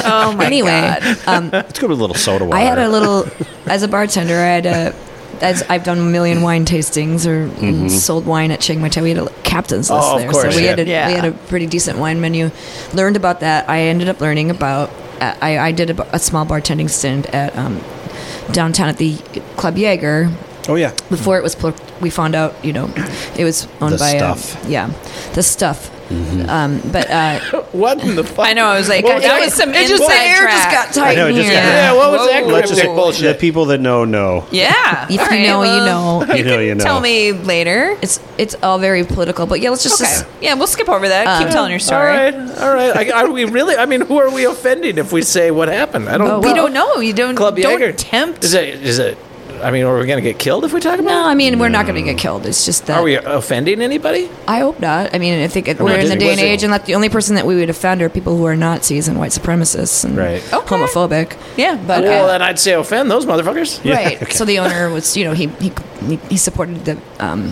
Speaker 4: Oh my
Speaker 3: anyway,
Speaker 4: god.
Speaker 3: um,
Speaker 2: Let's go with a little soda water.
Speaker 3: I had a little, as a bartender, I had a, as I've done a
Speaker 2: Mm-hmm.
Speaker 3: million wine tastings or sold wine at Chiang Mai Chai. We had a captain's list
Speaker 1: Oh, of
Speaker 3: there,
Speaker 1: course,
Speaker 3: so we
Speaker 1: yeah.
Speaker 3: had a,
Speaker 4: Yeah.
Speaker 3: we had a pretty decent wine menu. Learned about that. I ended up learning about. Uh, I, I did a, b- a small bartending stint at um, downtown at the Club Jaeger
Speaker 2: Oh, yeah.
Speaker 3: before it was. Pl- we found out, you know, it was owned
Speaker 2: The
Speaker 3: by uh,
Speaker 2: stuff. Mm-hmm.
Speaker 3: yeah, the stuff. Um, but uh,
Speaker 1: What in the fuck?
Speaker 4: I know. I was like,
Speaker 1: What was
Speaker 4: that
Speaker 1: that?
Speaker 4: was some
Speaker 3: it just the
Speaker 4: inside
Speaker 3: air just
Speaker 4: track.
Speaker 3: got tight
Speaker 2: know, it
Speaker 3: in
Speaker 2: just
Speaker 3: here.
Speaker 2: got-
Speaker 1: Yeah, what was that
Speaker 4: Whoa.
Speaker 2: Let's
Speaker 1: cryptic
Speaker 2: just, the
Speaker 1: bullshit?
Speaker 2: people that know, know.
Speaker 4: Yeah.
Speaker 3: If
Speaker 4: All
Speaker 3: you know, you know.
Speaker 2: You
Speaker 4: You
Speaker 2: know,
Speaker 4: can
Speaker 2: you know.
Speaker 4: Tell me later.
Speaker 3: It's it's all very political, but yeah, let's just.
Speaker 4: Okay. Yeah, we'll skip over that. Keep telling
Speaker 1: All
Speaker 4: your story.
Speaker 1: right, all right. I, are we really? I mean, who are we offending if we say what happened? I don't.
Speaker 3: But
Speaker 4: We
Speaker 3: Well,
Speaker 4: don't know. You don't.
Speaker 1: Club
Speaker 4: don't
Speaker 1: Jaeger.
Speaker 4: tempt.
Speaker 1: Is it? Is it? I mean, are we going to get killed if we talk about?
Speaker 3: No,
Speaker 1: it?
Speaker 3: I mean we're not going to get killed. It's just that
Speaker 1: Are we offending anybody?
Speaker 3: I hope not. I mean, I think it,
Speaker 2: mean,
Speaker 3: we're in the
Speaker 2: it
Speaker 3: day
Speaker 2: was
Speaker 3: and
Speaker 2: a-
Speaker 3: age, and that the only person that we would offend are people who are Nazis and white supremacists and
Speaker 2: Right.
Speaker 4: Okay.
Speaker 3: homophobic.
Speaker 4: Yeah, but uh,
Speaker 1: Well, then I'd say offend those motherfuckers.
Speaker 2: Yeah,
Speaker 3: right.
Speaker 2: okay.
Speaker 3: So the owner was, you know, he he he, he supported the um,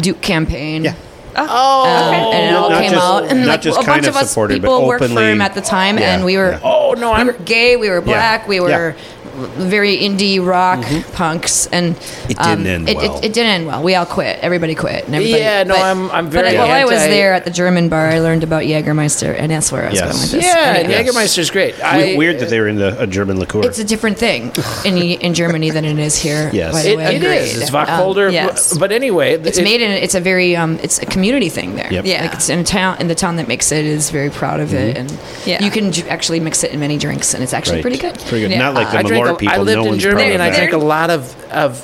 Speaker 3: Duke campaign.
Speaker 2: Yeah.
Speaker 1: Oh,
Speaker 3: Um, and it all
Speaker 2: Not
Speaker 3: came
Speaker 2: just-
Speaker 3: out, and
Speaker 2: not
Speaker 3: like
Speaker 2: just
Speaker 3: a
Speaker 2: kind
Speaker 3: bunch
Speaker 2: of
Speaker 3: of us
Speaker 2: supported, but
Speaker 3: people worked for
Speaker 2: openly-
Speaker 3: him at the time,
Speaker 2: Yeah,
Speaker 3: and we were
Speaker 2: yeah.
Speaker 1: Oh no,
Speaker 3: we
Speaker 1: I'm
Speaker 3: were gay, we were black, we were very indie rock punks, and
Speaker 2: Mm-hmm.
Speaker 3: um,
Speaker 2: It didn't end
Speaker 3: it,
Speaker 2: well.
Speaker 3: It, it didn't end well. We all quit. Everybody quit. And everybody,
Speaker 1: Yeah, no, I'm- I'm very
Speaker 3: But while I was
Speaker 1: anti-
Speaker 3: there at the German bar, I learned about Jägermeister, and that's where I was
Speaker 2: Yes.
Speaker 3: going with this.
Speaker 1: yeah.
Speaker 3: Anyway.
Speaker 1: Jägermeister's great.
Speaker 2: We-
Speaker 1: I,
Speaker 2: Weird that they were into a German liqueur.
Speaker 3: It's a different thing in in Germany than it is here.
Speaker 2: Yes.
Speaker 3: by the
Speaker 1: it,
Speaker 3: way.
Speaker 1: it
Speaker 3: Agreed.
Speaker 1: is. It's
Speaker 3: Um,
Speaker 1: Wacholder.
Speaker 3: yes.
Speaker 1: but, but anyway,
Speaker 3: it's made in it's a very um, it's a community thing there.
Speaker 2: Yep. Mm-hmm.
Speaker 4: Yeah.
Speaker 3: like it's in a town and the town that makes it is very proud of it, and
Speaker 4: Yeah.
Speaker 3: you can ju- actually mix it in many drinks, and it's actually
Speaker 2: Right.
Speaker 3: pretty good.
Speaker 2: Pretty good.
Speaker 4: Yeah.
Speaker 2: Not like the
Speaker 1: I drank.
Speaker 2: Malort
Speaker 1: A,
Speaker 2: people.
Speaker 1: I lived
Speaker 2: no
Speaker 1: in
Speaker 2: one's proud
Speaker 1: Germany,
Speaker 2: of
Speaker 1: and I
Speaker 2: that.
Speaker 1: drank a lot of of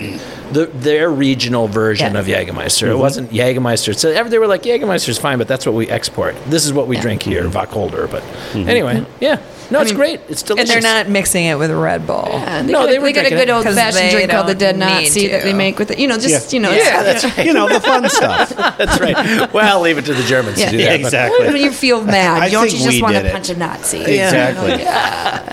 Speaker 1: the, their regional version
Speaker 3: Yeah.
Speaker 1: of Jägermeister. It wasn't Jägermeister. So ever- they were like Jägermeister's fine, but that's what we export. This is what we drink here, Wacholder. But anyway, yeah, no, it's great. It's
Speaker 4: And
Speaker 1: delicious.
Speaker 4: they're not mixing it with Red Bull.
Speaker 3: And they
Speaker 1: No,
Speaker 3: got,
Speaker 1: they
Speaker 3: a-
Speaker 1: were
Speaker 3: they got a
Speaker 1: drinking
Speaker 3: good
Speaker 1: it.
Speaker 3: old
Speaker 4: 'Cause
Speaker 3: fashioned
Speaker 4: they
Speaker 3: drink called the
Speaker 4: don't
Speaker 3: Dead
Speaker 4: need
Speaker 3: Nazi that they
Speaker 4: to.
Speaker 3: make with it. You know, just
Speaker 2: Yeah.
Speaker 3: you know, it's-
Speaker 1: Yeah, that's right.
Speaker 2: You know the fun stuff.
Speaker 1: That's right. Well, leave it to the Germans
Speaker 3: Yeah.
Speaker 1: to do
Speaker 2: Yeah,
Speaker 1: that. but-
Speaker 2: exactly.
Speaker 3: When you feel mad,
Speaker 2: I
Speaker 3: don't you
Speaker 2: think we
Speaker 3: just want
Speaker 2: did
Speaker 3: to
Speaker 2: it.
Speaker 3: punch a Nazi?
Speaker 2: Exactly.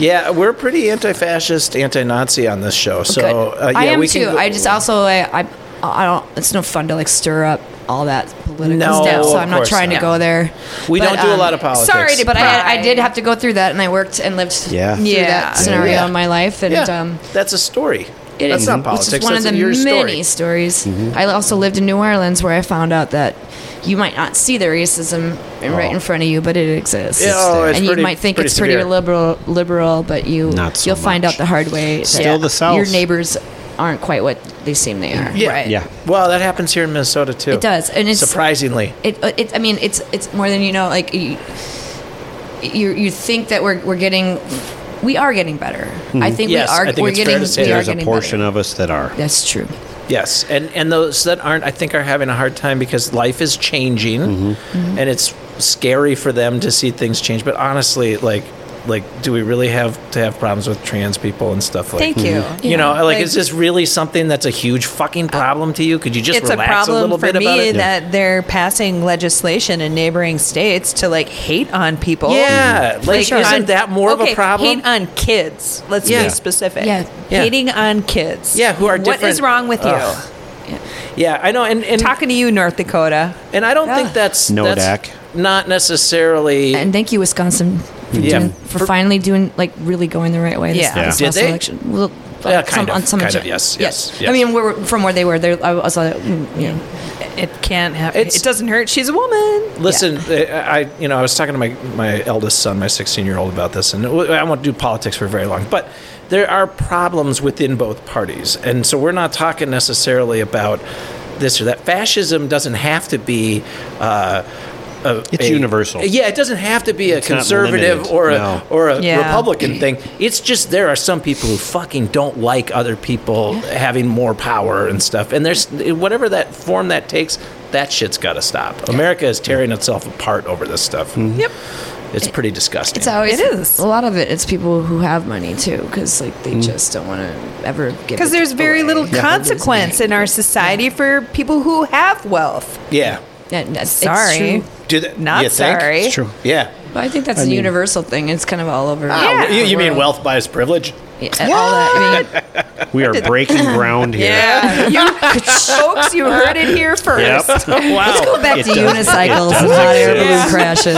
Speaker 1: Yeah, we're pretty anti-fascist, anti-Nazi on this show. So
Speaker 3: Good.
Speaker 1: uh, yeah,
Speaker 3: I am
Speaker 1: we
Speaker 3: too.
Speaker 1: can go-
Speaker 3: I just also I, I I don't. It's no fun to like stir up all that political
Speaker 1: No,
Speaker 3: stuff. So
Speaker 1: of
Speaker 3: I'm not
Speaker 1: course
Speaker 3: trying
Speaker 1: not.
Speaker 3: to go there.
Speaker 1: We don't do a lot of politics.
Speaker 3: um, Sorry, to, but I, I
Speaker 4: pry.
Speaker 3: did have to go through that, and I worked and lived
Speaker 2: Yeah.
Speaker 3: through
Speaker 4: Yeah.
Speaker 3: that scenario
Speaker 1: Yeah.
Speaker 3: in my life, and
Speaker 1: yeah,
Speaker 3: um,
Speaker 1: that's a story.
Speaker 3: it
Speaker 1: that's
Speaker 3: is-
Speaker 1: not
Speaker 3: which is
Speaker 1: politics.
Speaker 3: one
Speaker 1: that's
Speaker 3: of the
Speaker 1: your
Speaker 3: many
Speaker 1: story. Mm-hmm.
Speaker 3: stories. I also lived in New Orleans, where I found out that you might not see the racism in- right in front of you, but it exists.
Speaker 1: Oh. Yeah, oh, it's
Speaker 3: and
Speaker 1: pretty-
Speaker 3: you might think
Speaker 1: pretty
Speaker 3: it's pretty
Speaker 1: severe.
Speaker 3: liberal, liberal, but you
Speaker 2: Not so
Speaker 3: you'll find
Speaker 2: much.
Speaker 3: out the hard way.
Speaker 2: Still the South.
Speaker 3: Your neighbors aren't quite what they seem they are.
Speaker 1: Yeah.
Speaker 4: Right.
Speaker 2: Yeah.
Speaker 1: Well, that happens here in Minnesota too.
Speaker 3: It does, and it's
Speaker 1: surprisingly.
Speaker 3: it, uh, it I mean it's it's more than you know like you you, you think that we're we're getting we are getting better. I think
Speaker 1: Mm-hmm. Yes,
Speaker 3: we are
Speaker 1: I think
Speaker 3: we're
Speaker 1: it's
Speaker 3: getting
Speaker 1: fair to say
Speaker 3: we are
Speaker 2: There's a
Speaker 3: getting
Speaker 2: portion
Speaker 3: better.
Speaker 2: of us that are.
Speaker 3: That's true.
Speaker 1: Yes, and and those that aren't, I think, are having a hard time because life is changing,
Speaker 4: Mm-hmm.
Speaker 1: and it's scary for them to see things change. But honestly, like, like, do we really have to have problems with trans people and stuff like?
Speaker 4: Thank you.
Speaker 1: You know, like,
Speaker 4: Like-
Speaker 1: is this really something that's a huge fucking problem to you? Could you just
Speaker 4: it's a
Speaker 1: relax a,
Speaker 4: problem
Speaker 1: little
Speaker 4: for
Speaker 1: bit about
Speaker 4: me
Speaker 1: it?
Speaker 4: that they're passing legislation in neighboring states to like hate on people.
Speaker 1: Yeah, Oh, like, isn't that more of a
Speaker 4: okay, uh,
Speaker 1: problem?
Speaker 4: Hate on kids. Let's
Speaker 1: Yeah.
Speaker 4: be specific.
Speaker 3: Yeah.
Speaker 1: Yeah.
Speaker 4: hating on kids.
Speaker 1: Yeah, who are
Speaker 4: What
Speaker 1: different.
Speaker 4: is wrong with you?
Speaker 1: Ugh. yeah, I know, and and,
Speaker 4: Talking to you, North Dakota.
Speaker 1: and I don't think
Speaker 3: Ugh.
Speaker 1: that's
Speaker 2: No
Speaker 1: that's
Speaker 2: DAC.
Speaker 1: not necessarily.
Speaker 3: And thank you Wisconsin for,
Speaker 1: Yeah.
Speaker 3: doing, for finally doing like really going the right way this,
Speaker 4: Yeah.
Speaker 3: this
Speaker 1: Yeah.
Speaker 3: last
Speaker 1: Did they?
Speaker 3: election. Well,
Speaker 1: Yeah,
Speaker 3: like,
Speaker 1: kind of,
Speaker 3: on some
Speaker 1: kind of,
Speaker 3: gen-
Speaker 1: yes, yes, yes.
Speaker 3: I mean, where, from where they were, there I was like, mm, you know,
Speaker 4: It can't happen.
Speaker 1: It's-
Speaker 4: It doesn't hurt. She's a woman.
Speaker 1: Listen, I I- you know I was talking to my my eldest son, my 16 year old, about this, and I won't do politics for very long, but there are problems within both parties, and so we're not talking necessarily about this or that. Fascism doesn't have to be. Uh, a,
Speaker 2: It's
Speaker 1: a-
Speaker 2: universal.
Speaker 1: Yeah, it doesn't have to be a
Speaker 2: not
Speaker 1: conservative
Speaker 2: limited,
Speaker 1: or a
Speaker 2: no.
Speaker 1: or a
Speaker 4: Yeah.
Speaker 1: Republican thing. It's just there are some people who fucking don't like other people having more power and stuff. And there's whatever that form that takes, that shit's got to stop. America is tearing itself apart over this stuff.
Speaker 4: Yep.
Speaker 1: It's pretty disgusting.
Speaker 3: It's always
Speaker 4: It is.
Speaker 3: a lot of it. It's people who have money too, because like
Speaker 1: Mm.
Speaker 3: they just don't want to ever give.
Speaker 4: Because
Speaker 3: it
Speaker 4: there's very
Speaker 3: away.
Speaker 4: little consequence in our society for people who have wealth.
Speaker 1: yeah.
Speaker 3: Yeah, that's,
Speaker 4: Sorry.
Speaker 3: It's true.
Speaker 1: Do that,
Speaker 4: Not
Speaker 1: you think?
Speaker 4: sorry. It's
Speaker 2: true.
Speaker 1: Yeah.
Speaker 3: But I think that's a universal thing. It's kind of all over.
Speaker 1: Ah,
Speaker 4: Yeah.
Speaker 1: you you mean wealth buys privilege?
Speaker 3: Yeah, all that. I mean,
Speaker 2: We are breaking ground here.
Speaker 4: Yeah. you, folks, you heard it here first.
Speaker 2: Yep.
Speaker 3: let's go back
Speaker 2: It
Speaker 3: to
Speaker 2: does-
Speaker 3: unicycles
Speaker 2: it does
Speaker 3: and hot air
Speaker 2: exist.
Speaker 3: balloon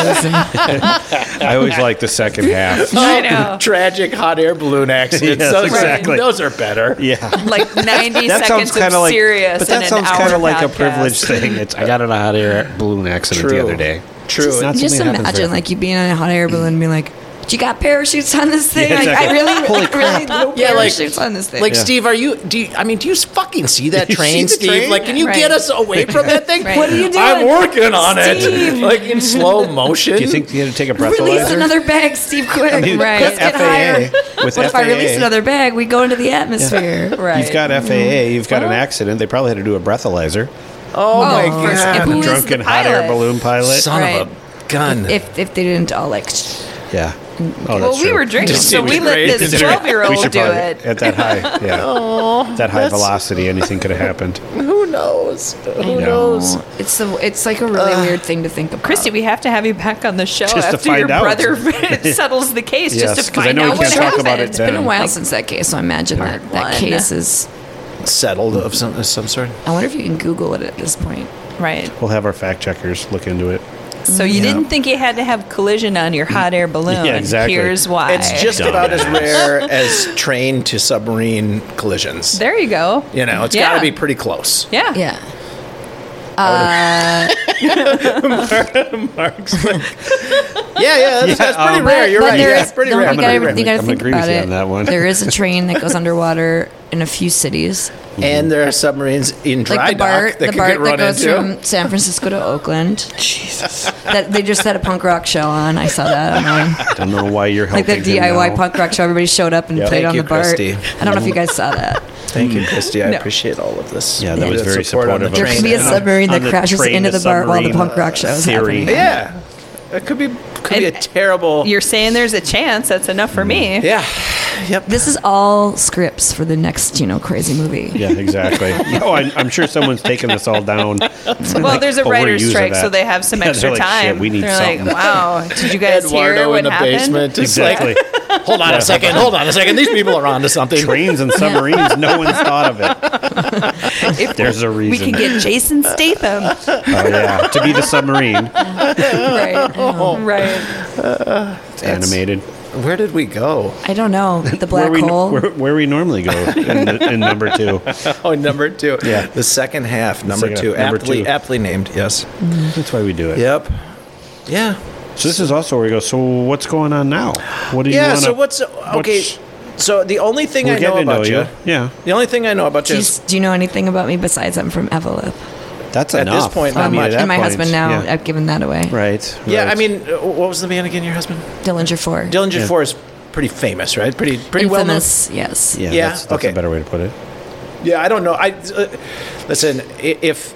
Speaker 3: crashes. And
Speaker 2: I always like the second half.
Speaker 4: I know.
Speaker 1: Tragic hot air balloon accidents.
Speaker 2: Yes,
Speaker 1: those,
Speaker 2: exactly.
Speaker 1: those are better.
Speaker 2: Yeah.
Speaker 4: Like 90
Speaker 2: That sounds
Speaker 4: seconds
Speaker 2: kind
Speaker 4: of
Speaker 2: of like,
Speaker 4: serious.
Speaker 2: but that
Speaker 4: and
Speaker 2: sounds
Speaker 4: kind of
Speaker 2: like a privileged thing. It's, I got in a hot air balloon accident
Speaker 1: True.
Speaker 2: the other day.
Speaker 1: True.
Speaker 2: It's not
Speaker 3: just
Speaker 2: something that happens very
Speaker 3: imagine
Speaker 2: often.
Speaker 3: like you being in a hot air balloon and being like, "Do you got parachutes on this thing?
Speaker 2: Yeah,
Speaker 3: Like,
Speaker 2: exactly.
Speaker 3: I really,
Speaker 2: Holy
Speaker 3: I really no
Speaker 1: Yeah, like-
Speaker 3: parachutes on this thing."
Speaker 1: Like
Speaker 2: Yeah.
Speaker 1: Steve, are you? Do you, I mean? Do you fucking see that
Speaker 2: You
Speaker 1: train,
Speaker 2: see the
Speaker 1: Steve?
Speaker 2: train?
Speaker 1: Like, can you
Speaker 3: Right.
Speaker 1: get us away from that thing?
Speaker 3: Right. What are you doing?
Speaker 1: I'm working on it, like in slow motion.
Speaker 2: Do you think you had to take a
Speaker 3: Release
Speaker 2: breathalyzer?
Speaker 3: another bag, Steve. Quick,
Speaker 2: mean,
Speaker 3: right?
Speaker 2: with
Speaker 3: Let's get
Speaker 2: FAA,
Speaker 3: higher.
Speaker 2: with
Speaker 3: what if I release
Speaker 2: FAA.
Speaker 3: another bag? We go into the atmosphere, right?
Speaker 2: You've got FAA. You've got an accident. They probably had to do a breathalyzer.
Speaker 1: Oh, my
Speaker 3: first-
Speaker 1: god!
Speaker 3: if we- Who is
Speaker 2: Drunken
Speaker 4: the
Speaker 2: hot air
Speaker 4: pilot?
Speaker 2: balloon pilot.
Speaker 1: Son
Speaker 3: Right.
Speaker 1: of a gun.
Speaker 3: If if they didn't all like,
Speaker 2: yeah. Oh, that's
Speaker 4: Well, we
Speaker 2: true.
Speaker 4: were drinking,
Speaker 1: Just
Speaker 4: so we
Speaker 1: seems
Speaker 4: let
Speaker 1: great.
Speaker 4: this
Speaker 1: We
Speaker 4: 12 year
Speaker 2: We
Speaker 4: old
Speaker 2: should
Speaker 4: do
Speaker 2: probably,
Speaker 4: it.
Speaker 2: at that high, yeah,
Speaker 3: Oh,
Speaker 2: that high velocity, anything could have happened.
Speaker 1: Who knows? Who
Speaker 2: Yeah.
Speaker 1: knows?
Speaker 3: it's the it's like a really weird thing to think of.
Speaker 4: Christy, we have to have you back on the show
Speaker 2: Just to
Speaker 4: after your
Speaker 2: find out.
Speaker 4: brother settles the case
Speaker 2: Yes,
Speaker 4: just to
Speaker 2: 'cause I
Speaker 4: find
Speaker 2: know we
Speaker 4: out what
Speaker 2: can't talk about it
Speaker 4: happened.
Speaker 3: it's been a
Speaker 2: then.
Speaker 3: while since that case, so I imagine that that
Speaker 4: one.
Speaker 3: case is.
Speaker 1: Settled of some of some sort.
Speaker 3: I wonder if you can Google it at this point.
Speaker 4: Right.
Speaker 2: We'll have our fact checkers look into it.
Speaker 4: So you didn't think you had to have collision on your hot air balloon.
Speaker 2: Yeah, exactly.
Speaker 4: Here's why.
Speaker 1: It's just
Speaker 2: Dumbass.
Speaker 1: about as rare as train to submarine collisions.
Speaker 4: there you go.
Speaker 1: you know, it's got to be pretty close.
Speaker 4: Yeah.
Speaker 3: Yeah.
Speaker 1: Yeah, yeah, that's, that's pretty rare. You're right.
Speaker 3: oh. there
Speaker 1: yeah,
Speaker 3: is-
Speaker 1: it's pretty
Speaker 3: don't
Speaker 1: rare.
Speaker 2: I'm
Speaker 3: You
Speaker 2: gonna
Speaker 3: gotta,
Speaker 2: agree-
Speaker 3: you gotta
Speaker 2: I'm
Speaker 3: think
Speaker 2: agree with
Speaker 3: about
Speaker 2: you
Speaker 3: it.
Speaker 2: on that one.
Speaker 3: There is a train that goes underwater in a few cities,
Speaker 1: And there are submarines in dry
Speaker 3: like the
Speaker 1: dock that
Speaker 3: BART, the
Speaker 1: could
Speaker 3: BART
Speaker 1: get
Speaker 3: that
Speaker 1: run
Speaker 3: goes
Speaker 1: into.
Speaker 3: from San Francisco to Oakland. Jesus, that they just had a punk rock show on. I saw that online.
Speaker 2: I don't know why you're
Speaker 3: like
Speaker 2: helping.
Speaker 3: the
Speaker 2: him
Speaker 3: DIY
Speaker 2: now.
Speaker 3: punk rock show. Everybody showed up and
Speaker 2: Yeah.
Speaker 3: played
Speaker 2: Thank
Speaker 3: on
Speaker 1: you,
Speaker 3: the BART.
Speaker 1: Christy.
Speaker 3: I don't know if you guys saw that.
Speaker 1: Thank you, Christy. I
Speaker 4: No.
Speaker 1: appreciate all of this.
Speaker 2: Yeah, that was
Speaker 1: Good
Speaker 2: very
Speaker 1: support on the
Speaker 2: supportive of
Speaker 3: There
Speaker 2: Train
Speaker 3: could be a
Speaker 2: to-
Speaker 3: submarine
Speaker 2: on
Speaker 3: that
Speaker 2: the
Speaker 3: crashes
Speaker 2: train
Speaker 3: into
Speaker 2: to
Speaker 3: the BART while the
Speaker 2: submarine,
Speaker 3: punk rock show is
Speaker 2: theory.
Speaker 3: happening.
Speaker 1: Yeah, it could be could be a
Speaker 4: And-
Speaker 1: terrible.
Speaker 4: You're saying there's a chance. That's enough for me.
Speaker 1: yeah, yep.
Speaker 3: This is all scripts for the next, you know, crazy movie.
Speaker 2: Yeah, exactly. no, I'm, I'm sure someone's taken this all down.
Speaker 4: Well, there's a
Speaker 2: but oh, we're
Speaker 4: writer's
Speaker 2: using
Speaker 4: strike,
Speaker 2: that.
Speaker 4: so they have some
Speaker 2: Yeah, they're
Speaker 4: extra
Speaker 2: like,
Speaker 4: time.
Speaker 2: "Shit, we need
Speaker 4: they're
Speaker 2: something."
Speaker 4: like, wow, did you guys hear what happened?
Speaker 1: just like,
Speaker 2: Exactly.
Speaker 1: hold on a second. Hold on a second. These people are onto something.
Speaker 2: Trains and submarines. No one's thought of it. If there's a
Speaker 4: We
Speaker 2: reason.
Speaker 4: could get Jason Statham.
Speaker 2: oh, yeah. To be the submarine.
Speaker 4: right. Oh. Right.
Speaker 2: It's animated.
Speaker 1: Where did we go?
Speaker 3: I don't know. The
Speaker 2: Where
Speaker 3: black
Speaker 2: we,
Speaker 3: hole.
Speaker 2: where, where we normally go in, in number two.
Speaker 1: Oh, number two.
Speaker 2: Yeah.
Speaker 1: the second half, number
Speaker 2: second
Speaker 1: two,
Speaker 2: half, number
Speaker 1: aptly
Speaker 2: two. Mm.
Speaker 1: aptly named. Yes.
Speaker 2: That's why we do it.
Speaker 1: Yep. Yeah.
Speaker 2: So this is also where we go. So what's going on now? What do you?
Speaker 1: Yeah.
Speaker 2: wanna,
Speaker 1: so what's okay?
Speaker 2: what's-
Speaker 1: so the only thing
Speaker 2: We're
Speaker 1: I know
Speaker 2: getting to
Speaker 1: about
Speaker 2: know
Speaker 1: you,
Speaker 2: you. Yeah.
Speaker 1: the only thing I know about you
Speaker 3: Do you,
Speaker 1: is
Speaker 3: do you know anything about me besides I'm from Evelyn?
Speaker 2: That's
Speaker 1: At this
Speaker 2: enough.
Speaker 1: point,
Speaker 2: I
Speaker 1: not
Speaker 2: mean,
Speaker 1: much.
Speaker 2: at that
Speaker 3: and my
Speaker 2: point,
Speaker 3: husband now.
Speaker 2: Yeah.
Speaker 3: I've given that away.
Speaker 2: Right.
Speaker 1: yeah. I
Speaker 2: right.
Speaker 1: mean, uh, what was the man again? Your husband,
Speaker 3: Dillinger 4.
Speaker 1: Dillinger Four, is pretty famous, right? Pretty pretty well known.
Speaker 3: Infamous, yes.
Speaker 2: Yeah.
Speaker 1: yeah,
Speaker 2: That's, that's
Speaker 1: okay.
Speaker 2: a better way to put it.
Speaker 1: Yeah, I don't know. I uh, listen. i- If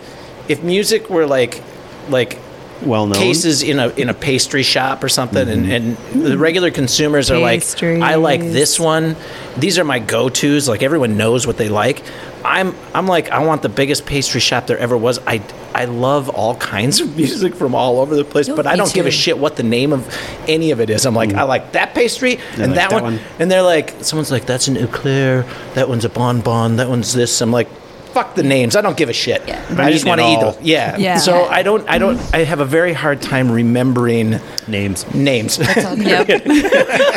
Speaker 1: if music were like like
Speaker 2: Well known.
Speaker 1: cases in a in a pastry shop or something, and,
Speaker 2: Mm-hmm.
Speaker 1: and the regular consumers are
Speaker 3: Pastries.
Speaker 1: like, I like this one. These are my go tos. Like everyone knows what they like. I'm I'm like I want the biggest pastry shop there ever was. I I love all kinds of music from all over the place,
Speaker 3: No,
Speaker 1: but I
Speaker 3: me
Speaker 1: don't give a
Speaker 3: too.
Speaker 1: shit what the name of any of it is. I'm like I like that pastry and
Speaker 2: Mm. like
Speaker 1: that,
Speaker 2: that
Speaker 1: one.
Speaker 2: one.
Speaker 1: and they're like someone's like that's an eclair, that one's a bonbon, that one's this. I'm like. Fuck the names. I don't give a shit.
Speaker 2: I'm
Speaker 1: I just
Speaker 2: eating
Speaker 1: want to
Speaker 2: it
Speaker 1: eat.
Speaker 2: all.
Speaker 1: the- Yeah.
Speaker 3: Yeah.
Speaker 1: So I don't. I don't. I have a very hard time remembering
Speaker 2: names.
Speaker 1: names
Speaker 3: Yep.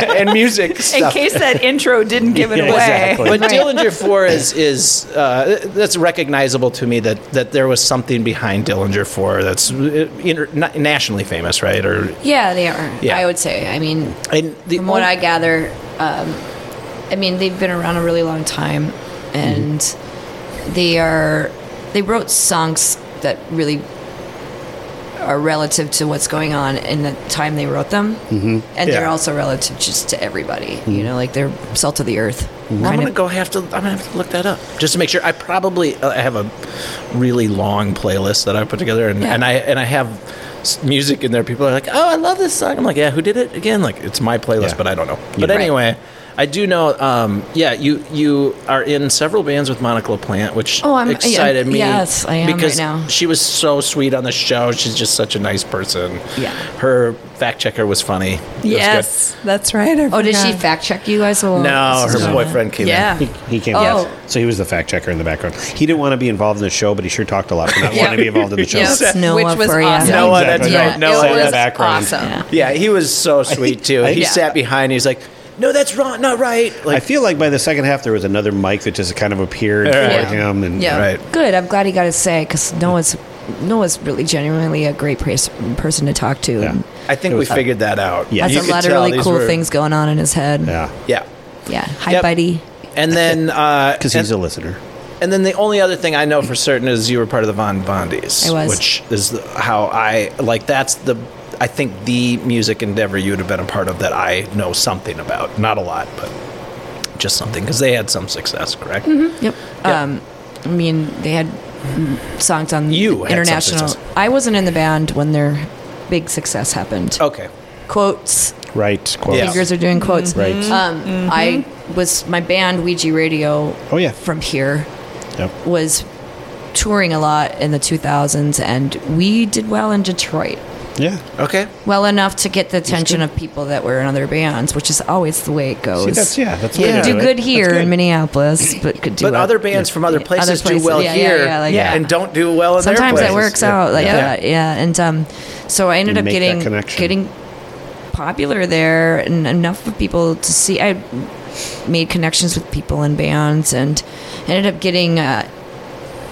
Speaker 1: and music
Speaker 4: In
Speaker 1: stuff.
Speaker 4: case that intro didn't give it
Speaker 2: Yeah,
Speaker 4: away.
Speaker 2: exactly.
Speaker 1: but Dillinger Four is is uh, that's recognizable to me that that there was something behind Dillinger Four that's uh, inter- na- nationally famous, right? Or
Speaker 3: yeah, they are.
Speaker 1: Yeah.
Speaker 3: I would say. I mean,
Speaker 1: and the
Speaker 3: from what
Speaker 1: only-
Speaker 3: I gather, um, I mean they've been around a really long time, and they are they wrote songs that really are relative to what's going on in the time they wrote them, mm-hmm. and they're
Speaker 1: Yeah.
Speaker 3: also relative just to everybody. You know, like they're salt of the earth.
Speaker 1: I'm gonna go have to. I'm gonna have to look that up just to make sure. I probably uh, I have a really long playlist that I put together, and,
Speaker 3: Yeah.
Speaker 1: and I and I have s- music in there. People are like, "Oh, I love this song." I'm like, "Yeah, who did it again?" Like, it's my playlist,
Speaker 2: Yeah.
Speaker 1: but I don't know. But
Speaker 3: Right.
Speaker 1: anyway, I do know. Um, yeah, you you are in several bands with Monica LaPlante, which
Speaker 3: Oh, I'm-
Speaker 1: excited
Speaker 3: yeah,
Speaker 1: me.
Speaker 3: yes, I am right
Speaker 1: because
Speaker 3: now.
Speaker 1: She was so sweet on the show. She's just such a nice person.
Speaker 3: Yeah.
Speaker 1: her fact checker was funny. It was good.
Speaker 4: yes, that's right. I
Speaker 3: Oh, did she
Speaker 4: forgot.
Speaker 3: fact check you guys? Well,
Speaker 1: No,
Speaker 3: this is
Speaker 1: her
Speaker 3: not-
Speaker 1: boyfriend came in.
Speaker 4: Yeah.
Speaker 2: He, he came.
Speaker 3: Oh.
Speaker 2: Yes. So he was the fact checker in the background. He didn't want to be involved in the show, but he sure talked a lot for not
Speaker 4: Yeah.
Speaker 2: wanting to be involved in the show.
Speaker 4: Yep.
Speaker 3: That's Noah
Speaker 4: Which was
Speaker 3: for ya.
Speaker 4: awesome.
Speaker 1: No, Noah, that's
Speaker 3: Yeah.
Speaker 1: right. Noah
Speaker 4: it
Speaker 1: in the
Speaker 4: was
Speaker 2: background.
Speaker 4: awesome.
Speaker 1: Yeah,
Speaker 3: Yeah.
Speaker 1: he was so sweet too.
Speaker 2: I
Speaker 1: he
Speaker 2: think-
Speaker 1: sat behind. He's like, "No, that's wrong, not right."
Speaker 2: I
Speaker 1: Like,
Speaker 2: feel like by the second half there was another mic that just kind of appeared
Speaker 1: Yeah.
Speaker 2: for him, and
Speaker 4: Yeah.
Speaker 1: right.
Speaker 3: Good. I'm glad he got his say because Noah's Noah's really genuinely a great pres- person to talk to.
Speaker 2: Yeah.
Speaker 3: and
Speaker 1: I think we figured that out.
Speaker 2: Yeah.
Speaker 3: Has
Speaker 1: You
Speaker 3: a
Speaker 1: could
Speaker 3: lot of
Speaker 1: tell
Speaker 3: really
Speaker 1: these
Speaker 3: cool
Speaker 1: were-
Speaker 3: things going on in his head.
Speaker 2: yeah,
Speaker 1: Yeah.
Speaker 3: Yeah. Hi,
Speaker 1: Yep.
Speaker 3: buddy.
Speaker 1: And then, uh,
Speaker 2: because
Speaker 1: and,
Speaker 2: he's a listener.
Speaker 1: and then the only other thing I know for certain is you were part of the Von Bondies,
Speaker 3: I was.
Speaker 1: which is the- how I like. That's the I think the music endeavor you would have been a part of that I know something about. Not a lot, but just something because they had some success, correct?
Speaker 3: Yep. Um, I mean, they had mm, songs on
Speaker 1: You had some
Speaker 3: international.
Speaker 1: success.
Speaker 3: I wasn't in the band when their big success happened.
Speaker 1: Okay.
Speaker 3: Quotes.
Speaker 2: Right. Quote.
Speaker 1: Yeah.
Speaker 3: Fingers are doing quotes.
Speaker 2: Right.
Speaker 3: Um, I was my band Ouija Radio.
Speaker 2: Oh, yeah.
Speaker 3: From here.
Speaker 2: Yep.
Speaker 3: was touring a lot in the 2000s and we did well in Detroit.
Speaker 2: Yeah.
Speaker 1: Okay.
Speaker 3: well enough to get the attention of people that were in other bands, which is always the way it goes.
Speaker 2: See, that's yeah. That's the way
Speaker 3: You
Speaker 2: to
Speaker 3: could
Speaker 2: do
Speaker 3: do
Speaker 2: it.
Speaker 3: good
Speaker 2: That's
Speaker 3: here
Speaker 2: good.
Speaker 3: in Minneapolis, but could do
Speaker 1: But
Speaker 3: it-
Speaker 1: other bands from other places,
Speaker 3: places.
Speaker 1: do well
Speaker 3: Yeah, yeah,
Speaker 1: here
Speaker 3: yeah, like
Speaker 1: and
Speaker 3: that.
Speaker 1: don't do well in their
Speaker 3: sometimes that
Speaker 1: places.
Speaker 3: works out like that yeah and um, so i ended
Speaker 2: You
Speaker 3: up
Speaker 2: make that
Speaker 3: getting
Speaker 2: connection.
Speaker 3: getting popular there and enough of people to see i made connections with people in bands and ended up getting uh,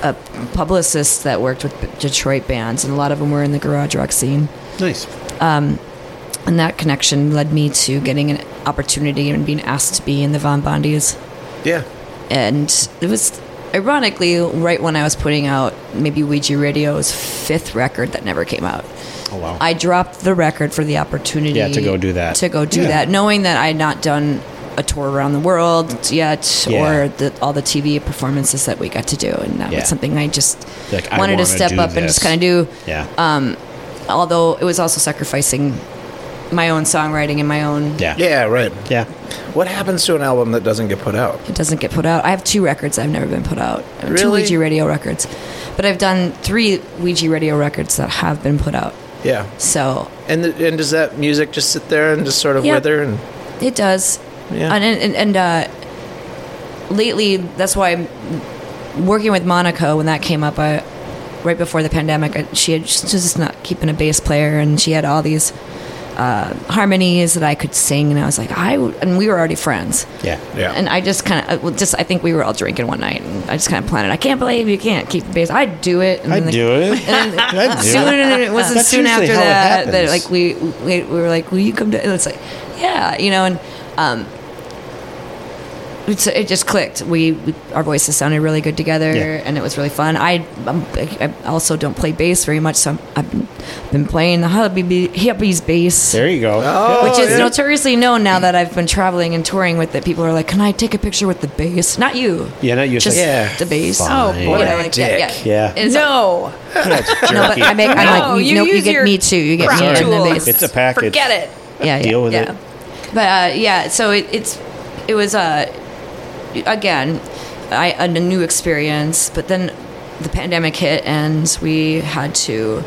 Speaker 3: a publicist that worked with detroit bands and a lot of them were in the garage rock scene
Speaker 2: Nice.
Speaker 3: and that connection led me to getting an opportunity and being asked to be in the von bondies
Speaker 1: Yeah.
Speaker 3: and it was ironically right when I was putting out maybe Ouija Radio's fifth record that never came out.
Speaker 2: Oh, wow.
Speaker 3: I dropped the record for the opportunity.
Speaker 2: Yeah, to go do that.
Speaker 3: To go do
Speaker 2: Yeah.
Speaker 3: that, knowing that I had not done a tour around the world yet,
Speaker 2: Yeah.
Speaker 3: or the, all the TV performances that we got to do, and that
Speaker 2: Yeah.
Speaker 3: was something I just
Speaker 2: Like, I
Speaker 3: wanted to
Speaker 2: wanna
Speaker 3: step
Speaker 2: do
Speaker 3: up and just
Speaker 2: this.
Speaker 3: kind of do.
Speaker 2: Yeah.
Speaker 3: um, Although it was also sacrificing my own songwriting and my own.
Speaker 2: yeah.
Speaker 1: Yeah, right.
Speaker 2: Yeah.
Speaker 1: What happens to an album that doesn't get put out?
Speaker 3: It doesn't get put out. I have two records that have never been put out. Uh, Two
Speaker 1: Really?
Speaker 3: Ouija radio records. But I've done three Ouija radio records that have been put out.
Speaker 1: Yeah.
Speaker 3: So
Speaker 1: And the, and does that music just sit there and just sort of
Speaker 3: Yeah.
Speaker 1: wither and
Speaker 3: it does.
Speaker 1: Yeah.
Speaker 3: And, and, and uh, lately, that's why I'm working with Monaco, when that came up, I, right before the pandemic, I, she had she was just not keeping a bass player and she had all these uh, harmonies that I could sing. And I was like, I, would- and we were already friends.
Speaker 2: Yeah.
Speaker 1: Yeah.
Speaker 3: And I just kind of, well, just I think we were all drinking one night, and I just kind of planted. I can't believe you can't keep the bass. I do it. And
Speaker 2: I
Speaker 3: then, like,
Speaker 2: do it.
Speaker 3: And then
Speaker 2: I do
Speaker 3: soon,
Speaker 2: it.
Speaker 3: and it wasn't
Speaker 2: That's
Speaker 3: soon
Speaker 2: usually
Speaker 3: after
Speaker 2: how it
Speaker 3: that that
Speaker 2: happens.
Speaker 3: like we, we we were like, will you come to? And it's like, yeah, you know, and um, it's, it just clicked. We, we our voices sounded really good together,
Speaker 2: Yeah.
Speaker 3: and it was really fun. I um, I I also don't play bass very much, so I'm, I've been, been playing the hubby hubby's bass
Speaker 2: There you go.
Speaker 3: which is
Speaker 1: yeah.
Speaker 3: notoriously known now that I've been traveling and touring with it. People are like, "Can I take a picture with the bass?" Not you.
Speaker 2: Yeah, not you. It's
Speaker 3: Just
Speaker 2: like,
Speaker 1: Yeah.
Speaker 3: the bass.
Speaker 2: Fine. Oh, boy.
Speaker 3: You know, like that,
Speaker 1: Dick.
Speaker 2: Yeah.
Speaker 3: It's
Speaker 4: no.
Speaker 2: That's
Speaker 3: like- no, but
Speaker 2: jerky.
Speaker 3: I make. I'm
Speaker 4: No,
Speaker 3: like, you,
Speaker 4: you
Speaker 3: nope, you
Speaker 4: use
Speaker 3: get
Speaker 4: your
Speaker 3: me too. You get
Speaker 4: crap
Speaker 3: me and the
Speaker 4: tools.
Speaker 3: bass.
Speaker 2: It's a package.
Speaker 4: Forget it.
Speaker 3: yeah, yeah,
Speaker 2: Deal with
Speaker 3: yeah.
Speaker 2: it.
Speaker 3: But uh, yeah, so it, it's it was uh, again I, a new experience, but then the pandemic hit and we had to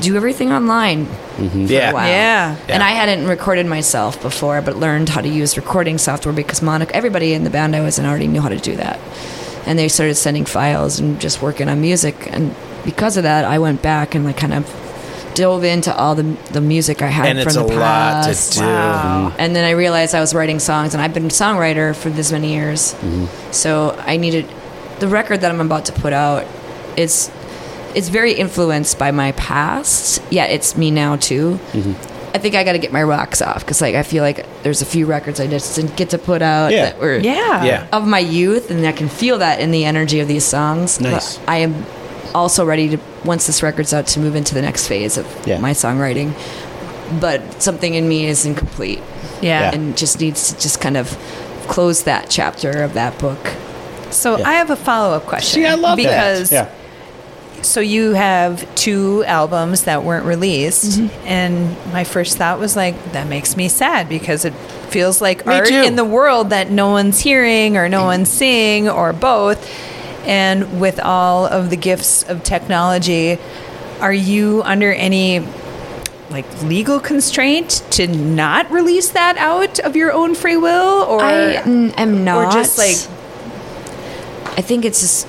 Speaker 3: do everything online
Speaker 2: Mm-hmm.
Speaker 3: for
Speaker 1: yeah.
Speaker 3: a while.
Speaker 4: Yeah.
Speaker 3: And I hadn't recorded myself before, but learned how to use recording software because Monica, everybody in the band I was in already knew how to do that. And they started sending files and just working on music. And because of that, I went back and like kind of dove into all the, the music I had
Speaker 1: And
Speaker 3: from
Speaker 1: it's
Speaker 3: the
Speaker 1: a lot to
Speaker 3: past.
Speaker 1: do. Mm-hmm. Wow.
Speaker 3: And then I realized I was writing songs, and I've been a songwriter for this many years.
Speaker 1: Mm-hmm.
Speaker 3: So I needed the record that I'm about to put out. It's it's very influenced by my past, yet it's me now too.
Speaker 2: Mm-hmm.
Speaker 3: I think I got to get my rocks off because like I feel like there's a few records I just didn't get to put out
Speaker 2: Yeah.
Speaker 3: that were
Speaker 4: Yeah.
Speaker 1: Yeah.
Speaker 3: of my youth, and I can feel that in the energy of these songs.
Speaker 2: Nice.
Speaker 3: But I am also ready to once this record's out to move into the next phase of
Speaker 2: Yeah.
Speaker 3: my songwriting. But something in me is incomplete
Speaker 4: Yeah.
Speaker 3: and just needs to just kind of close that chapter of that book.
Speaker 4: So I have a follow up question.
Speaker 2: See, I love
Speaker 4: because
Speaker 2: that.
Speaker 4: so you have two albums that weren't released,
Speaker 2: Mm-hmm.
Speaker 4: and my first thought was like that makes me sad because it feels like art
Speaker 1: too.
Speaker 4: in the world that no one's hearing or
Speaker 2: Mm-hmm.
Speaker 4: no one's seeing or both. And with all of the gifts of technology, are you under any like legal constraint to not release that out of your own free will or
Speaker 3: I mm, am
Speaker 4: or
Speaker 3: not.
Speaker 4: just like
Speaker 3: I think it's just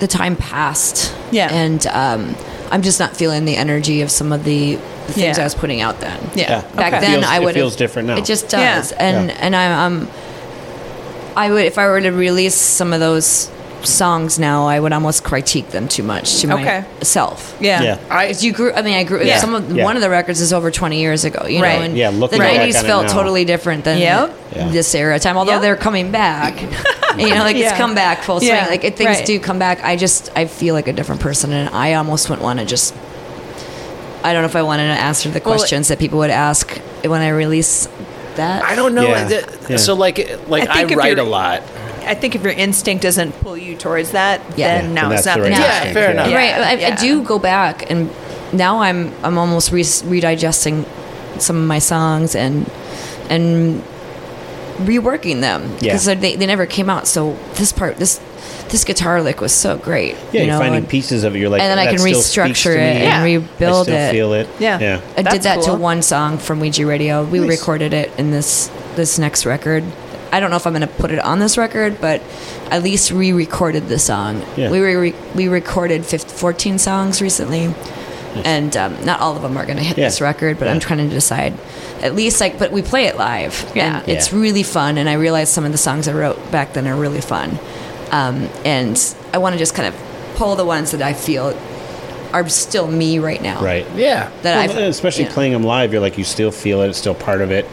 Speaker 3: the time passed.
Speaker 4: Yeah.
Speaker 3: And um, I'm just not feeling the energy of some of the, the things
Speaker 4: Yeah.
Speaker 3: I was putting out then.
Speaker 4: yeah.
Speaker 2: Yeah.
Speaker 3: Back
Speaker 2: Okay.
Speaker 3: then,
Speaker 2: Feels-
Speaker 3: I
Speaker 2: it
Speaker 3: would.
Speaker 2: feels different now.
Speaker 3: It just
Speaker 4: Yeah.
Speaker 3: does, and and I'm, um, I would if I were to release some of those songs now, I would almost critique them too much to
Speaker 4: Okay.
Speaker 3: myself.
Speaker 4: Yeah.
Speaker 2: Yeah.
Speaker 1: I,
Speaker 3: 'Cause you grew. I mean, I grew.
Speaker 4: Yeah.
Speaker 3: Some of
Speaker 2: Yeah.
Speaker 3: one of the records is over twenty years ago. You
Speaker 4: Right.
Speaker 3: know, and
Speaker 2: Yeah, looking
Speaker 3: the
Speaker 2: back
Speaker 3: nineties
Speaker 2: on it
Speaker 3: felt
Speaker 2: now.
Speaker 3: totally different than
Speaker 4: Yep.
Speaker 2: Yeah.
Speaker 3: this era of time. Although
Speaker 4: Yep.
Speaker 3: they're coming back, you know, like
Speaker 4: Yeah.
Speaker 3: it's come back full swing.
Speaker 4: Yeah.
Speaker 3: Like it, things
Speaker 4: Right.
Speaker 3: do come back. I just I feel like a different person, and I almost wouldn't want to just. I don't know if I wanted to answer the
Speaker 4: Well, it-
Speaker 3: questions that people would ask when I release that.
Speaker 1: I don't know.
Speaker 2: Yeah.
Speaker 1: That-
Speaker 2: Yeah.
Speaker 1: So like like
Speaker 4: I
Speaker 1: I,
Speaker 4: think if
Speaker 1: write a
Speaker 4: you're-
Speaker 1: lot.
Speaker 4: I think if your instinct doesn't pull you towards that,
Speaker 3: Yeah.
Speaker 4: then
Speaker 3: Yeah,
Speaker 4: now
Speaker 2: then
Speaker 4: it's
Speaker 2: that's
Speaker 4: not
Speaker 2: the
Speaker 4: the
Speaker 2: right
Speaker 4: time.
Speaker 1: Yeah, fair enough.
Speaker 4: Yeah.
Speaker 3: Right. I, I
Speaker 4: Yeah.
Speaker 3: do go back, and now I'm I'm almost re- redigesting some of my songs and and reworking them
Speaker 2: Yeah.
Speaker 3: because they, they never came out. So this part, this this guitar lick was so great.
Speaker 2: Yeah,
Speaker 3: you
Speaker 2: you're
Speaker 3: know,
Speaker 2: finding
Speaker 3: and-
Speaker 2: pieces of it. You're like,
Speaker 3: and then I
Speaker 2: "That
Speaker 3: can
Speaker 2: still speaks to
Speaker 3: restructure it
Speaker 2: me.
Speaker 3: and
Speaker 2: Yeah.
Speaker 3: rebuild
Speaker 2: I still
Speaker 3: it.
Speaker 2: feel it.
Speaker 4: Yeah.
Speaker 2: yeah.
Speaker 3: I did
Speaker 4: That's
Speaker 3: that
Speaker 4: cool.
Speaker 3: to one song from Ouija Radio. We recorded it in this this next record. I don't know if I'm going to put it on this record, but at least re-recorded the song.
Speaker 2: Yeah.
Speaker 3: We re- we recorded 15, 14 songs recently, and um, not all of them are going to hit
Speaker 2: Yeah.
Speaker 3: this record. But I'm
Speaker 2: Yeah.
Speaker 3: trying to decide, at least like, but we play it live.
Speaker 4: Yeah.
Speaker 3: and it's
Speaker 2: Yeah.
Speaker 3: really fun. And I realized some of the songs I wrote back then are really fun, um, and I want to just kind of pull the ones that I feel are still me right now.
Speaker 2: Right.
Speaker 1: Yeah.
Speaker 3: That
Speaker 2: Well,
Speaker 3: I've
Speaker 2: especially
Speaker 3: yeah.
Speaker 2: playing them live, you're like, you still feel it. It's still part of it.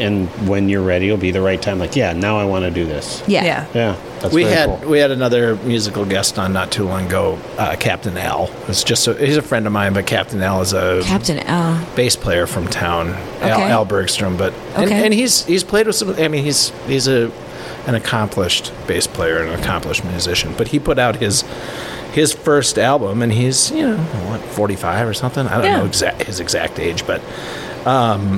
Speaker 2: And when you're ready, it'll be the right time. Like, yeah, now I want to do this.
Speaker 3: Yeah.
Speaker 4: Yeah.
Speaker 2: Yeah. That's
Speaker 1: we
Speaker 2: very
Speaker 1: had
Speaker 2: cool.
Speaker 1: we had another musical guest on not too long ago, uh, Captain Al. It's just a, he's a friend of mine, but Captain Al is a
Speaker 3: Captain Al.
Speaker 1: bass player from town, Al,
Speaker 3: Okay.
Speaker 1: Al Bergstrom. But and,
Speaker 3: Okay.
Speaker 1: and he's he's played with some. I mean, he's he's a an accomplished bass player and an accomplished musician. But he put out his his first album, and he's you know what forty five or something. I don't
Speaker 4: Yeah.
Speaker 1: know exact his exact age, but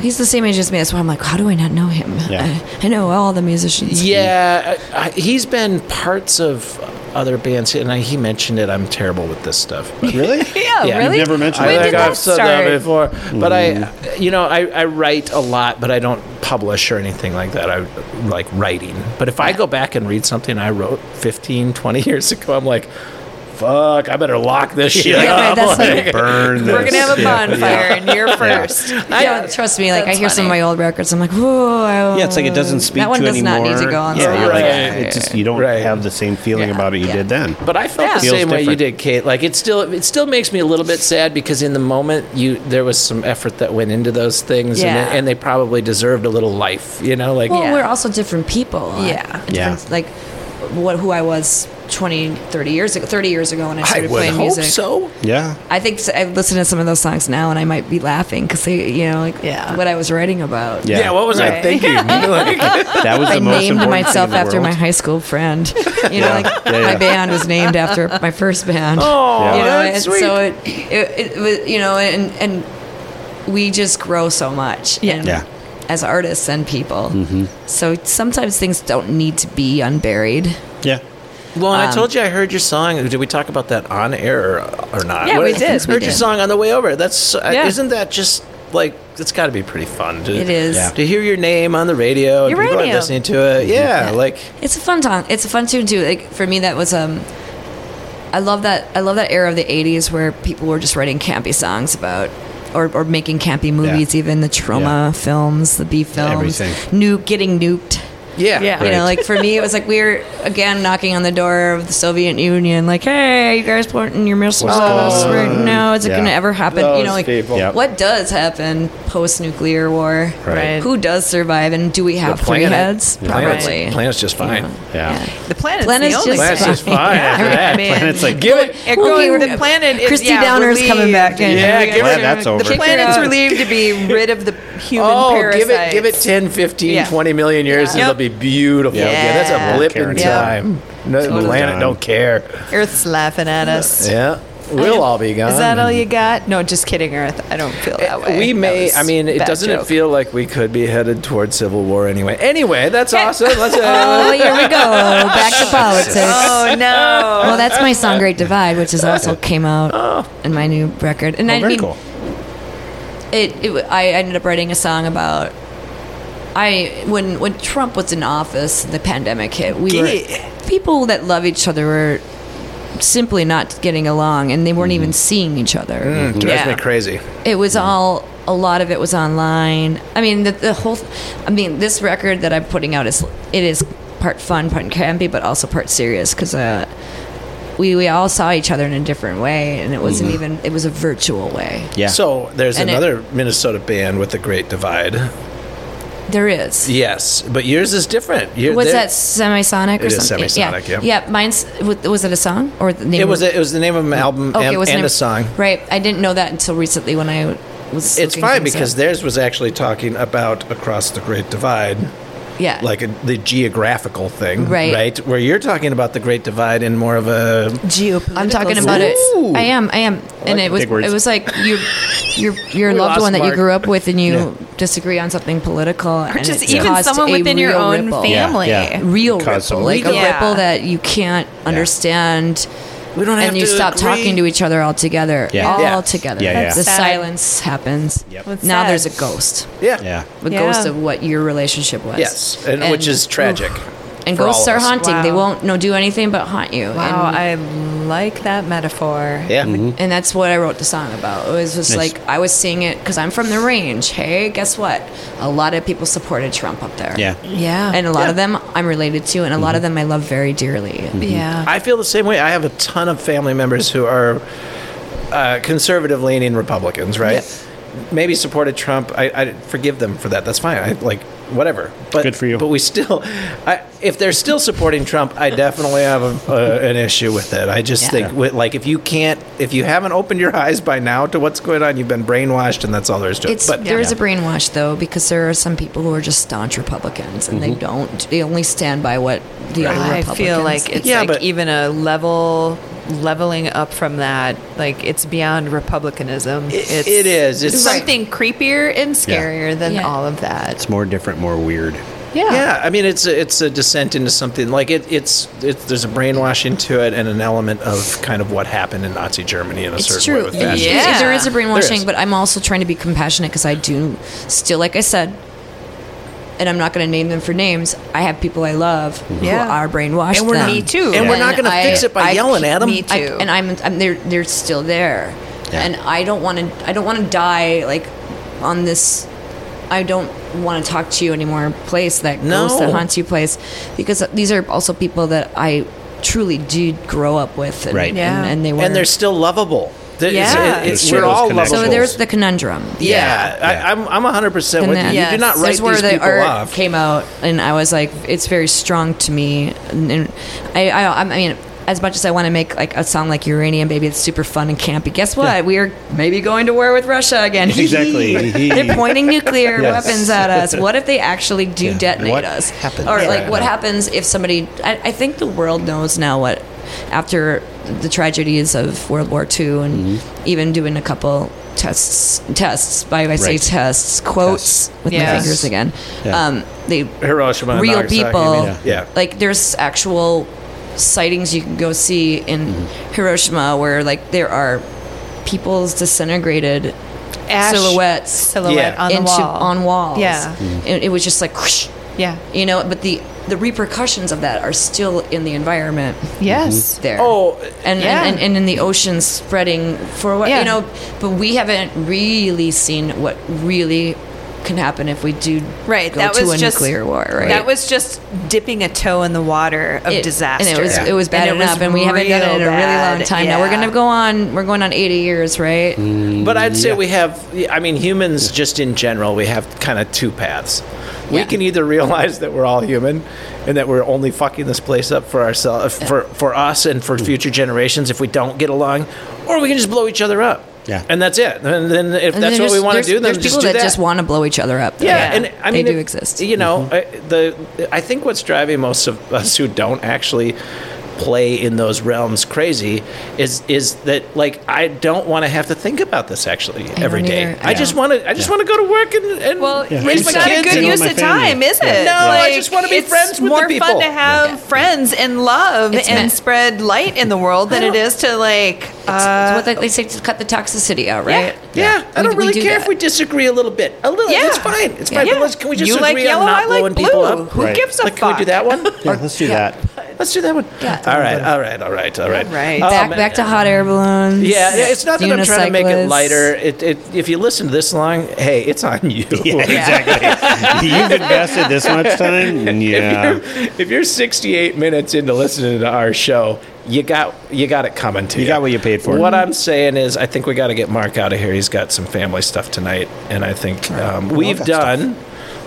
Speaker 3: He's the same age as me. That's why I'm like, how do I not know him?
Speaker 2: Yeah.
Speaker 3: I, I know all the musicians.
Speaker 1: Yeah, I, I, he's been parts of other bands, and I, he mentioned it. I'm terrible with this stuff. but-
Speaker 2: Really?
Speaker 4: Yeah,
Speaker 1: Yeah.
Speaker 4: really?
Speaker 2: You've never mentioned
Speaker 1: I
Speaker 4: When
Speaker 2: it.
Speaker 4: did
Speaker 1: think
Speaker 4: that
Speaker 1: I've said that
Speaker 4: start?
Speaker 1: before, but I,
Speaker 2: Mm-hmm.
Speaker 1: you know, I, I write a lot, but I don't publish or anything like that. I like writing, but if I go back and read something I wrote 15, 20 years ago, I'm like, fuck, I better lock this shit
Speaker 3: Right, right,
Speaker 1: up.
Speaker 3: that's
Speaker 1: Like,
Speaker 3: like-
Speaker 2: Burn this.
Speaker 4: We're gonna have a
Speaker 2: Yeah.
Speaker 4: bonfire, and you're first.
Speaker 3: I, yeah, trust me. Like I
Speaker 4: That's
Speaker 3: hear some of
Speaker 4: funny.
Speaker 3: my old records. I'm like, whoa. I,
Speaker 2: Yeah, it's like it doesn't speak
Speaker 3: That one
Speaker 2: to
Speaker 3: does
Speaker 2: anymore.
Speaker 3: not need to go on.
Speaker 2: yeah,
Speaker 3: Spotify.
Speaker 2: you're like,
Speaker 1: Right.
Speaker 2: it just you don't
Speaker 1: Right.
Speaker 2: have the same feeling
Speaker 3: Yeah.
Speaker 2: about it you
Speaker 3: Yeah.
Speaker 2: did then.
Speaker 1: But I felt the
Speaker 2: Feels
Speaker 1: same way you did,
Speaker 2: different.
Speaker 1: Kate. Like it still, it still makes me a little bit sad because in the moment, you there was some effort that went into those things,
Speaker 3: Yeah.
Speaker 1: and, they, and they probably deserved a little life. You know, like
Speaker 3: well,
Speaker 4: Yeah.
Speaker 3: we're also different people.
Speaker 4: Yeah.
Speaker 3: Different-
Speaker 2: Yeah.
Speaker 3: Like what who I was 20, 30 years ago. 30 years ago when I started playing music.
Speaker 1: so.
Speaker 2: yeah.
Speaker 3: I think s- I listen to some of those songs now, and I might be laughing because they, you know, like
Speaker 4: Yeah.
Speaker 3: what I was writing about.
Speaker 2: Yeah.
Speaker 1: Yeah, what was I
Speaker 4: Right.
Speaker 1: thinking? Like-
Speaker 2: That was
Speaker 3: I
Speaker 2: the most
Speaker 3: named
Speaker 2: important
Speaker 3: myself
Speaker 2: thing in the
Speaker 3: after
Speaker 2: world.
Speaker 3: my high school friend. You know,
Speaker 2: Yeah.
Speaker 3: like
Speaker 2: Yeah, yeah.
Speaker 3: my band was named after my first band. Oh,
Speaker 2: Yeah.
Speaker 3: you know,
Speaker 1: that's
Speaker 3: and so
Speaker 1: sweet.
Speaker 3: it, it, it was, you know, and and we just grow so much.
Speaker 4: Yeah.
Speaker 3: and-
Speaker 2: Yeah. Mm-hmm.
Speaker 3: As artists and people, so sometimes things don't need to be unburied.
Speaker 2: Yeah.
Speaker 1: well,
Speaker 4: Um,
Speaker 1: I told you I heard your song. Did we talk about that on air or, or not?
Speaker 4: Yeah, we
Speaker 1: I
Speaker 4: did.
Speaker 1: Heard
Speaker 4: We
Speaker 1: your
Speaker 3: did.
Speaker 1: song on the way over. That's uh,
Speaker 4: Yeah.
Speaker 1: isn't that just like it's got to be pretty fun. To,
Speaker 3: It is. Yeah.
Speaker 1: to hear your name on the radio and
Speaker 4: Your
Speaker 1: people are
Speaker 4: radio.
Speaker 1: listening to it. Yeah, like
Speaker 3: It's a fun song. It's a fun tune too. Like for me, that was um, I love that. I love that era of the '80s where people were just writing campy songs about, or, or making campy movies. Even the trauma
Speaker 2: Yeah.
Speaker 3: films, the B films,
Speaker 2: Everything.
Speaker 3: new getting nuked.
Speaker 1: yeah,
Speaker 4: Yeah.
Speaker 3: You
Speaker 2: Right.
Speaker 3: know, like for me, it was like we were again knocking on the door of the Soviet Union, like, "Hey, you guys pointing your missiles at us right now? Is it
Speaker 2: Yeah.
Speaker 3: going to ever happen?" you
Speaker 1: Those
Speaker 3: know, like
Speaker 1: people.
Speaker 2: Yep.
Speaker 3: what does happen post nuclear war?
Speaker 2: Right.
Speaker 3: Who does survive, and do we have three
Speaker 1: planet.
Speaker 3: heads?
Speaker 1: The planet's,
Speaker 3: Probably.
Speaker 1: planet's just fine.
Speaker 2: Yeah.
Speaker 4: The planet's,
Speaker 3: Planet's
Speaker 4: the only
Speaker 3: just
Speaker 1: Planet's
Speaker 4: thing.
Speaker 1: just fine. After that.
Speaker 4: I mean,
Speaker 2: Planet's like,
Speaker 1: Give it.
Speaker 4: it
Speaker 3: We'll
Speaker 4: going-
Speaker 3: give-
Speaker 4: the planet is
Speaker 3: Christy
Speaker 4: yeah,
Speaker 3: Downer's
Speaker 4: relieved.
Speaker 3: coming back in.
Speaker 1: Yeah, give
Speaker 2: Glad
Speaker 1: it.
Speaker 2: that's over.
Speaker 4: The
Speaker 3: Kick her
Speaker 4: planet's
Speaker 3: out.
Speaker 4: relieved to be rid of the human
Speaker 1: Oh,
Speaker 4: parasites.
Speaker 1: give it, give it 10, 15,
Speaker 4: Yeah.
Speaker 1: 20 million years,
Speaker 4: Yeah.
Speaker 1: and it'll be beautiful.
Speaker 4: Yeah.
Speaker 1: Yeah, that's a blip
Speaker 2: Karen.
Speaker 1: in
Speaker 2: Yeah.
Speaker 1: time. No, the planet
Speaker 2: done.
Speaker 1: don't care.
Speaker 4: Earth's laughing at us.
Speaker 1: Yeah, we'll all be gone.
Speaker 4: Is that all you got? No, just kidding, Earth. I don't feel that way.
Speaker 1: We
Speaker 4: That
Speaker 1: may.
Speaker 4: was
Speaker 1: I mean,
Speaker 4: a
Speaker 1: it
Speaker 4: bad
Speaker 1: doesn't
Speaker 4: joke.
Speaker 1: it feel like we could be headed toward civil war anyway. Anyway, that's awesome. Let's.
Speaker 3: Oh,
Speaker 1: Uh,
Speaker 3: here we go. Back to politics.
Speaker 4: Oh no!
Speaker 3: Well, that's my song "Great Divide," which is also came out in my new record, and I
Speaker 2: Oh. very
Speaker 3: mean,
Speaker 2: cool.
Speaker 3: it, it. w- I ended up writing a song about. I when when Trump was in office, the pandemic hit. We were people that love each other were simply not getting along, and they weren't
Speaker 2: Mm-hmm.
Speaker 3: even seeing each other.
Speaker 1: drives
Speaker 4: Yeah.
Speaker 1: me crazy.
Speaker 3: It was all a lot of it was online. I mean, the, the whole. I mean, this record that I'm putting out is it is part fun, part campy, but also part serious because uh, we we all saw each other in a different way, and it wasn't
Speaker 1: Mm-hmm.
Speaker 3: even it was a virtual way.
Speaker 2: Yeah.
Speaker 1: So there's
Speaker 3: And it-
Speaker 1: another Minnesota band with the Great Divide.
Speaker 3: There is.
Speaker 1: Yes, but yours is different. Your-
Speaker 3: Was
Speaker 1: their-
Speaker 3: that semisonic or
Speaker 1: It is
Speaker 3: something?
Speaker 1: Semisonic,
Speaker 3: Yeah.
Speaker 1: yeah.
Speaker 3: Yeah. Mine's wa- was it a song or the name?
Speaker 1: It was.
Speaker 3: of-
Speaker 1: A, it was the name of an album
Speaker 3: okay. it
Speaker 1: and,
Speaker 3: was the
Speaker 1: and
Speaker 3: name-
Speaker 1: a song.
Speaker 3: Right. I didn't know that until recently when I was.
Speaker 1: It's
Speaker 3: looking
Speaker 1: fine
Speaker 3: things
Speaker 1: because
Speaker 3: up.
Speaker 1: theirs was actually talking about across the Great Divide.
Speaker 3: Yeah.
Speaker 1: like a, the geographical thing,
Speaker 3: Right.
Speaker 1: Right, where you're talking about the Great Divide in more of a
Speaker 4: Geopolitical.
Speaker 3: I'm talking about it.
Speaker 1: Ooh.
Speaker 3: I am. I am. And it was.
Speaker 2: big words.
Speaker 3: It was like you, your your
Speaker 1: We
Speaker 3: loved
Speaker 1: lost
Speaker 3: one that you
Speaker 1: Mark.
Speaker 3: grew up with, and you disagree on something political,
Speaker 4: Or
Speaker 3: and
Speaker 4: just
Speaker 3: it's
Speaker 4: even
Speaker 3: caused
Speaker 4: someone
Speaker 3: a
Speaker 4: within your
Speaker 3: real
Speaker 4: own
Speaker 3: ripple.
Speaker 4: family.
Speaker 2: Yeah.
Speaker 3: Real
Speaker 2: Caused some
Speaker 3: ripple, like a
Speaker 4: legal- Yeah.
Speaker 3: ripple that you can't understand.
Speaker 1: We don't have
Speaker 3: and you
Speaker 1: to
Speaker 3: stop
Speaker 1: agree.
Speaker 3: talking to each other altogether.
Speaker 2: Yeah.
Speaker 3: All
Speaker 1: Yeah.
Speaker 3: together.
Speaker 2: Yeah, yeah.
Speaker 3: The
Speaker 4: That's sad.
Speaker 3: silence happens.
Speaker 4: That's
Speaker 3: Now
Speaker 4: sad.
Speaker 3: there's a ghost.
Speaker 1: yeah,
Speaker 2: Yeah.
Speaker 3: A
Speaker 4: Yeah.
Speaker 3: ghost of what your relationship was.
Speaker 1: yes, and, which is tragic.
Speaker 3: And
Speaker 1: for all
Speaker 3: ghosts
Speaker 1: of
Speaker 3: are
Speaker 1: us.
Speaker 3: haunting. They
Speaker 4: Wow.
Speaker 3: won't no do anything but haunt you.
Speaker 4: Wow,
Speaker 3: And
Speaker 4: I like that metaphor.
Speaker 1: Yeah,
Speaker 2: Mm-hmm.
Speaker 3: and that's what I wrote the song about. It was just
Speaker 2: Nice.
Speaker 3: like I was seeing it because I'm from the range. Hey, guess what? A lot of people supported Trump up there.
Speaker 2: Yeah. Mm-hmm.
Speaker 4: Yeah.
Speaker 3: and a lot of them I'm related to, and a lot of them I love very dearly.
Speaker 4: yeah.
Speaker 1: I feel the same way. I have a ton of family members who are uh, conservative leaning Republicans, right? Maybe supported Trump. I, I forgive them for that. That's fine. I like whatever. But
Speaker 2: Good for you.
Speaker 1: But we still, I, if they're still supporting Trump, I definitely have a, uh, an issue with it. I just
Speaker 3: Yeah.
Speaker 1: think with, like if you can't, if you haven't opened your eyes by now to what's going on, you've been brainwashed, and that's all there is to it.
Speaker 3: It's
Speaker 1: but
Speaker 3: there is a brainwash though because there are some people who are just staunch Republicans and
Speaker 2: Mm-hmm.
Speaker 3: they don't they only stand by what the other
Speaker 4: I
Speaker 3: Republicans.
Speaker 4: feel like it's
Speaker 1: Yeah,
Speaker 4: like
Speaker 1: but-
Speaker 4: even a level leveling up from that. Like it's beyond republicanism. it's,
Speaker 1: it is. It's-
Speaker 4: something creepier and scarier than
Speaker 3: Yeah.
Speaker 4: all of that.
Speaker 2: It's more different, more weird.
Speaker 4: Yeah.
Speaker 1: Yeah, I mean it's a, it's a descent into something like it. It's it's there's a brainwashing to it and an element of kind of what happened in Nazi Germany in a
Speaker 3: It's
Speaker 1: certain way
Speaker 3: true.
Speaker 1: with fascism.
Speaker 4: Yeah.
Speaker 3: There is a brainwashing,
Speaker 1: There is.
Speaker 3: but I'm also trying to be compassionate because I do still, like I said, and I'm not going to name them for names. I have people I love
Speaker 4: Yeah.
Speaker 3: who are brainwashed.
Speaker 4: And we're
Speaker 3: them.
Speaker 4: me too.
Speaker 1: And we're not gonna
Speaker 3: I-
Speaker 1: fix it by
Speaker 3: I-
Speaker 1: yelling at 'em.
Speaker 3: me
Speaker 4: Me
Speaker 3: I-
Speaker 4: too.
Speaker 3: and I'm, I'm they're they're still there, and I don't want to. I don't want to die like on this. I don't want to talk to you anymore. Place that
Speaker 1: No.
Speaker 3: ghost that haunts you. Place because these are also people that I truly did grow up with. And,
Speaker 2: Right.
Speaker 3: And,
Speaker 4: Yeah.
Speaker 3: and they were.
Speaker 1: and they're still lovable. There- it's-
Speaker 4: Yeah.
Speaker 1: it- it's-
Speaker 2: There's
Speaker 1: we're
Speaker 2: still
Speaker 1: all
Speaker 2: those connections.
Speaker 1: lovable.
Speaker 3: So there's the conundrum.
Speaker 1: yeah, I, I'm I'm 100 percent
Speaker 3: And
Speaker 1: with
Speaker 3: then-
Speaker 1: you. You
Speaker 4: Yes.
Speaker 1: do not write
Speaker 3: That's
Speaker 1: these
Speaker 3: where the
Speaker 1: people
Speaker 3: art
Speaker 1: off.
Speaker 3: came out, and I was like, it's very strong to me. And, and I, I, I mean, as much as I want to make like a song like Uranium Baby, it's super fun and campy. Guess what? We are maybe going to war with Russia again.
Speaker 2: Exactly.
Speaker 3: They're pointing nuclear
Speaker 2: Yes.
Speaker 3: weapons at us. What if they actually do detonate
Speaker 2: What
Speaker 3: us?
Speaker 2: happens?
Speaker 3: Or
Speaker 2: Yeah.
Speaker 3: like, what
Speaker 2: Right.
Speaker 3: happens if somebody? I, I think the world knows now what after the tragedies of World War II and
Speaker 1: Mm-hmm.
Speaker 3: even doing a couple tests tests by I say
Speaker 2: Right.
Speaker 3: tests quotes with my
Speaker 4: Yes.
Speaker 3: fingers again.
Speaker 2: Yeah.
Speaker 3: Um, they
Speaker 1: Hiroshima, and
Speaker 3: real
Speaker 1: Nagasaki,
Speaker 3: people.
Speaker 1: I mean, yeah.
Speaker 3: Like there's actual sightings you can go see in
Speaker 2: Mm-hmm.
Speaker 3: Hiroshima where like there are people's disintegrated
Speaker 4: Ash
Speaker 3: silhouettes
Speaker 4: silhouette
Speaker 1: Yeah.
Speaker 4: on the
Speaker 3: into
Speaker 4: wall.
Speaker 3: on walls.
Speaker 4: Yeah.
Speaker 2: Mm-hmm.
Speaker 3: And it was just like, whoosh,
Speaker 4: Yeah.
Speaker 3: you know. But the the repercussions of that are still in the environment
Speaker 4: Yes.
Speaker 3: there.
Speaker 1: Oh,
Speaker 3: and,
Speaker 4: yeah.
Speaker 3: and, and in the ocean spreading for what
Speaker 4: Yeah.
Speaker 3: you know. But we haven't really seen what really can happen if we do
Speaker 4: Right.
Speaker 3: go
Speaker 4: that
Speaker 3: to
Speaker 4: was
Speaker 3: a
Speaker 4: just
Speaker 3: nuclear war. Right.
Speaker 4: That was just dipping a toe in the water of
Speaker 3: It-
Speaker 4: disaster.
Speaker 3: And it was it was bad
Speaker 4: it
Speaker 3: enough, and we haven't done it in a
Speaker 4: real
Speaker 3: really
Speaker 4: bad.
Speaker 3: long time. Now we're
Speaker 4: Yeah.
Speaker 3: gonna go on. We're going on 80 years, right?
Speaker 1: But I'd say we have, I mean, humans just in general, we have kind of two paths. We
Speaker 3: Yeah.
Speaker 1: can either realize that we're all human and that we're only fucking this place up for ourselves, for, for us and
Speaker 3: Hmm.
Speaker 1: for future generations if we don't get along, or we can just blow each other up.
Speaker 2: Yeah.
Speaker 1: And that's it. And then if
Speaker 3: And
Speaker 1: that's what
Speaker 3: then
Speaker 1: we
Speaker 3: there's-
Speaker 1: want to
Speaker 3: there's-
Speaker 1: do, then
Speaker 3: there's
Speaker 1: just
Speaker 3: people
Speaker 1: do
Speaker 3: that,
Speaker 1: that.
Speaker 3: just want to blow each other up. though.
Speaker 1: Yeah, and I mean,
Speaker 3: they do
Speaker 1: it-
Speaker 3: exist.
Speaker 1: You know, I-
Speaker 3: Mm-hmm.
Speaker 1: the I think what's driving most of us who don't actually play in those realms crazy is is that like I don't want to have to think about this actually every
Speaker 3: don't
Speaker 1: day.
Speaker 3: either.
Speaker 1: I
Speaker 3: Yeah.
Speaker 1: just want to I just want to go to work and, and
Speaker 4: Well,
Speaker 1: raise
Speaker 4: it's
Speaker 1: my
Speaker 4: not a
Speaker 1: kids
Speaker 4: good
Speaker 1: and-
Speaker 4: use
Speaker 2: my
Speaker 4: of
Speaker 2: family.
Speaker 4: time, is it?
Speaker 1: No, I just wanna be
Speaker 4: it's
Speaker 1: friends with the
Speaker 4: more fun
Speaker 1: people.
Speaker 4: to have friends and love
Speaker 3: It's
Speaker 4: and
Speaker 3: meant-
Speaker 4: spread light in the world than it is to like.
Speaker 3: It's
Speaker 4: Uh,
Speaker 3: what they, they say to cut the toxicity out, right?
Speaker 1: Yeah, I
Speaker 3: We-
Speaker 1: don't
Speaker 3: we
Speaker 1: really
Speaker 3: do
Speaker 1: care
Speaker 3: that.
Speaker 1: if we disagree a little bit. A little,
Speaker 4: Yeah.
Speaker 1: it's fine. It's fine.
Speaker 4: Yeah.
Speaker 1: But let's, can we just
Speaker 4: You
Speaker 1: agree
Speaker 4: like yellow,
Speaker 1: on not
Speaker 4: I like
Speaker 1: blowing people
Speaker 4: blue.
Speaker 1: up?
Speaker 4: Who Right. gives a
Speaker 1: like, Can we do
Speaker 4: fuck?
Speaker 1: that one?
Speaker 2: Yeah, let's do that.
Speaker 1: Let's do that one. All right. All right. All right. All right.
Speaker 4: Right.
Speaker 1: Oh,
Speaker 3: Back
Speaker 1: man.
Speaker 3: back to hot air balloons.
Speaker 1: Yeah, it's not that I'm trying to make it
Speaker 3: unicyclists.
Speaker 1: lighter. It, it, if you listen to this long, hey, it's on you.
Speaker 2: Yeah, exactly. You've invested this much time. Yeah.
Speaker 1: If, you're, if you're 68 minutes into listening to our show, you got you got it coming to you.
Speaker 2: You got what you paid for.
Speaker 1: What I'm saying is, I think we got to get Mark out of here. He's got some family stuff tonight, and I think um, we've
Speaker 2: got
Speaker 1: done.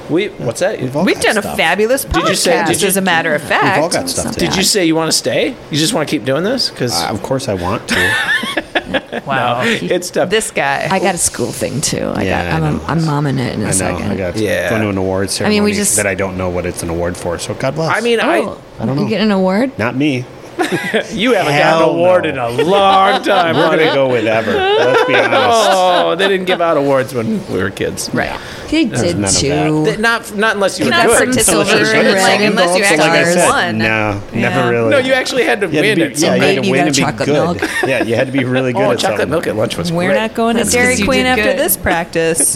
Speaker 1: We what's that?
Speaker 2: We've all
Speaker 4: we've
Speaker 2: got
Speaker 4: done a
Speaker 2: stuff.
Speaker 4: fabulous podcast.
Speaker 1: Did you say- did you-
Speaker 4: as a matter of fact,
Speaker 2: We've all got stuff. to
Speaker 1: Did
Speaker 2: do.
Speaker 1: you say you want to stay? You just want to keep doing this? Because
Speaker 2: Uh, of course, I want to.
Speaker 10: Wow.
Speaker 1: It's tough.
Speaker 10: This guy.
Speaker 3: I got a school thing too. I
Speaker 2: Yeah,
Speaker 3: got.
Speaker 2: I
Speaker 3: I'm,
Speaker 2: know.
Speaker 3: I'm momming it in a
Speaker 2: I know.
Speaker 3: second.
Speaker 2: I got
Speaker 1: Yeah.
Speaker 2: going to an award
Speaker 3: mean, we
Speaker 2: ceremony
Speaker 3: just-
Speaker 2: that I don't know what it's an award for. So God bless.
Speaker 1: I mean,
Speaker 3: Oh,
Speaker 1: I
Speaker 2: I don't
Speaker 3: you
Speaker 2: know.
Speaker 3: get an award?
Speaker 2: not me.
Speaker 1: you haven't
Speaker 2: Hell
Speaker 1: gotten an award
Speaker 2: no.
Speaker 1: in a long time.
Speaker 2: We're gonna
Speaker 1: honey.
Speaker 2: go with ever. Let's be honest.
Speaker 1: Oh, they didn't give out awards when we were kids.
Speaker 3: Right. They did
Speaker 2: none of
Speaker 3: too.
Speaker 1: Th- Not not unless you were
Speaker 10: Not
Speaker 1: good.
Speaker 10: some
Speaker 3: Unless
Speaker 10: silver,
Speaker 3: you should've
Speaker 10: like,
Speaker 3: sung.
Speaker 10: unless you
Speaker 3: So,
Speaker 10: actually
Speaker 3: like I said,
Speaker 10: won.
Speaker 2: No, never really.
Speaker 1: No, you actually had to
Speaker 2: You
Speaker 1: win
Speaker 2: had to
Speaker 1: at
Speaker 2: be, yeah,
Speaker 1: some
Speaker 2: you had
Speaker 3: Maybe
Speaker 2: to
Speaker 3: you
Speaker 2: win
Speaker 3: got
Speaker 2: and be
Speaker 3: chocolate
Speaker 2: good.
Speaker 3: milk.
Speaker 2: Yeah, you had to be really good
Speaker 1: Oh,
Speaker 2: at
Speaker 1: chocolate
Speaker 2: something.
Speaker 1: milk at lunch was
Speaker 4: We're
Speaker 1: great.
Speaker 4: not going to
Speaker 10: That's 'cause
Speaker 4: Dairy
Speaker 10: you
Speaker 4: Queen
Speaker 10: did
Speaker 4: after
Speaker 10: good.
Speaker 4: this practice.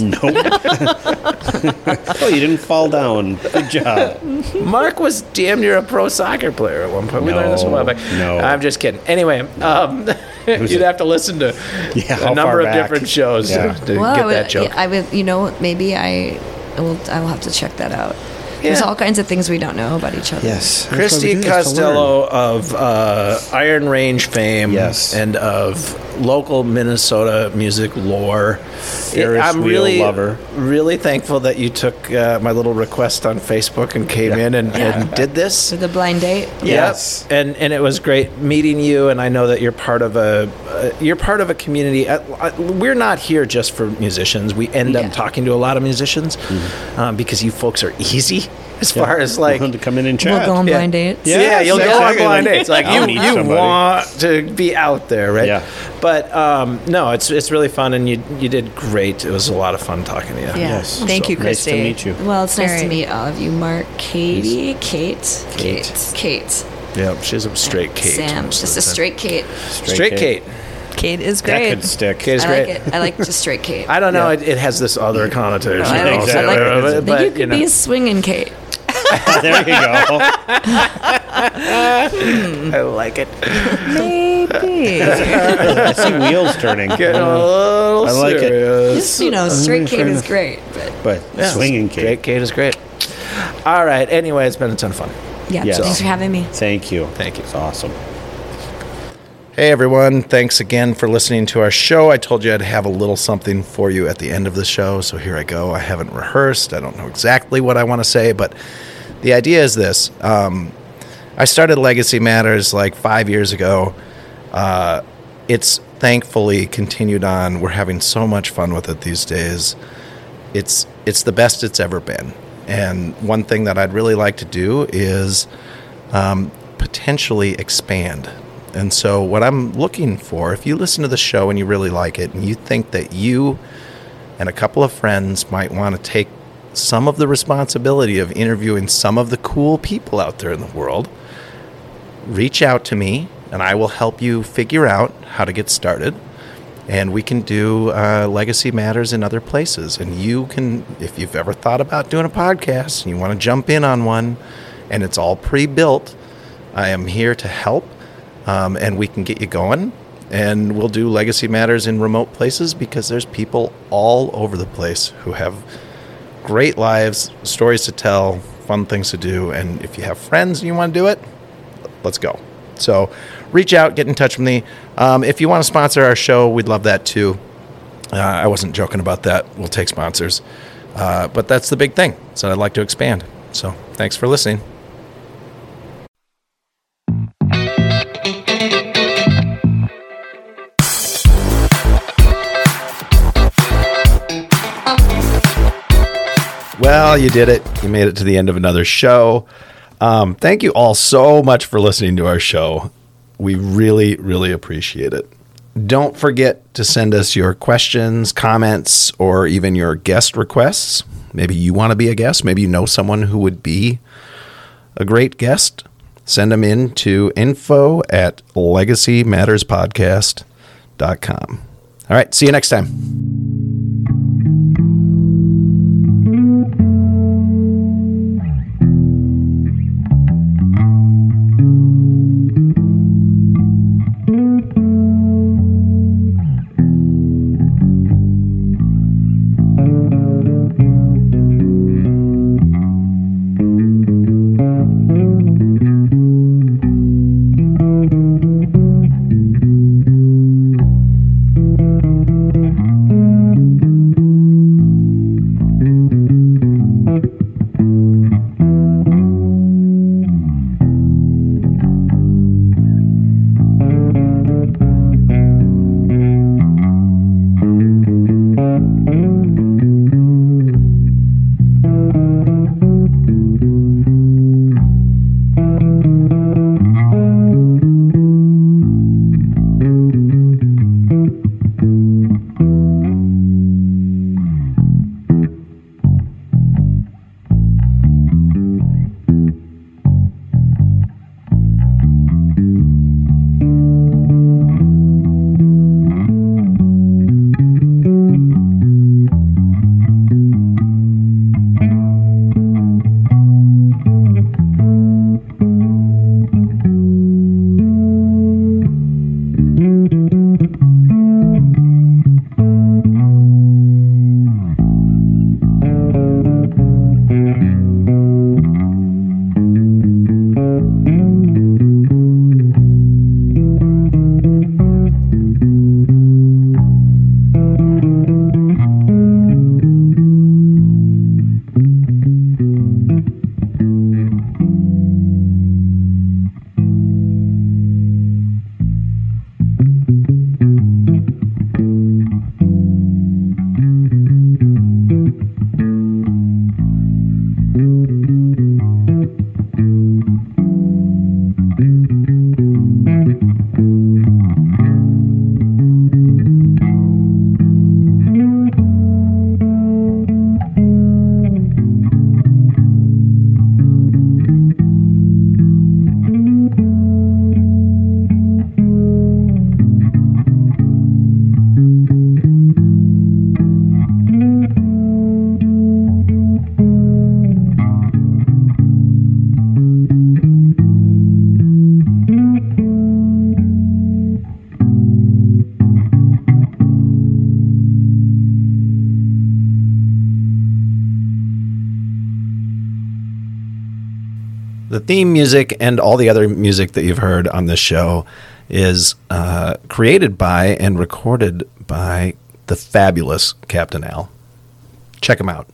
Speaker 2: Oh, you didn't fall down. Good job.
Speaker 1: Mark was damn near a pro soccer player at one point. We learned this a while back.
Speaker 2: No, no.
Speaker 1: I'm just kidding. Anyway, um, you'd
Speaker 2: it?
Speaker 1: have to listen to
Speaker 2: Yeah,
Speaker 1: a
Speaker 2: how
Speaker 1: number
Speaker 2: far
Speaker 1: of
Speaker 2: back?
Speaker 1: different shows to-
Speaker 2: Yeah.
Speaker 1: to
Speaker 3: Well, I
Speaker 1: get
Speaker 3: would,
Speaker 1: that joke.
Speaker 3: yeah, I would, you know, maybe I I will. I will have to check that out. There's
Speaker 1: Yeah.
Speaker 3: all kinds of things we don't know about each other.
Speaker 2: Yes,
Speaker 1: Christy Costello of uh, Iron Range fame
Speaker 2: Yes.
Speaker 1: and of local Minnesota music lore.
Speaker 2: Ferris wheel
Speaker 1: really,
Speaker 2: lover.
Speaker 1: really thankful that you took uh, my little request on Facebook and came in and, and did this.
Speaker 3: So the blind date.
Speaker 1: Yes,
Speaker 2: Yes.
Speaker 1: and and it was great meeting you, and I know that you're part of a uh, you're part of a community. Uh, uh, we're not here just for musicians. We end
Speaker 3: Yeah.
Speaker 1: up talking to a lot of musicians
Speaker 2: Mm-hmm.
Speaker 1: um, because you folks are easy as far as like
Speaker 2: to come in and
Speaker 3: We'll
Speaker 2: chat.
Speaker 3: go on
Speaker 1: Yeah.
Speaker 3: blind dates.
Speaker 1: yeah,
Speaker 2: Yeah,
Speaker 1: you'll go on
Speaker 2: exactly.
Speaker 1: blind dates. Like
Speaker 2: I'll
Speaker 1: you,
Speaker 2: meet
Speaker 1: you
Speaker 2: somebody.
Speaker 1: want to be out there, right?
Speaker 2: Yeah.
Speaker 1: But um, no, it's it's really fun, and you you did great. It was a lot of fun talking to you.
Speaker 3: Yeah.
Speaker 2: Yes.
Speaker 4: Thank you,
Speaker 2: Nice
Speaker 4: Christy.
Speaker 2: to meet you.
Speaker 3: Well, it's nice
Speaker 4: Very.
Speaker 3: to meet all of you, Mark, Katie, Kate,
Speaker 1: Kate.
Speaker 3: Kate, Kate,
Speaker 1: Yeah, she's a straight Kate.
Speaker 3: Sam,
Speaker 1: most of
Speaker 3: just
Speaker 1: the
Speaker 3: a
Speaker 1: time.
Speaker 3: straight Kate.
Speaker 1: straight Kate.
Speaker 4: Kate is
Speaker 2: That
Speaker 4: great.
Speaker 2: could stick.
Speaker 1: Kate is
Speaker 3: I like
Speaker 1: great.
Speaker 3: it. I like just straight Kate.
Speaker 1: I don't know. It, it has this other connotation.
Speaker 3: I like- I
Speaker 1: also,
Speaker 3: like it.
Speaker 1: but,
Speaker 3: But you could
Speaker 1: know.
Speaker 3: be a swinging Kate.
Speaker 2: there you go.
Speaker 1: I like it.
Speaker 4: Maybe.
Speaker 2: I see wheels turning.
Speaker 1: Get a little
Speaker 2: Mm. I like it.
Speaker 1: serious.
Speaker 3: Just, you know, straight Kate is great. But
Speaker 2: But swinging
Speaker 1: Straight
Speaker 2: Kate.
Speaker 1: Kate is great. All right. Anyway, it's been a ton of fun.
Speaker 3: yeah,
Speaker 2: Yes.
Speaker 3: thanks for having me.
Speaker 2: Thank you.
Speaker 1: Thank you.
Speaker 2: It's awesome.
Speaker 6: Hey everyone, thanks again for listening to our show. I told you I'd have a little something for you at the end of the show, so here I go. I haven't rehearsed, I don't know exactly what I want to say, but the idea is this. Um, I started Legacy Matters like five years ago. Uh, it's thankfully continued on. We're having so much fun with it these days it's it's the best it's ever been. And one thing that I'd really like to do is um, potentially expand. And so, what I'm looking for, if you listen to the show and you really like it, and you think that you and a couple of friends might want to take some of the responsibility of interviewing some of the cool people out there in the world, reach out to me and I will help you figure out how to get started and we can do uh, legacy matters in other places and you can if you've ever thought about doing a podcast and you want to jump in on one and it's all pre-built i am here to help um, and we can get you going and we'll do legacy matters in remote places because there's people all over the place who have great lives stories to tell fun things to do and if you have friends and you want to do it let's go. So reach out, get in touch with me. Um, if you want to sponsor our show, we'd love that too. Uh, I wasn't joking about that. We'll take sponsors. Uh, but that's the big thing. So I'd like to expand. So thanks for listening. Well, you did it. You made it to the end of another show. Um, thank you all so much for listening to our show. We really, really appreciate it. Don't forget to send us your questions, comments, or even your guest requests. Maybe you want to be a guest. Maybe you know someone who would be a great guest. Send them in to info at legacymatterspodcast.com. All right. See you next time. The theme music and all the other music that you've heard on this show is uh, created by and recorded by the fabulous Captain Al. Check him out.